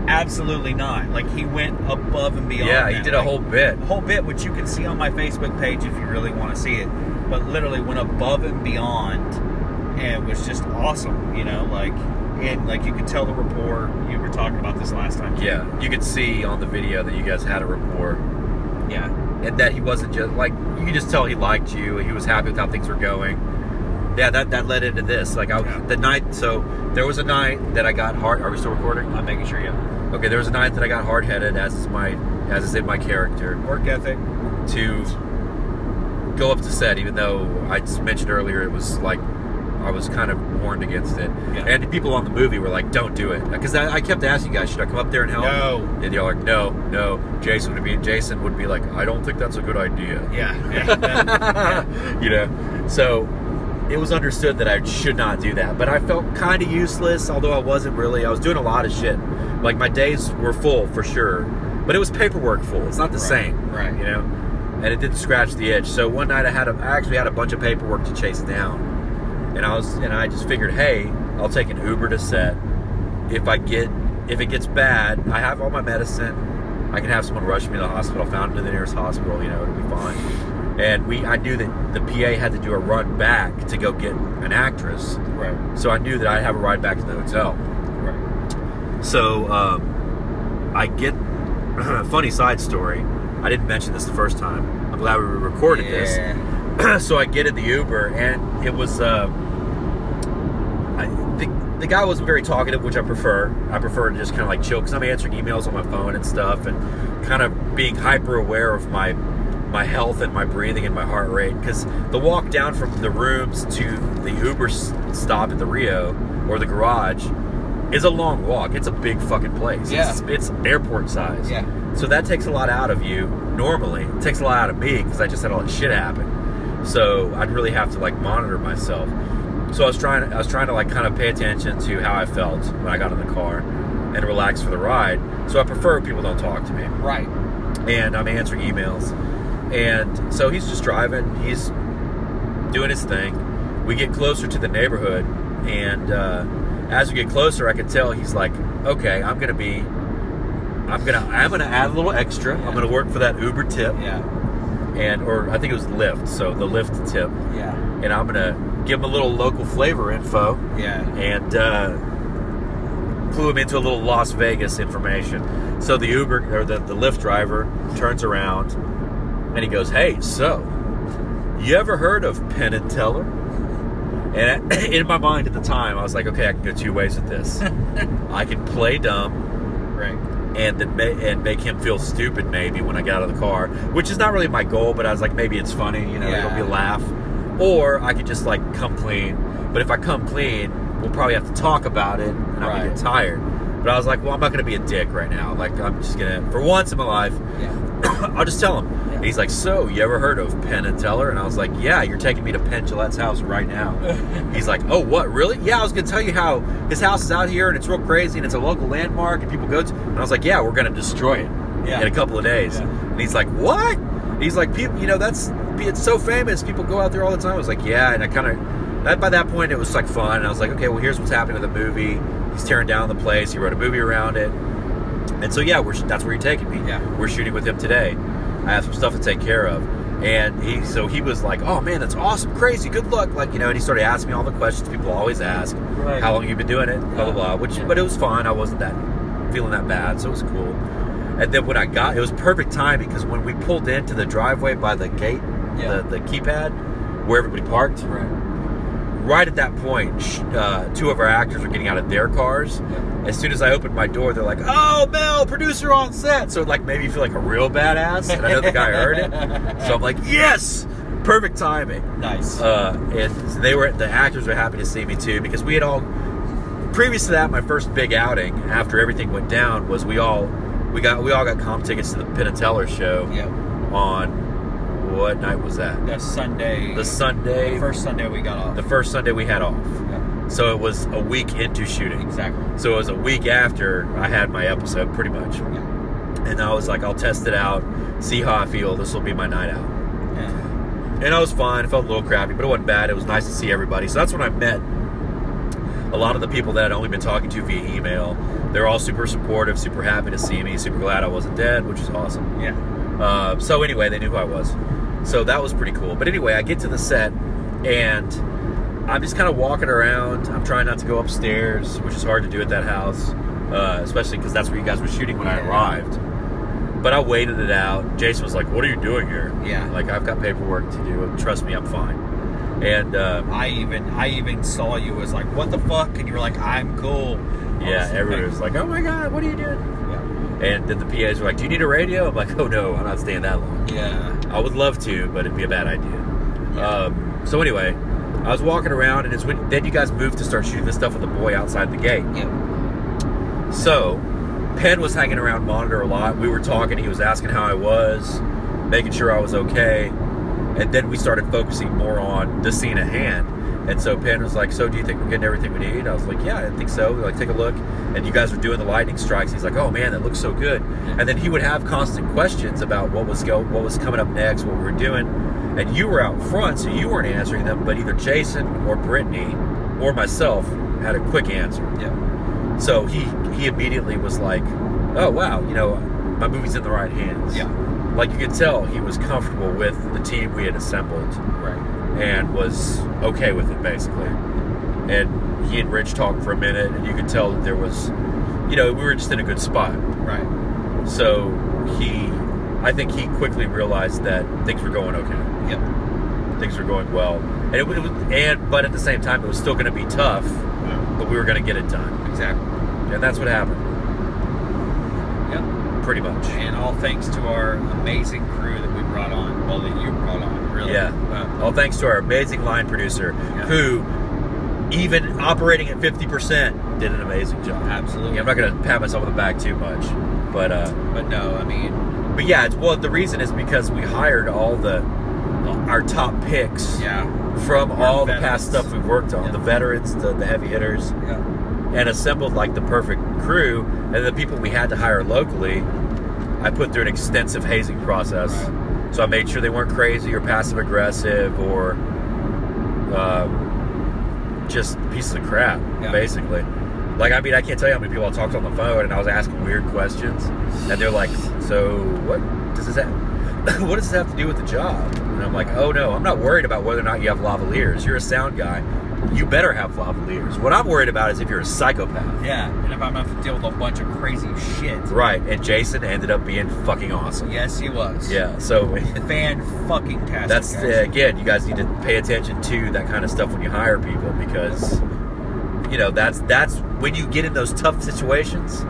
Speaker 6: Absolutely not. Like he went above and beyond.
Speaker 5: Yeah. He
Speaker 6: that.
Speaker 5: did a
Speaker 6: Like,
Speaker 5: whole bit.
Speaker 6: whole bit, which you can see on my Facebook page if you really want to see it. But literally went above and beyond, and was just awesome. You know, like and like you could tell the rapport. You were talking about this last time.
Speaker 5: Yeah, you could see on the video that you guys had a rapport,
Speaker 6: yeah,
Speaker 5: and that he wasn't just like you could just tell he liked you. He was happy with how things were going. Yeah, that that led into this. Like I,
Speaker 6: Yeah.
Speaker 5: the night, so there was a night that I got hard. Are we still recording?
Speaker 6: I'm making sure. Yeah,
Speaker 5: Okay, there was a night that I got hard headed, as is my as is in my character,
Speaker 6: work ethic.
Speaker 5: to go up to set, even though I just mentioned earlier it was like I was kind of warned against it.
Speaker 6: Yeah.
Speaker 5: And the people on the movie were like, "Don't do it," because I, I kept asking you guys, "Should I come up there and help?"
Speaker 6: No.
Speaker 5: And y'all like, no, no. Jason would be Jason would be like, I don't think that's a good idea.
Speaker 6: Yeah, yeah,
Speaker 5: you know. So it was understood that I should not do that. But I felt kind of useless, although I wasn't really. I was doing a lot of shit. Like my days were full for sure, but it was paperwork full. It's not the same,
Speaker 6: right.
Speaker 5: You know, and it didn't scratch the itch. So one night I had a, I actually had a bunch of paperwork to chase down, and I was and I just figured, hey, I'll take an Uber to set. If I get if it gets bad, I have all my medicine. I can have someone rush me to the hospital, found me to the nearest hospital. You know, it'll be fine. And we, I knew that the PA had to do a run back to go get an actress,
Speaker 6: Right.
Speaker 5: so I knew that I'd have a ride back to the hotel.
Speaker 6: Right.
Speaker 5: So um, I get funny side story. I didn't mention this the first time. I'm glad we recorded this
Speaker 6: Yeah.
Speaker 5: so I get in the Uber, and it was. Uh, I, the, the guy wasn't very talkative, which I prefer. I prefer to just kind of like chill because I'm answering emails on my phone and stuff, and kind of being hyper aware of my my health and my breathing and my heart rate. Because the walk down from the rooms to the Uber s- stop at the Rio or the garage is a long walk. It's a big fucking place.
Speaker 6: Yeah.
Speaker 5: It's, it's airport size.
Speaker 6: Yeah.
Speaker 5: So that takes a lot out of you normally. It takes a lot out of me because I just had all that shit happen. So I'd really have to like monitor myself. So I was trying I was trying to like kind of pay attention to how I felt when I got in the car and relax for the ride. So I prefer people don't talk to me
Speaker 6: Right.
Speaker 5: and I'm answering emails. And so he's just driving, he's doing his thing. We get closer to the neighborhood, and uh, as we get closer, I can tell he's like, okay, I'm gonna be, I'm gonna, I'm gonna add a little extra. I'm gonna work for that Uber tip,
Speaker 6: Yeah.
Speaker 5: and or I think it was Lyft, so the Lyft tip,
Speaker 6: Yeah.
Speaker 5: and I'm gonna give him a little local flavor info
Speaker 6: Yeah.
Speaker 5: and uh, flew him into a little Las Vegas information. So the Uber or the, the Lyft driver turns around and he goes, "Hey, so you ever heard of Penn and Teller?" And I- in my mind at the time, I was like, "Okay, I can go two ways with this. I can play dumb."
Speaker 6: Right.
Speaker 5: and then ma- and make him feel stupid maybe when I get out of the car, which is not really my goal. But I was like, maybe it's funny, you know, it'll be a
Speaker 6: Yeah.
Speaker 5: laugh, or I could just like come clean. But if I come clean, we'll probably have to talk about it, and I'm gonna
Speaker 6: Right.
Speaker 5: get tired. But I was like, well, I'm not gonna be a dick right now. Like I'm just gonna, for once in my life,
Speaker 6: Yeah.
Speaker 5: I'll just tell him. And he's like, so you ever heard of Penn and Teller? And I was like, yeah, you're taking me to Penn Gillette's house right now. he's like, oh, what, really? Yeah, I was gonna tell you how his house is out here and it's real crazy and it's a local landmark and people go to. And I was like, yeah, we're gonna destroy it
Speaker 6: Yeah.
Speaker 5: in a couple of days.
Speaker 6: Yeah.
Speaker 5: And he's like, what? He's like, people, you know, that's it's so famous. People go out there all the time. I was like, yeah, and I kind of that by that point it was like fun. And I was like, okay, well, here's what's happening to the movie. He's tearing down the place. He wrote a movie around it. And so yeah, we're that's where you're taking me.
Speaker 6: Yeah.
Speaker 5: we're shooting with him today. I have some stuff to take care of, and he so he was like, "Oh man, that's awesome, crazy, good luck." Like you know, and he started asking me all the questions people always ask.
Speaker 6: Right.
Speaker 5: How long you been doing it? Blah blah blah. Which,
Speaker 6: Yeah.
Speaker 5: but it was fine. I wasn't that feeling that bad, so it was cool. And then when I got, it was perfect timing because when we pulled into the driveway by the gate,
Speaker 6: Yeah.
Speaker 5: the, the keypad where everybody parked,
Speaker 6: Right.
Speaker 5: right at that point, sh- uh, two of our actors were getting out of their cars. As soon as I opened my door, they're like, "Oh, Mel, producer on set." So it like made me feel like a real badass, and I know the guy heard it. So I'm like, "Yes, perfect timing."
Speaker 6: Nice.
Speaker 5: Uh, and so they were the actors were happy to see me too because we had all previous to that my first big outing after everything went down was we all we got we all got comp tickets to the Penn and Teller show
Speaker 6: yeah.
Speaker 5: on what night was that
Speaker 6: The Sunday.
Speaker 5: the Sunday
Speaker 6: the first Sunday we got off.
Speaker 5: the first Sunday we had off
Speaker 6: yeah.
Speaker 5: so it was a week into shooting
Speaker 6: Exactly.
Speaker 5: so it was a week after I had my episode pretty much
Speaker 6: Yeah.
Speaker 5: and I was like I'll test it out see how I feel this will be my night out
Speaker 6: Yeah.
Speaker 5: and I was fine. It felt a little crappy, but it wasn't bad. It was nice to see everybody. So that's when I met a lot of the people that I'd only been talking to via email. They're all super supportive, super happy to see me, super glad I wasn't dead, which is awesome.
Speaker 6: Yeah.
Speaker 5: Uh, so anyway, they knew who I was. So that was pretty cool. But anyway, I get to the set and I'm just kind of walking around. I'm trying not to go upstairs, which is hard to do at that house, uh, especially because that's where you guys were shooting when I
Speaker 6: Yeah.
Speaker 5: arrived. But I waited it out. Jason was like, "What are you doing here?"
Speaker 6: Yeah.
Speaker 5: like I've got paperwork to do. Trust me, I'm fine. And uh,
Speaker 6: I even I even saw you as like, what the fuck? And you were like, I'm cool.
Speaker 5: yeah, everybody was like, "Oh my god, what are you doing?" And then the PAs were like, "Do you need a radio?" I'm like, "Oh no, I'm not staying that long."
Speaker 6: Yeah.
Speaker 5: I would love to, but it'd be a bad idea. Um, so anyway, I was walking around, and it's when then you guys moved to start shooting this stuff with the boy outside the gate.
Speaker 6: Yeah.
Speaker 5: So, Penn was hanging around monitor a lot. We were talking. He was asking how I was, making sure I was okay, and then we started focusing more on the scene at hand. And so Penn was like, "So do you think we're getting everything we need?" I was like, "Yeah, I think so." We like, take a look, and you guys were doing the lightning strikes. He's like, "Oh man, that looks so good." And then he would have constant questions about what was go, what was coming up next, what we were doing, and you were out front, so you weren't answering them. But either Jason or Brittany or myself had a quick answer.
Speaker 6: Yeah.
Speaker 5: So he he immediately was like, "Oh wow, you know, my movie's in the right hands."
Speaker 6: Yeah.
Speaker 5: Like you could tell, he was comfortable with the team we had assembled
Speaker 6: Right.
Speaker 5: and was okay with it basically. And he and Rich talked for a minute, and you could tell that there was, you know, we were just in a good spot.
Speaker 6: Right.
Speaker 5: So he, I think he quickly realized that things were going okay,
Speaker 6: Yep.
Speaker 5: things were going well, and it, was, and but at the same time, it was still going to be tough, but we were going to get it done,
Speaker 6: Exactly.
Speaker 5: and that's what happened,
Speaker 6: Yep.
Speaker 5: pretty much.
Speaker 6: And all thanks to our amazing crew that we brought on. Well, that you brought on, really.
Speaker 5: Yeah.
Speaker 6: Uh,
Speaker 5: All thanks to our amazing line producer,
Speaker 6: Yeah.
Speaker 5: who, even operating at 50%, did an amazing job.
Speaker 6: absolutely.
Speaker 5: Yeah, I'm not going to pat myself on the back too much. But, uh,
Speaker 6: But no, I mean,
Speaker 5: but yeah, it's, well, the reason is because we hired all the, our top picks
Speaker 6: yeah.
Speaker 5: from
Speaker 6: Our
Speaker 5: all the
Speaker 6: veterans.
Speaker 5: past stuff we've worked on.
Speaker 6: Yeah.
Speaker 5: The veterans, the, the heavy hitters,
Speaker 6: Yeah.
Speaker 5: and assembled like the perfect crew. And the people we had to hire locally, I put through an extensive hazing process. So I made sure they weren't crazy or passive aggressive or um, just pieces of crap,
Speaker 6: Yeah.
Speaker 5: basically. Like, I mean, I can't tell you how many people I talked to on the phone and I was asking weird questions. And they're like, So what does this have? What does this have to do with the job? And I'm like, oh no, I'm not worried about whether or not you have lavaliers. You're a sound guy. You better have lavaliers. What I'm worried about is if you're a psychopath.
Speaker 6: Yeah. And if I'm gonna have to deal with a bunch of crazy shit.
Speaker 5: Right. And Jason ended up being fucking awesome.
Speaker 6: Yes, he was.
Speaker 5: Yeah. So
Speaker 6: Fan fucking tastic.
Speaker 5: that's
Speaker 6: guys.
Speaker 5: uh, again you guys need to pay attention to that kind of stuff when you hire people because you know that's that's when you get in those tough situations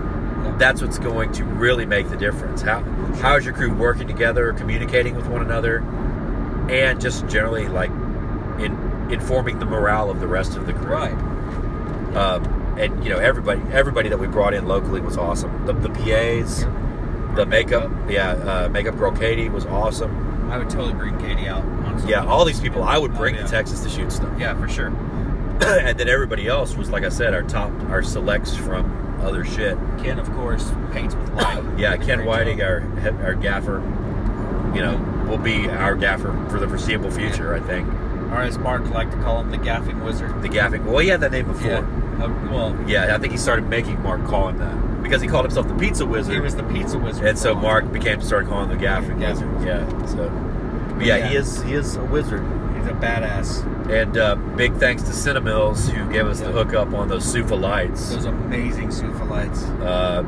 Speaker 5: that's what's going to really make the difference how how is your crew working together communicating with one another and just generally like in informing the morale of the rest of the crew
Speaker 6: Right.
Speaker 5: um, and you know everybody everybody that we brought in locally was awesome the, the pas the makeup yeah uh, makeup girl katie was awesome
Speaker 6: I would totally bring Katie out. Honestly.
Speaker 5: yeah, all these people I would
Speaker 6: Oh,
Speaker 5: bring
Speaker 6: yeah.
Speaker 5: to Texas to shoot stuff.
Speaker 6: Yeah, for sure.
Speaker 5: and then everybody else was, like I said, our top, our selects from other shit.
Speaker 6: Ken, of course, paints with light.
Speaker 5: Yeah,
Speaker 6: Did a
Speaker 5: Ken
Speaker 6: great
Speaker 5: Whiting,
Speaker 6: job.
Speaker 5: our he- our gaffer, you know, will be our gaffer for the foreseeable future. I think
Speaker 6: Or as Mark liked to call him, the gaffing wizard.
Speaker 5: the gaffing. Well, he had that name before. Yeah.
Speaker 6: Uh, well,
Speaker 5: I think he started making Mark call him that because he called himself the pizza wizard,
Speaker 6: he was the pizza wizard.
Speaker 5: and so
Speaker 6: for a
Speaker 5: Mark became started calling him the gaffing
Speaker 6: Yeah.
Speaker 5: wizard. Yeah. So, but yeah,
Speaker 6: Yeah.
Speaker 5: he is he is a wizard.
Speaker 6: long time. He's a badass.
Speaker 5: And uh, big thanks to Cinemills who gave us the
Speaker 6: Yeah.
Speaker 5: hookup on those Sufa lights.
Speaker 6: Those amazing Sufa lights.
Speaker 5: uh,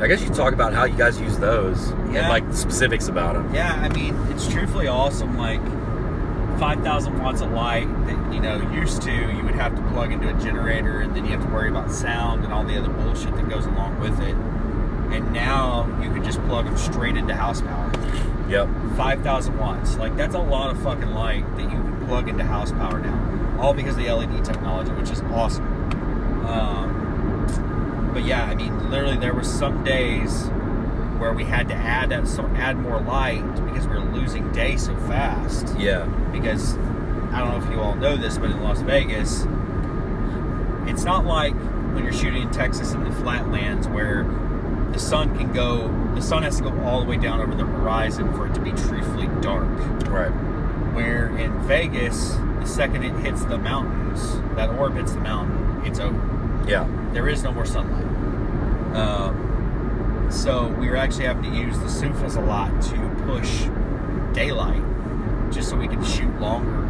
Speaker 5: I guess you can talk about how you guys use those and
Speaker 6: Yeah.
Speaker 5: like the specifics about them.
Speaker 6: Yeah, I mean, it's truthfully awesome. Like, 5,000 watts of light that, you know, used to, you would have to plug into a generator and then you have to worry about sound and all the other bullshit that goes along with it. And now you can just plug them straight into house power.
Speaker 5: Yep.
Speaker 6: 5,000 watts. Like, that's a lot of fucking light that you can plug into house power now. All because of the LED technology, which is awesome. Um, but yeah, I mean, literally, there were some days where we had to add that, so add more light because we were losing day so fast.
Speaker 5: Yeah.
Speaker 6: Because I don't know if you all know this, but in Las Vegas, it's not like when you're shooting in Texas in the flatlands where the sun can go, the sun has to go all the way down over the horizon for it to be truthfully dark
Speaker 5: Right.
Speaker 6: where in Vegas, the second it hits the mountains, that orb hits the mountain, it's over.
Speaker 5: Yeah.
Speaker 6: There is no more sunlight. Um, so we were actually having to use the sufas a lot to push daylight, just so we could shoot longer.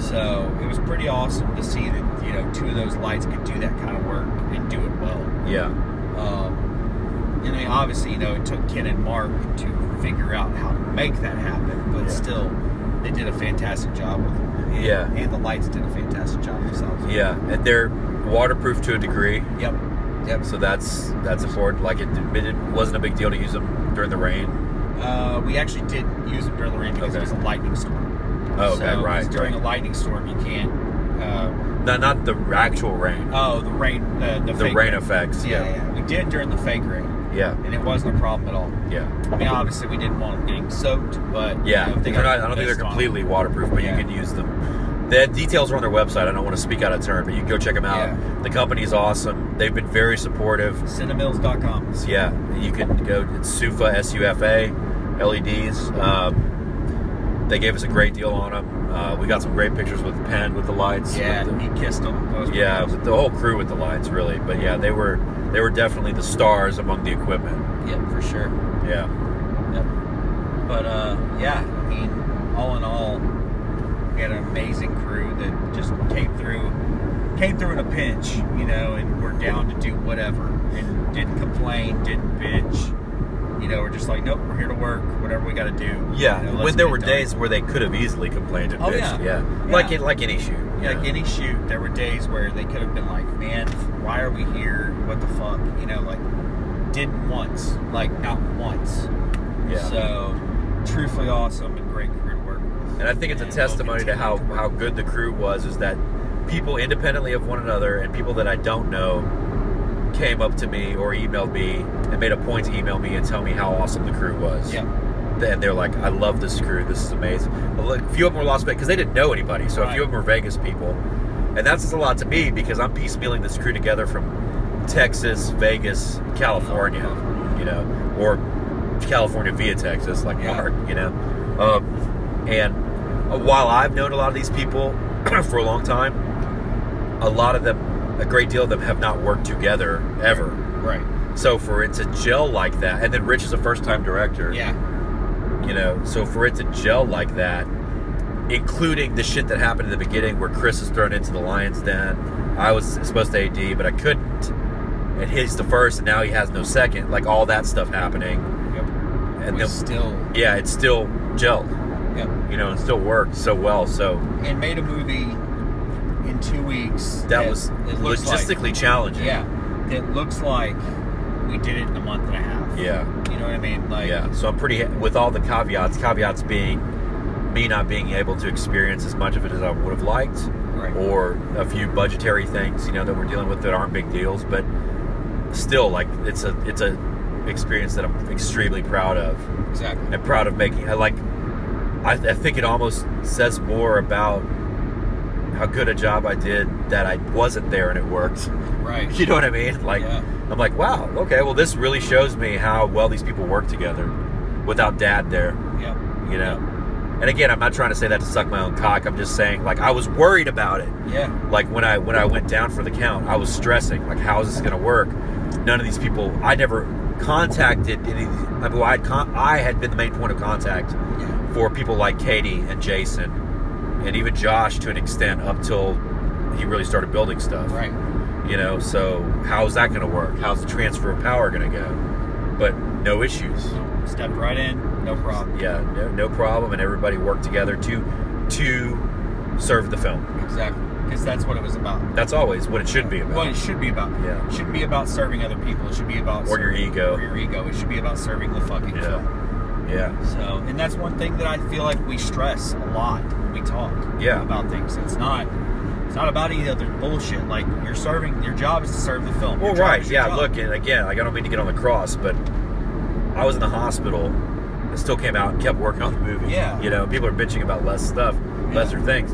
Speaker 6: So it was pretty awesome to see that you know two of those lights could do that kind of work and do it well.
Speaker 5: Yeah.
Speaker 6: Um, and I mean, obviously, you know, it took Ken and Mark to figure out how to make that happen, but
Speaker 5: Yeah.
Speaker 6: still, they did a fantastic job with it. And,
Speaker 5: Yeah.
Speaker 6: And the lights did a fantastic job themselves.
Speaker 5: Yeah. And they're waterproof to a degree,
Speaker 6: Yep. Yep.
Speaker 5: so that's that's important. Like it, it wasn't a big deal to use them during the rain.
Speaker 6: Uh, we actually did use them during the rain because
Speaker 5: Okay.
Speaker 6: it was a lightning storm.
Speaker 5: Oh, okay,
Speaker 6: So,
Speaker 5: right.
Speaker 6: During
Speaker 5: right.
Speaker 6: a lightning storm, you can't. Uh,
Speaker 5: No, not the actual rain.
Speaker 6: oh, the rain. The, the,
Speaker 5: the
Speaker 6: fake
Speaker 5: rain effects.
Speaker 6: Yeah, yeah. We did during the fake rain,
Speaker 5: Yeah.
Speaker 6: and it wasn't a problem at all.
Speaker 5: Yeah.
Speaker 6: I mean, obviously, we didn't want them getting soaked, but
Speaker 5: Yeah.
Speaker 6: you know, if they
Speaker 5: They're
Speaker 6: got
Speaker 5: not- I don't think they're
Speaker 6: mist on them-
Speaker 5: completely waterproof, but
Speaker 6: Yeah.
Speaker 5: you can use them. The details are on their website. I don't want to speak out of turn, but you can go check them out.
Speaker 6: Yeah.
Speaker 5: The company's awesome. They've been very supportive.
Speaker 6: Cinemills.com.
Speaker 5: So, yeah, you can go. It's Sufa S U F A LEDs. Um, they gave us a great deal on them. Uh, we got some great pictures with Penn with the lights.
Speaker 6: Yeah,
Speaker 5: with the-
Speaker 6: he kissed them. That was
Speaker 5: yeah, with the whole crew with the lights, really. But yeah, they were they were definitely the stars among the equipment.
Speaker 6: pretty- Yep, for sure.
Speaker 5: Yeah,
Speaker 6: Yep. But uh, yeah, I mean, all in all, we had an amazing crew that just came through, came through in a pinch, you know, and we're down to do whatever, and didn't complain, didn't bitch, you know, we're just like, nope, we're here to work, whatever we got to do.
Speaker 5: yeah.
Speaker 6: you know, let's
Speaker 5: when there
Speaker 6: get
Speaker 5: were
Speaker 6: it done.
Speaker 5: days where they could have easily complained and
Speaker 6: Oh,
Speaker 5: bitched.
Speaker 6: yeah. Yeah.
Speaker 5: like it like any shoe.
Speaker 6: Yeah, like any shoot, there were days where they could have been like, "Man, why are we here? What the fuck?" You know, like didn't once, like not once.
Speaker 5: Yeah.
Speaker 6: So, truthfully, awesome and great crew to work with.
Speaker 5: And I think it's a
Speaker 6: And
Speaker 5: testimony to
Speaker 6: we'll
Speaker 5: how,
Speaker 6: continue
Speaker 5: how good the crew was is that people independently of one another and people that I don't know came up to me or emailed me and made a point to email me and tell me how awesome the crew was.
Speaker 6: to- Yeah.
Speaker 5: And they're like, I love this crew. This is amazing. A li- few of them were Las Vegas because they didn't know anybody. So a
Speaker 6: Right.
Speaker 5: few of them were Vegas people. And that says a lot to me because I'm piecemealing this crew together from Texas, Vegas, California,
Speaker 6: Oh,
Speaker 5: you know, or California via Texas, like
Speaker 6: Yeah.
Speaker 5: Mark, you know. Um, and while I've known a lot of these people for a long time, a lot of them, a great deal of them, have not worked together ever.
Speaker 6: Right.
Speaker 5: So for it to gel like that, and then Rich is a first-time director
Speaker 6: Yeah.
Speaker 5: you know so for it to gel like that including the shit that happened in the beginning where chris is thrown into the lion's den i was supposed to ad but i couldn't and he's the first and now he has no second like all that stuff happening
Speaker 6: Yep.
Speaker 5: and
Speaker 6: And
Speaker 5: then
Speaker 6: still.
Speaker 5: yeah it's still gelled
Speaker 6: Yep.
Speaker 5: you know it still worked so well so
Speaker 6: And made a movie in two weeks.
Speaker 5: that was
Speaker 6: it looks like-
Speaker 5: logistically challenging
Speaker 6: yeah. That looks like we did it in a month and a half.
Speaker 5: yeah
Speaker 6: You know what I mean? Like.
Speaker 5: Yeah, so I'm pretty with all the caveats. Caveats being me not being able to experience as much of it as I would have liked,
Speaker 6: Right.
Speaker 5: or a few budgetary things you know that we're dealing with that aren't big deals, but still, like it's a it's a experience that I'm extremely proud of
Speaker 6: Exactly.
Speaker 5: and proud of making. I like I, I think it almost says more about how good a job I did that I wasn't there and it worked.
Speaker 6: Right.
Speaker 5: You know what I mean? Like,
Speaker 6: Yeah.
Speaker 5: I'm like, wow, okay, well, this really shows me how well these people work together without dad there,
Speaker 6: Yep.
Speaker 5: you know? And again, I'm not trying to say that to suck my own cock. I'm just saying, like, I was worried about it.
Speaker 6: Yeah.
Speaker 5: Like when I when I went down for the count, I was stressing. Like, how is this going to work? None of these people. I never contacted any. I mean, well, I had con- I had been the main point of contact
Speaker 6: Yeah.
Speaker 5: for people like Katie and Jason, and even Josh to an extent up till he really started building stuff
Speaker 6: Right.
Speaker 5: you know so how's that going to work how's the transfer of power going to go but no issues
Speaker 6: Stepped right in, no problem.
Speaker 5: yeah no, no problem and everybody worked together to to serve the film
Speaker 6: Exactly, because that's what it was about.
Speaker 5: that's always what it should be about
Speaker 6: What it should be about.
Speaker 5: Yeah.
Speaker 6: It shouldn't be about serving other people. It should be about
Speaker 5: Or your
Speaker 6: serving-
Speaker 5: ego.
Speaker 6: Or your ego. It should be about serving the fucking film.
Speaker 5: yeah yeah
Speaker 6: So, and that's one thing that I feel like we stress a lot when we talk
Speaker 5: Yeah.
Speaker 6: about things. It's not. It's not about any other bullshit. Like you're serving. Your job is to serve the film.
Speaker 5: well
Speaker 6: Your job
Speaker 5: right
Speaker 6: is your
Speaker 5: yeah
Speaker 6: job.
Speaker 5: look and again like, i don't mean to get on the cross but i was in the hospital and still came out and kept working on the movie
Speaker 6: Yeah.
Speaker 5: you know people are bitching about less stuff lesser things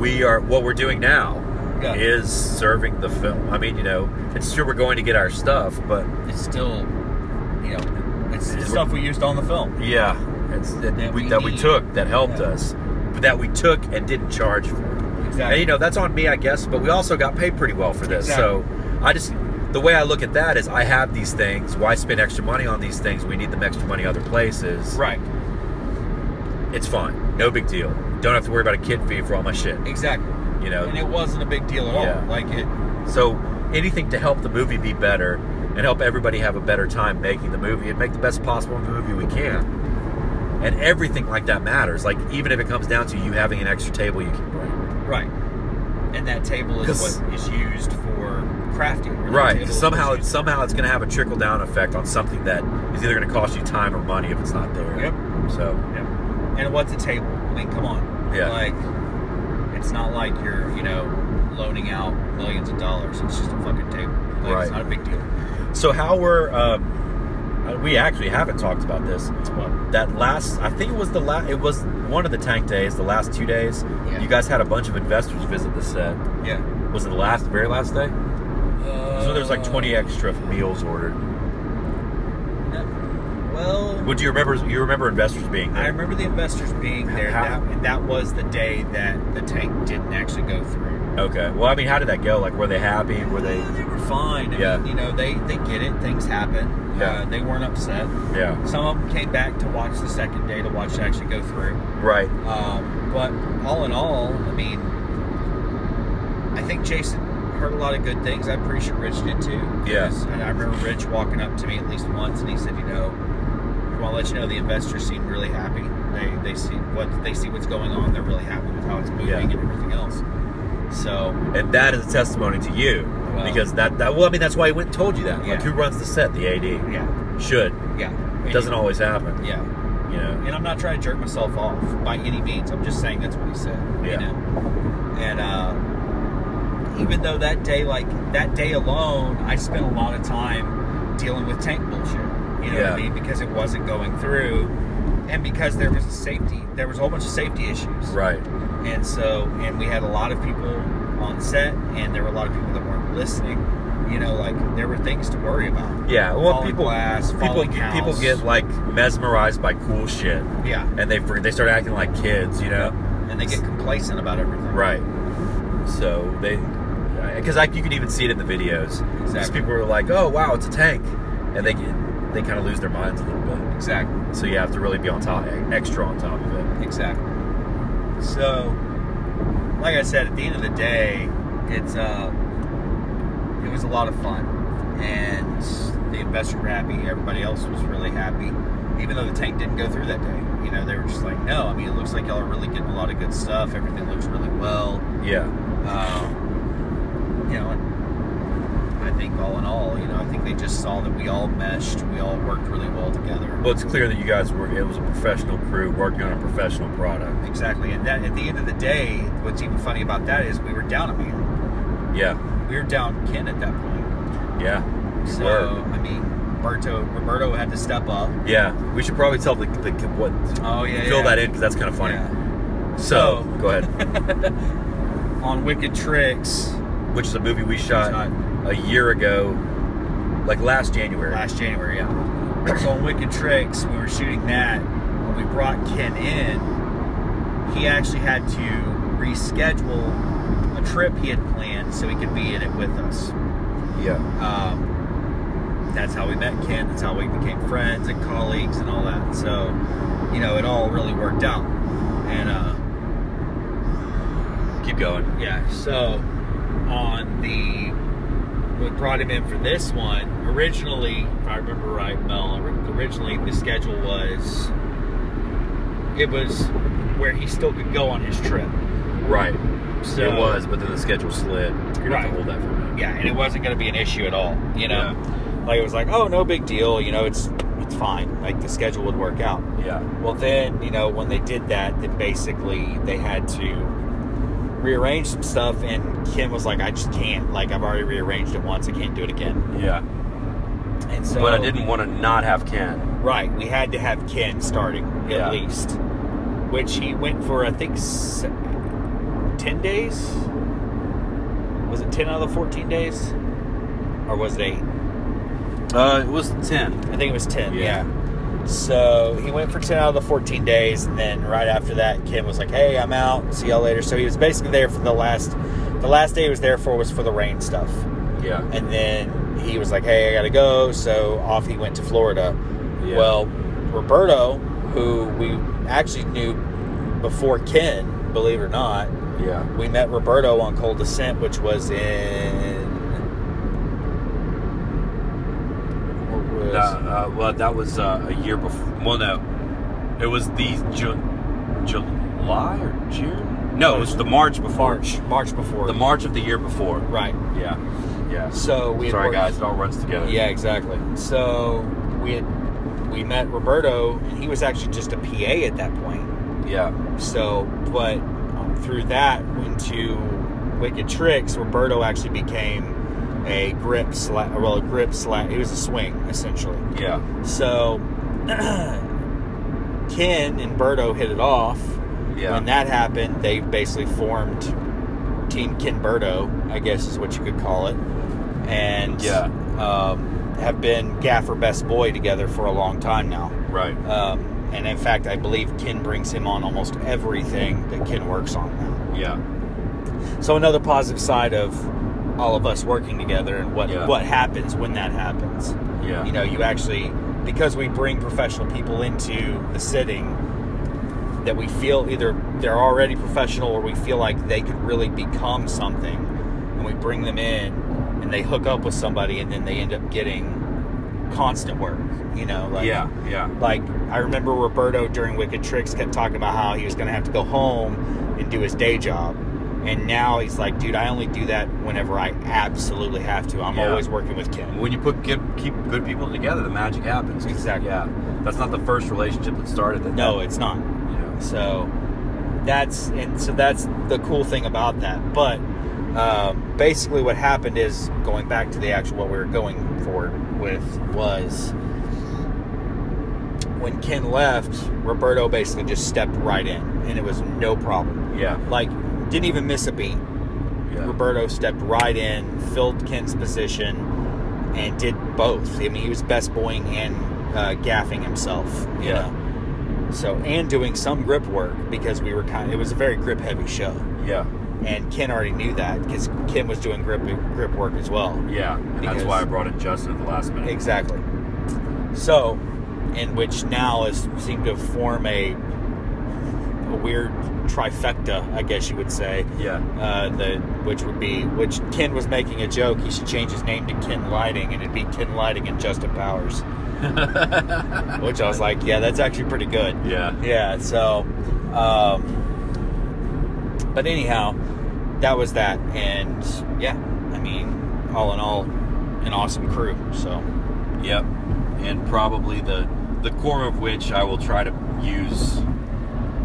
Speaker 5: we are what we're doing now
Speaker 6: Yeah.
Speaker 5: is serving the film i mean you know it's sure we're going to get our stuff but
Speaker 6: It's still, you know, it's the
Speaker 5: It's-
Speaker 6: stuff we used on the film.
Speaker 5: Yeah, it's that,
Speaker 6: That
Speaker 5: we,
Speaker 6: we
Speaker 5: that we
Speaker 6: need.
Speaker 5: took that helped
Speaker 6: Yeah.
Speaker 5: us, but that we took and didn't charge for. And
Speaker 6: Exactly.
Speaker 5: you know that's on me, I guess. But we also got paid pretty well for this. So I just the way I look at that is I have these things. Why spend extra money on these things? We need the extra money other places.
Speaker 6: Right.
Speaker 5: It's fine. No big deal. Don't have to worry about a kid fee for all my shit.
Speaker 6: Exactly.
Speaker 5: You know.
Speaker 6: And it wasn't a big deal at
Speaker 5: Yeah.
Speaker 6: all. Like it.
Speaker 5: So anything to help the movie be better and help everybody have a better time making the movie and make the best possible movie we can. And everything like that matters. Like even if it comes down to you having an extra table you can bring.
Speaker 6: Right. And that table is
Speaker 5: 'Cause-
Speaker 6: what is used for crafting. or that
Speaker 5: Right.
Speaker 6: table
Speaker 5: 'cause
Speaker 6: is
Speaker 5: Somehow
Speaker 6: used-
Speaker 5: it's somehow it's gonna have a trickle down effect on something that is either gonna cost you time or money if it's not there.
Speaker 6: Yep.
Speaker 5: So
Speaker 6: Yep. And what's a table? I mean, come on.
Speaker 5: Yeah.
Speaker 6: Like, it's not like you're, you know, loaning out millions of dollars. It's just a fucking table. Like,
Speaker 5: Right.
Speaker 6: It's not a big deal.
Speaker 5: so how we're um, we actually haven't talked about this.
Speaker 6: It's what?
Speaker 5: That last I think it was the last it was one of the tank days, the last two days,
Speaker 6: Yeah.
Speaker 5: you guys had a bunch of investors visit the set.
Speaker 6: Yeah.
Speaker 5: Was it the last, very last day?
Speaker 6: Uh,
Speaker 5: so there's like 20 extra meals ordered.
Speaker 6: Well,
Speaker 5: Would you remember? You remember investors being there?
Speaker 6: I remember the investors being there.
Speaker 5: How-
Speaker 6: That, and that was the day that the tank didn't actually go through.
Speaker 5: Okay. Well, I mean, how did that go? Like, were they happy? Were they?
Speaker 6: They were fine. I
Speaker 5: Yeah.
Speaker 6: mean, you know, they, they get it. Things happen.
Speaker 5: Yeah.
Speaker 6: Uh, they weren't upset.
Speaker 5: Yeah.
Speaker 6: Some of them came back to watch the second day to watch it actually go through.
Speaker 5: Right.
Speaker 6: Um, but all in all, I mean, I think Jason heard a lot of good things. I'm pretty sure Rich did too.
Speaker 5: Yeah.
Speaker 6: And I remember Rich walking up to me at least once, and he said, "You know, I want to let you know the investors seem really happy. They they see what they see what's going on. They're really happy with how it's moving
Speaker 5: Yeah.
Speaker 6: and everything else. So
Speaker 5: And that is a testimony to you,
Speaker 6: Well-
Speaker 5: because that that well, I mean, that's why he went and told you that.
Speaker 6: Yeah.
Speaker 5: Like, who runs the set? The AD
Speaker 6: yeah,
Speaker 5: should.
Speaker 6: yeah.
Speaker 5: It doesn't always happen.
Speaker 6: Yeah.
Speaker 5: You know.
Speaker 6: and I'm not trying to jerk myself off by any means. I'm just saying that's what he said.
Speaker 5: Yeah.
Speaker 6: You know? And uh, even though that day, like that day alone, I spent a lot of time dealing with tank bullshit. You know what
Speaker 5: Yeah.
Speaker 6: I mean? Because it wasn't going through, and because there was a safety, there was a whole bunch of safety issues.
Speaker 5: Right.
Speaker 6: And so, and we had a lot of people on set, and there were a lot of people that weren't listening. You know, like there were things to worry about.
Speaker 5: Yeah. Well,
Speaker 6: Falling
Speaker 5: people
Speaker 6: glass,
Speaker 5: people
Speaker 6: falling
Speaker 5: get, people
Speaker 6: house.
Speaker 5: get like mesmerized by cool shit,
Speaker 6: Yeah.
Speaker 5: and they fr- they start acting like kids. You know.
Speaker 6: And they get complacent about everything.
Speaker 5: Right. So they, because like you can even see it in the videos. 'Cause
Speaker 6: Exactly.
Speaker 5: People are like, "Oh wow, it's a tank," and they get they kind of lose their minds a little bit.
Speaker 6: Exactly.
Speaker 5: So you have to really be on top, e, extra on top of it.
Speaker 6: Exactly. So, like I said, at the end of the day, it's uh, it was a lot of fun, and the investors were happy. Everybody else was really happy, even though the tank didn't go through that day. You know, they were just like, no. I mean, it looks like y'all are really getting a lot of good stuff. Everything looks really well.
Speaker 5: Yeah.
Speaker 6: Um, you know, and I think all in all, you know, I think they just saw that we all meshed. We all worked really well together.
Speaker 5: Well, it's clear that you guys were it was a professional crew working on a professional product.
Speaker 6: Exactly, and that at the end of the day, what's even funny about that is we were down a man.
Speaker 5: Yeah.
Speaker 6: We were down Ken at that point.
Speaker 5: Yeah.
Speaker 6: So
Speaker 5: Word.
Speaker 6: I mean, Roberto Roberto had to step up.
Speaker 5: Yeah. We should probably tell the, the what
Speaker 6: Oh yeah,
Speaker 5: fill that in because that's kind of funny.
Speaker 6: Yeah.
Speaker 5: So
Speaker 6: So-
Speaker 5: go ahead.
Speaker 6: On Wicked Tricks
Speaker 5: Which is a movie we shot
Speaker 6: Shot.
Speaker 5: a year ago, like last January.
Speaker 6: last January, yeah. so on Wicked Tricks, we were shooting that. When we brought Ken in, he actually had to reschedule a trip he had planned so he could be in it with us.
Speaker 5: yeah.
Speaker 6: um, that's how we met Ken. That's how we became friends and colleagues and all that. So, you know, it all really worked out. And uh,
Speaker 5: Keep going.
Speaker 6: yeah, so on the we brought him in for this one. Originally, if I remember right, Mel. Originally, the schedule was it was where he still could go on his trip.
Speaker 5: Right.
Speaker 6: So
Speaker 5: it was, but then the schedule slid. You're gonna have to
Speaker 6: Right.
Speaker 5: hold that for a minute.
Speaker 6: yeah, and it wasn't going to be an issue at all. You know, like it was like, oh, no big deal. You know, it's it's fine. Like the schedule would work out.
Speaker 5: Yeah.
Speaker 6: Well, then you know when they did that, then basically they had to rearrange some stuff, and Kim was like, I just can't. Like I've already rearranged it once. I can't do it again.
Speaker 5: Yeah.
Speaker 6: And so,
Speaker 5: but I didn't want to not have Ken.
Speaker 6: Right, we had to have Ken starting at
Speaker 5: Yeah.
Speaker 6: least, which he went for I think s- ten days. Was it ten out of the fourteen days, or was it eight?
Speaker 5: Uh, it was ten.
Speaker 6: I think it was 10.
Speaker 5: Yeah.
Speaker 6: Yeah. So he went for 10 out of the 14 days. And then right after that, Kim was like, hey, I'm out. See y'all later. So he was basically there for the last, the last day he was there for was for the rain stuff.
Speaker 5: Yeah.
Speaker 6: And then he was like, hey, I got to go. So off he went to Florida.
Speaker 5: Yeah.
Speaker 6: Well, Roberto, who we actually knew before Ken, believe it or not,
Speaker 5: Yeah.
Speaker 6: we met Roberto on Cold Descent, which was in. what was-
Speaker 5: Uh, uh, well, that was uh, a year before. Well, no, it was the Ju- July or June. No, it was the March before.
Speaker 6: March, March before.
Speaker 5: The March of the year before.
Speaker 6: Right.
Speaker 5: Yeah. Yeah.
Speaker 6: So we had
Speaker 5: Sorry,
Speaker 6: worked-
Speaker 5: guys. It all runs together.
Speaker 6: Yeah, exactly. So we had we met Roberto, and he was actually just a PA at that point.
Speaker 5: Yeah.
Speaker 6: So, but um, through that, went to Wicked Tricks. Roberto actually became a grip slash, well, a grip slash. He was a swing essentially.
Speaker 5: Yeah.
Speaker 6: So Ken and Berto hit it off,
Speaker 5: Yeah.
Speaker 6: When that happened, they basically formed Team Kinberto, I guess is what you could call it, and
Speaker 5: Yeah.
Speaker 6: um, have been Gaffer Best Boy together for a long time now.
Speaker 5: Right.
Speaker 6: Um, and in fact, I believe Ken brings him on almost everything that Ken works on now.
Speaker 5: Yeah.
Speaker 6: So another positive side of all of us working together and what
Speaker 5: Yeah.
Speaker 6: what happens when that happens.
Speaker 5: Yeah.
Speaker 6: You know, you actually because we bring professional people into the sitting that we feel either they're already professional or we feel like they could really become something and we bring them in and they hook up with somebody and then they end up getting constant work, you know, like
Speaker 5: yeah. Yeah.
Speaker 6: like I remember Roberto during Wicked Tricks kept talking about how he was going to have to go home and do his day job. And now he's like, dude, I only do that whenever I absolutely have to. I'm
Speaker 5: Yeah.
Speaker 6: always working with Ken.
Speaker 5: When you put get, keep good people together, the magic happens.
Speaker 6: Exactly.
Speaker 5: Yeah. That's not the first relationship that started that.
Speaker 6: No, it's not.
Speaker 5: You know.
Speaker 6: So that's and so that's the cool thing about that. But um, basically, what happened is going back to the actual what we were going for with was when Ken left, Roberto basically just stepped right in, and it was no problem.
Speaker 5: Yeah.
Speaker 6: Like didn't even miss a beat.
Speaker 5: Yeah.
Speaker 6: Roberto stepped right in, filled Ken's position, and did both. I mean, he was best boying and uh, gaffing himself. You
Speaker 5: Yeah.
Speaker 6: Know? So and doing some grip work because we were kind. It was a very grip heavy show,
Speaker 5: Yeah.
Speaker 6: and Ken already knew that because Ken was doing grip grip work as well.
Speaker 5: Yeah. And
Speaker 6: Because-
Speaker 5: that's why I brought in Justin at the last minute.
Speaker 6: Exactly. So, in which now is seem to form a a weird trifecta, I guess you would say.
Speaker 5: Yeah.
Speaker 6: uh, the which would be which Ken was making a joke. He should change his name to Ken Lighting, and it'd be Ken Lighting and Justin Powers. which I was like, yeah, that's actually pretty good.
Speaker 5: Yeah.
Speaker 6: Yeah. So, um, but anyhow, that was that, and yeah, I mean, all in all, an awesome crew. So
Speaker 5: Yep. And probably the the core of which I will try to use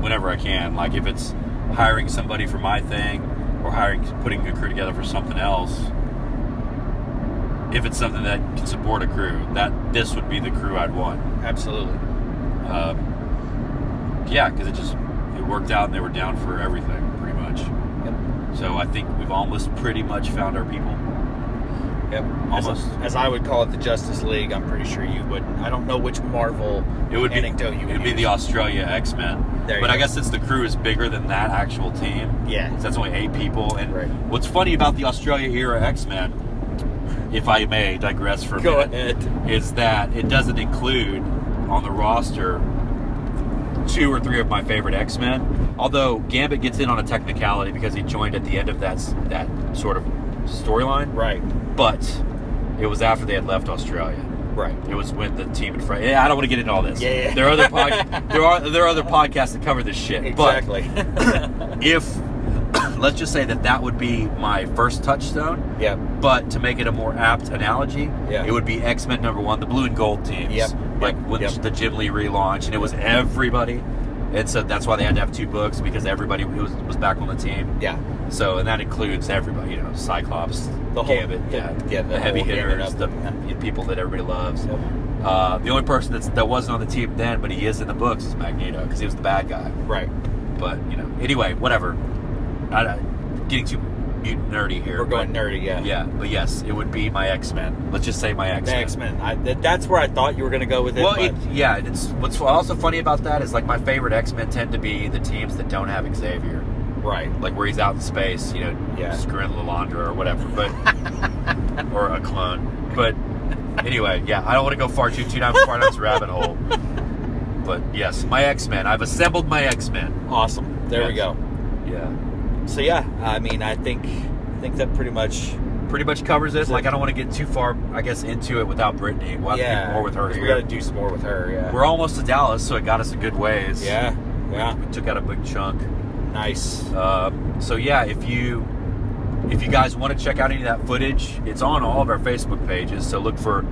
Speaker 5: whenever I can. Like if it's hiring somebody for my thing or hiring putting a crew together for something else. If it's something that can support a crew, that this would be the crew I'd want.
Speaker 6: absolutely,
Speaker 5: Um, yeah, because it just it worked out and they were down for everything pretty much.
Speaker 6: Yep.
Speaker 5: So I think we've almost pretty much found our people.
Speaker 6: yep,
Speaker 5: Almost.
Speaker 6: As, as I would call it, the Justice League. I'm pretty sure you wouldn't. I don't know which Marvel
Speaker 5: It would be
Speaker 6: anecdote you would
Speaker 5: it'd be the
Speaker 6: use.
Speaker 5: Australia X Men.
Speaker 6: There you
Speaker 5: But I
Speaker 6: go.
Speaker 5: guess since the crew is bigger than that actual team,
Speaker 6: yeah.
Speaker 5: that's only eight people. And
Speaker 6: Right.
Speaker 5: what's funny about the Australia era X Men, if I may digress for a
Speaker 6: Go
Speaker 5: minute,
Speaker 6: ahead.
Speaker 5: is that it doesn't include on the roster two or three of my favorite X Men. Although Gambit gets in on a technicality because he joined at the end of that s- that sort of storyline,
Speaker 6: Right.
Speaker 5: but it was after they had left Australia.
Speaker 6: Right.
Speaker 5: It was with the team in front. Yeah, I don't want to get into all this.
Speaker 6: Yeah, yeah.
Speaker 5: There are other pod- there are there are other podcasts that cover this shit.
Speaker 6: Exactly.
Speaker 5: But if let's just say that that would be my first touchstone,
Speaker 6: yep.
Speaker 5: but to make it a more apt analogy,
Speaker 6: Yeah.
Speaker 5: it would be X Men number one, the blue and gold teams.
Speaker 6: Yep.
Speaker 5: Like when
Speaker 6: Yep.
Speaker 5: the Jim Lee relaunch, and it was everybody. And so that's why they had to have two books because everybody who was, was back on the team.
Speaker 6: Yeah.
Speaker 5: So and that includes everybody, you know, Cyclops,
Speaker 6: The whole-
Speaker 5: Gambit,
Speaker 6: the-
Speaker 5: yeah,
Speaker 6: yeah,
Speaker 5: the,
Speaker 6: the
Speaker 5: heavy
Speaker 6: whole Gambit
Speaker 5: hitters,
Speaker 6: up.
Speaker 5: the the people that everybody loves. Uh, the only person that's, that wasn't on the team then, but he is in the books, is Magneto because he was the bad guy.
Speaker 6: Right.
Speaker 5: But you know, anyway, whatever. I, I, getting too mutant nerdy here.
Speaker 6: We're going
Speaker 5: but-
Speaker 6: nerdy, yeah.
Speaker 5: Yeah, but yes, it would be my X Men. Let's just say my X
Speaker 6: The
Speaker 5: Men.
Speaker 6: X Men. Th- that's where I thought you were going to go with it.
Speaker 5: Well,
Speaker 6: but
Speaker 5: it, yeah. It's what's also funny about that is like my favorite X Men tend to be the teams that don't have Xavier.
Speaker 6: right.
Speaker 5: like where he's out in space, you know,
Speaker 6: Yeah.
Speaker 5: screwing Lalandra or whatever, but or a clone. But anyway, yeah, I don't want to go far too too down far down this rabbit hole. But yes, my X Men. I've assembled my X Men.
Speaker 6: Awesome. There we
Speaker 5: Yes.
Speaker 6: go.
Speaker 5: Yeah,
Speaker 6: So yeah, I mean, I think I think that pretty much.
Speaker 5: pretty much covers it. Like I don't want to get too far, I guess, into it without Brittany. We'll have to
Speaker 6: yeah.
Speaker 5: do more with her.
Speaker 6: 'cause
Speaker 5: here.
Speaker 6: We got to do some more with her. Yeah.
Speaker 5: We're almost to Dallas, so it got us a good ways.
Speaker 6: yeah. Yeah.
Speaker 5: we took out a big chunk.
Speaker 6: Nice.
Speaker 5: Um, so yeah, if you if you guys want to check out any of that footage, it's on all of our Facebook pages. So look for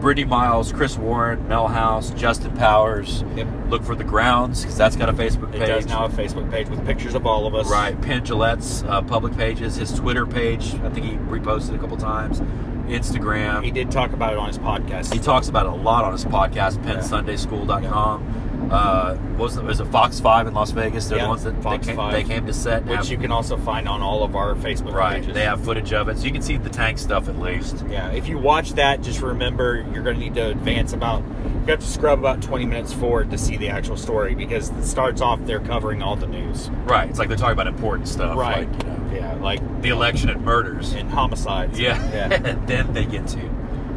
Speaker 5: Brittany Miles, Chris Warren, Mel House, Justin Powers.
Speaker 6: Yep.
Speaker 5: Look for the grounds because that's got a Facebook
Speaker 6: It
Speaker 5: page.
Speaker 6: does now have a Facebook page with pictures of all of us.
Speaker 5: Right, Penn Gillette's uh, public pages, his Twitter page. I think he reposted a couple times. Instagram.
Speaker 6: He did talk about it on his podcast.
Speaker 5: He talks about it a lot on his podcast,
Speaker 6: Yeah.
Speaker 5: PennSundaySchool.com. Uh, what was it was it Fox Five in Las Vegas? They're
Speaker 6: Yeah,
Speaker 5: the ones that
Speaker 6: Fox
Speaker 5: they, came,
Speaker 6: 5,
Speaker 5: they came to set. and
Speaker 6: which
Speaker 5: have-
Speaker 6: you can also find on all of our Facebook
Speaker 5: right,
Speaker 6: pages.
Speaker 5: they have footage of it, so you can see the tank stuff at least.
Speaker 6: Yeah, if you watch that, just remember you're going to need to advance about, you have to scrub about 20 minutes forward to see the actual story because it starts off they're covering all the news.
Speaker 5: Right, it's like they're talking about important stuff, Like, you know,
Speaker 6: yeah, like
Speaker 5: the election and murders.
Speaker 6: in homicides.
Speaker 5: Yeah,
Speaker 6: Yeah.
Speaker 5: and then they get to.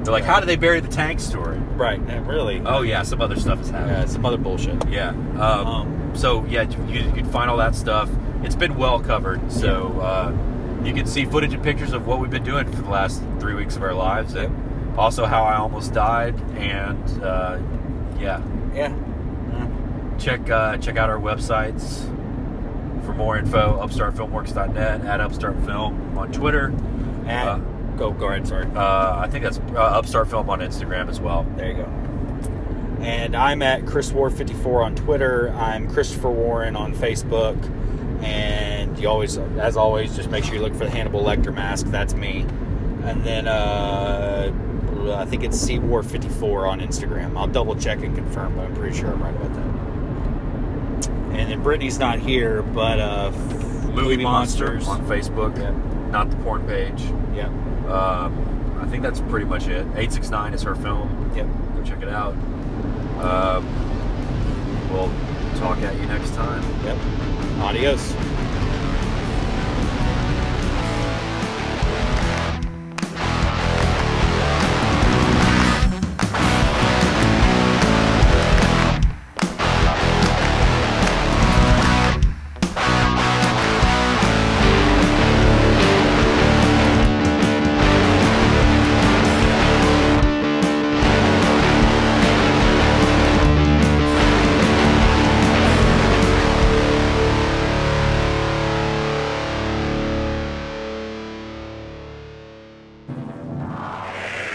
Speaker 5: They're like, how do they bury the tank story?
Speaker 6: right. and really.
Speaker 5: Oh yeah, some other stuff is happening.
Speaker 6: yeah, some other bullshit.
Speaker 5: Yeah. Um,
Speaker 6: Um,
Speaker 5: so yeah, you you can find all that stuff. It's been well covered, so uh, you can see footage and pictures of what we've been doing for the last three weeks of our lives, and also how I almost died. And uh, yeah,
Speaker 6: Yeah.
Speaker 5: check uh, check out our websites for more info. UpstartFilmWorks.net at Upstart Film on Twitter.
Speaker 6: And,
Speaker 5: Uh,
Speaker 6: go, go ahead, sorry.
Speaker 5: Uh, I think that's uh, Upstart Film on Instagram as well.
Speaker 6: There you go. And I'm at Chris War 54 on Twitter. I'm Christopher Warren on Facebook. And you always, as always, just make sure you look for the Hannibal Lecter mask. That's me. And then uh, I think it's C War 54 on Instagram. I'll double check and confirm, but I'm pretty sure I'm right about that. And then Brittany's not here, but uh,
Speaker 5: Movie, Monster on Facebook,
Speaker 6: Yeah.
Speaker 5: not the porn page.
Speaker 6: Yep.
Speaker 5: Um, I think that's pretty much it. 869 is her film.
Speaker 6: Yep.
Speaker 5: Go check it out. Um, we'll talk at you next time.
Speaker 6: Yep. Adios.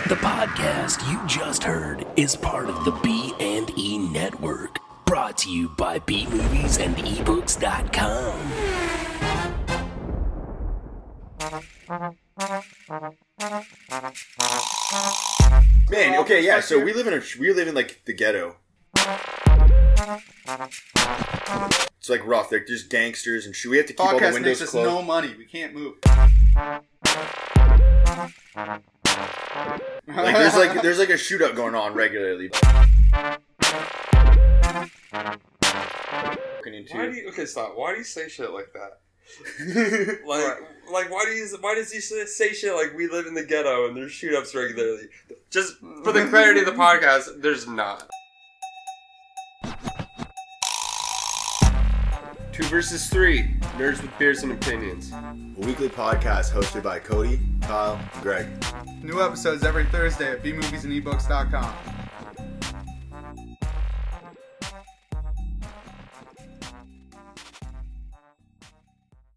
Speaker 4: The podcast you just heard is part of the B&E network, brought to you by Bmovies and E ebooks.com.
Speaker 3: Man, okay, yeah. So we live in a we live in like the ghetto. It's like rough. Like there's gangsters and shit. We have to keep all the
Speaker 7: podcast
Speaker 3: windows
Speaker 7: makes us
Speaker 3: closed.
Speaker 7: no money. We can't move.
Speaker 3: Like there's like there's like a shootout going on regularly.
Speaker 7: Why do you, okay, stop. Why do you say shit like that? Like, like why do you? Why does he say say shit like we live in the ghetto and there's shoot ups regularly? Just for the clarity of the podcast, there's not. Two versus three. Nerds with beers and opinions.
Speaker 3: a weekly podcast hosted by Cody, Kyle, and Greg.
Speaker 7: New episodes every Thursday at bmoviesandebooks.com.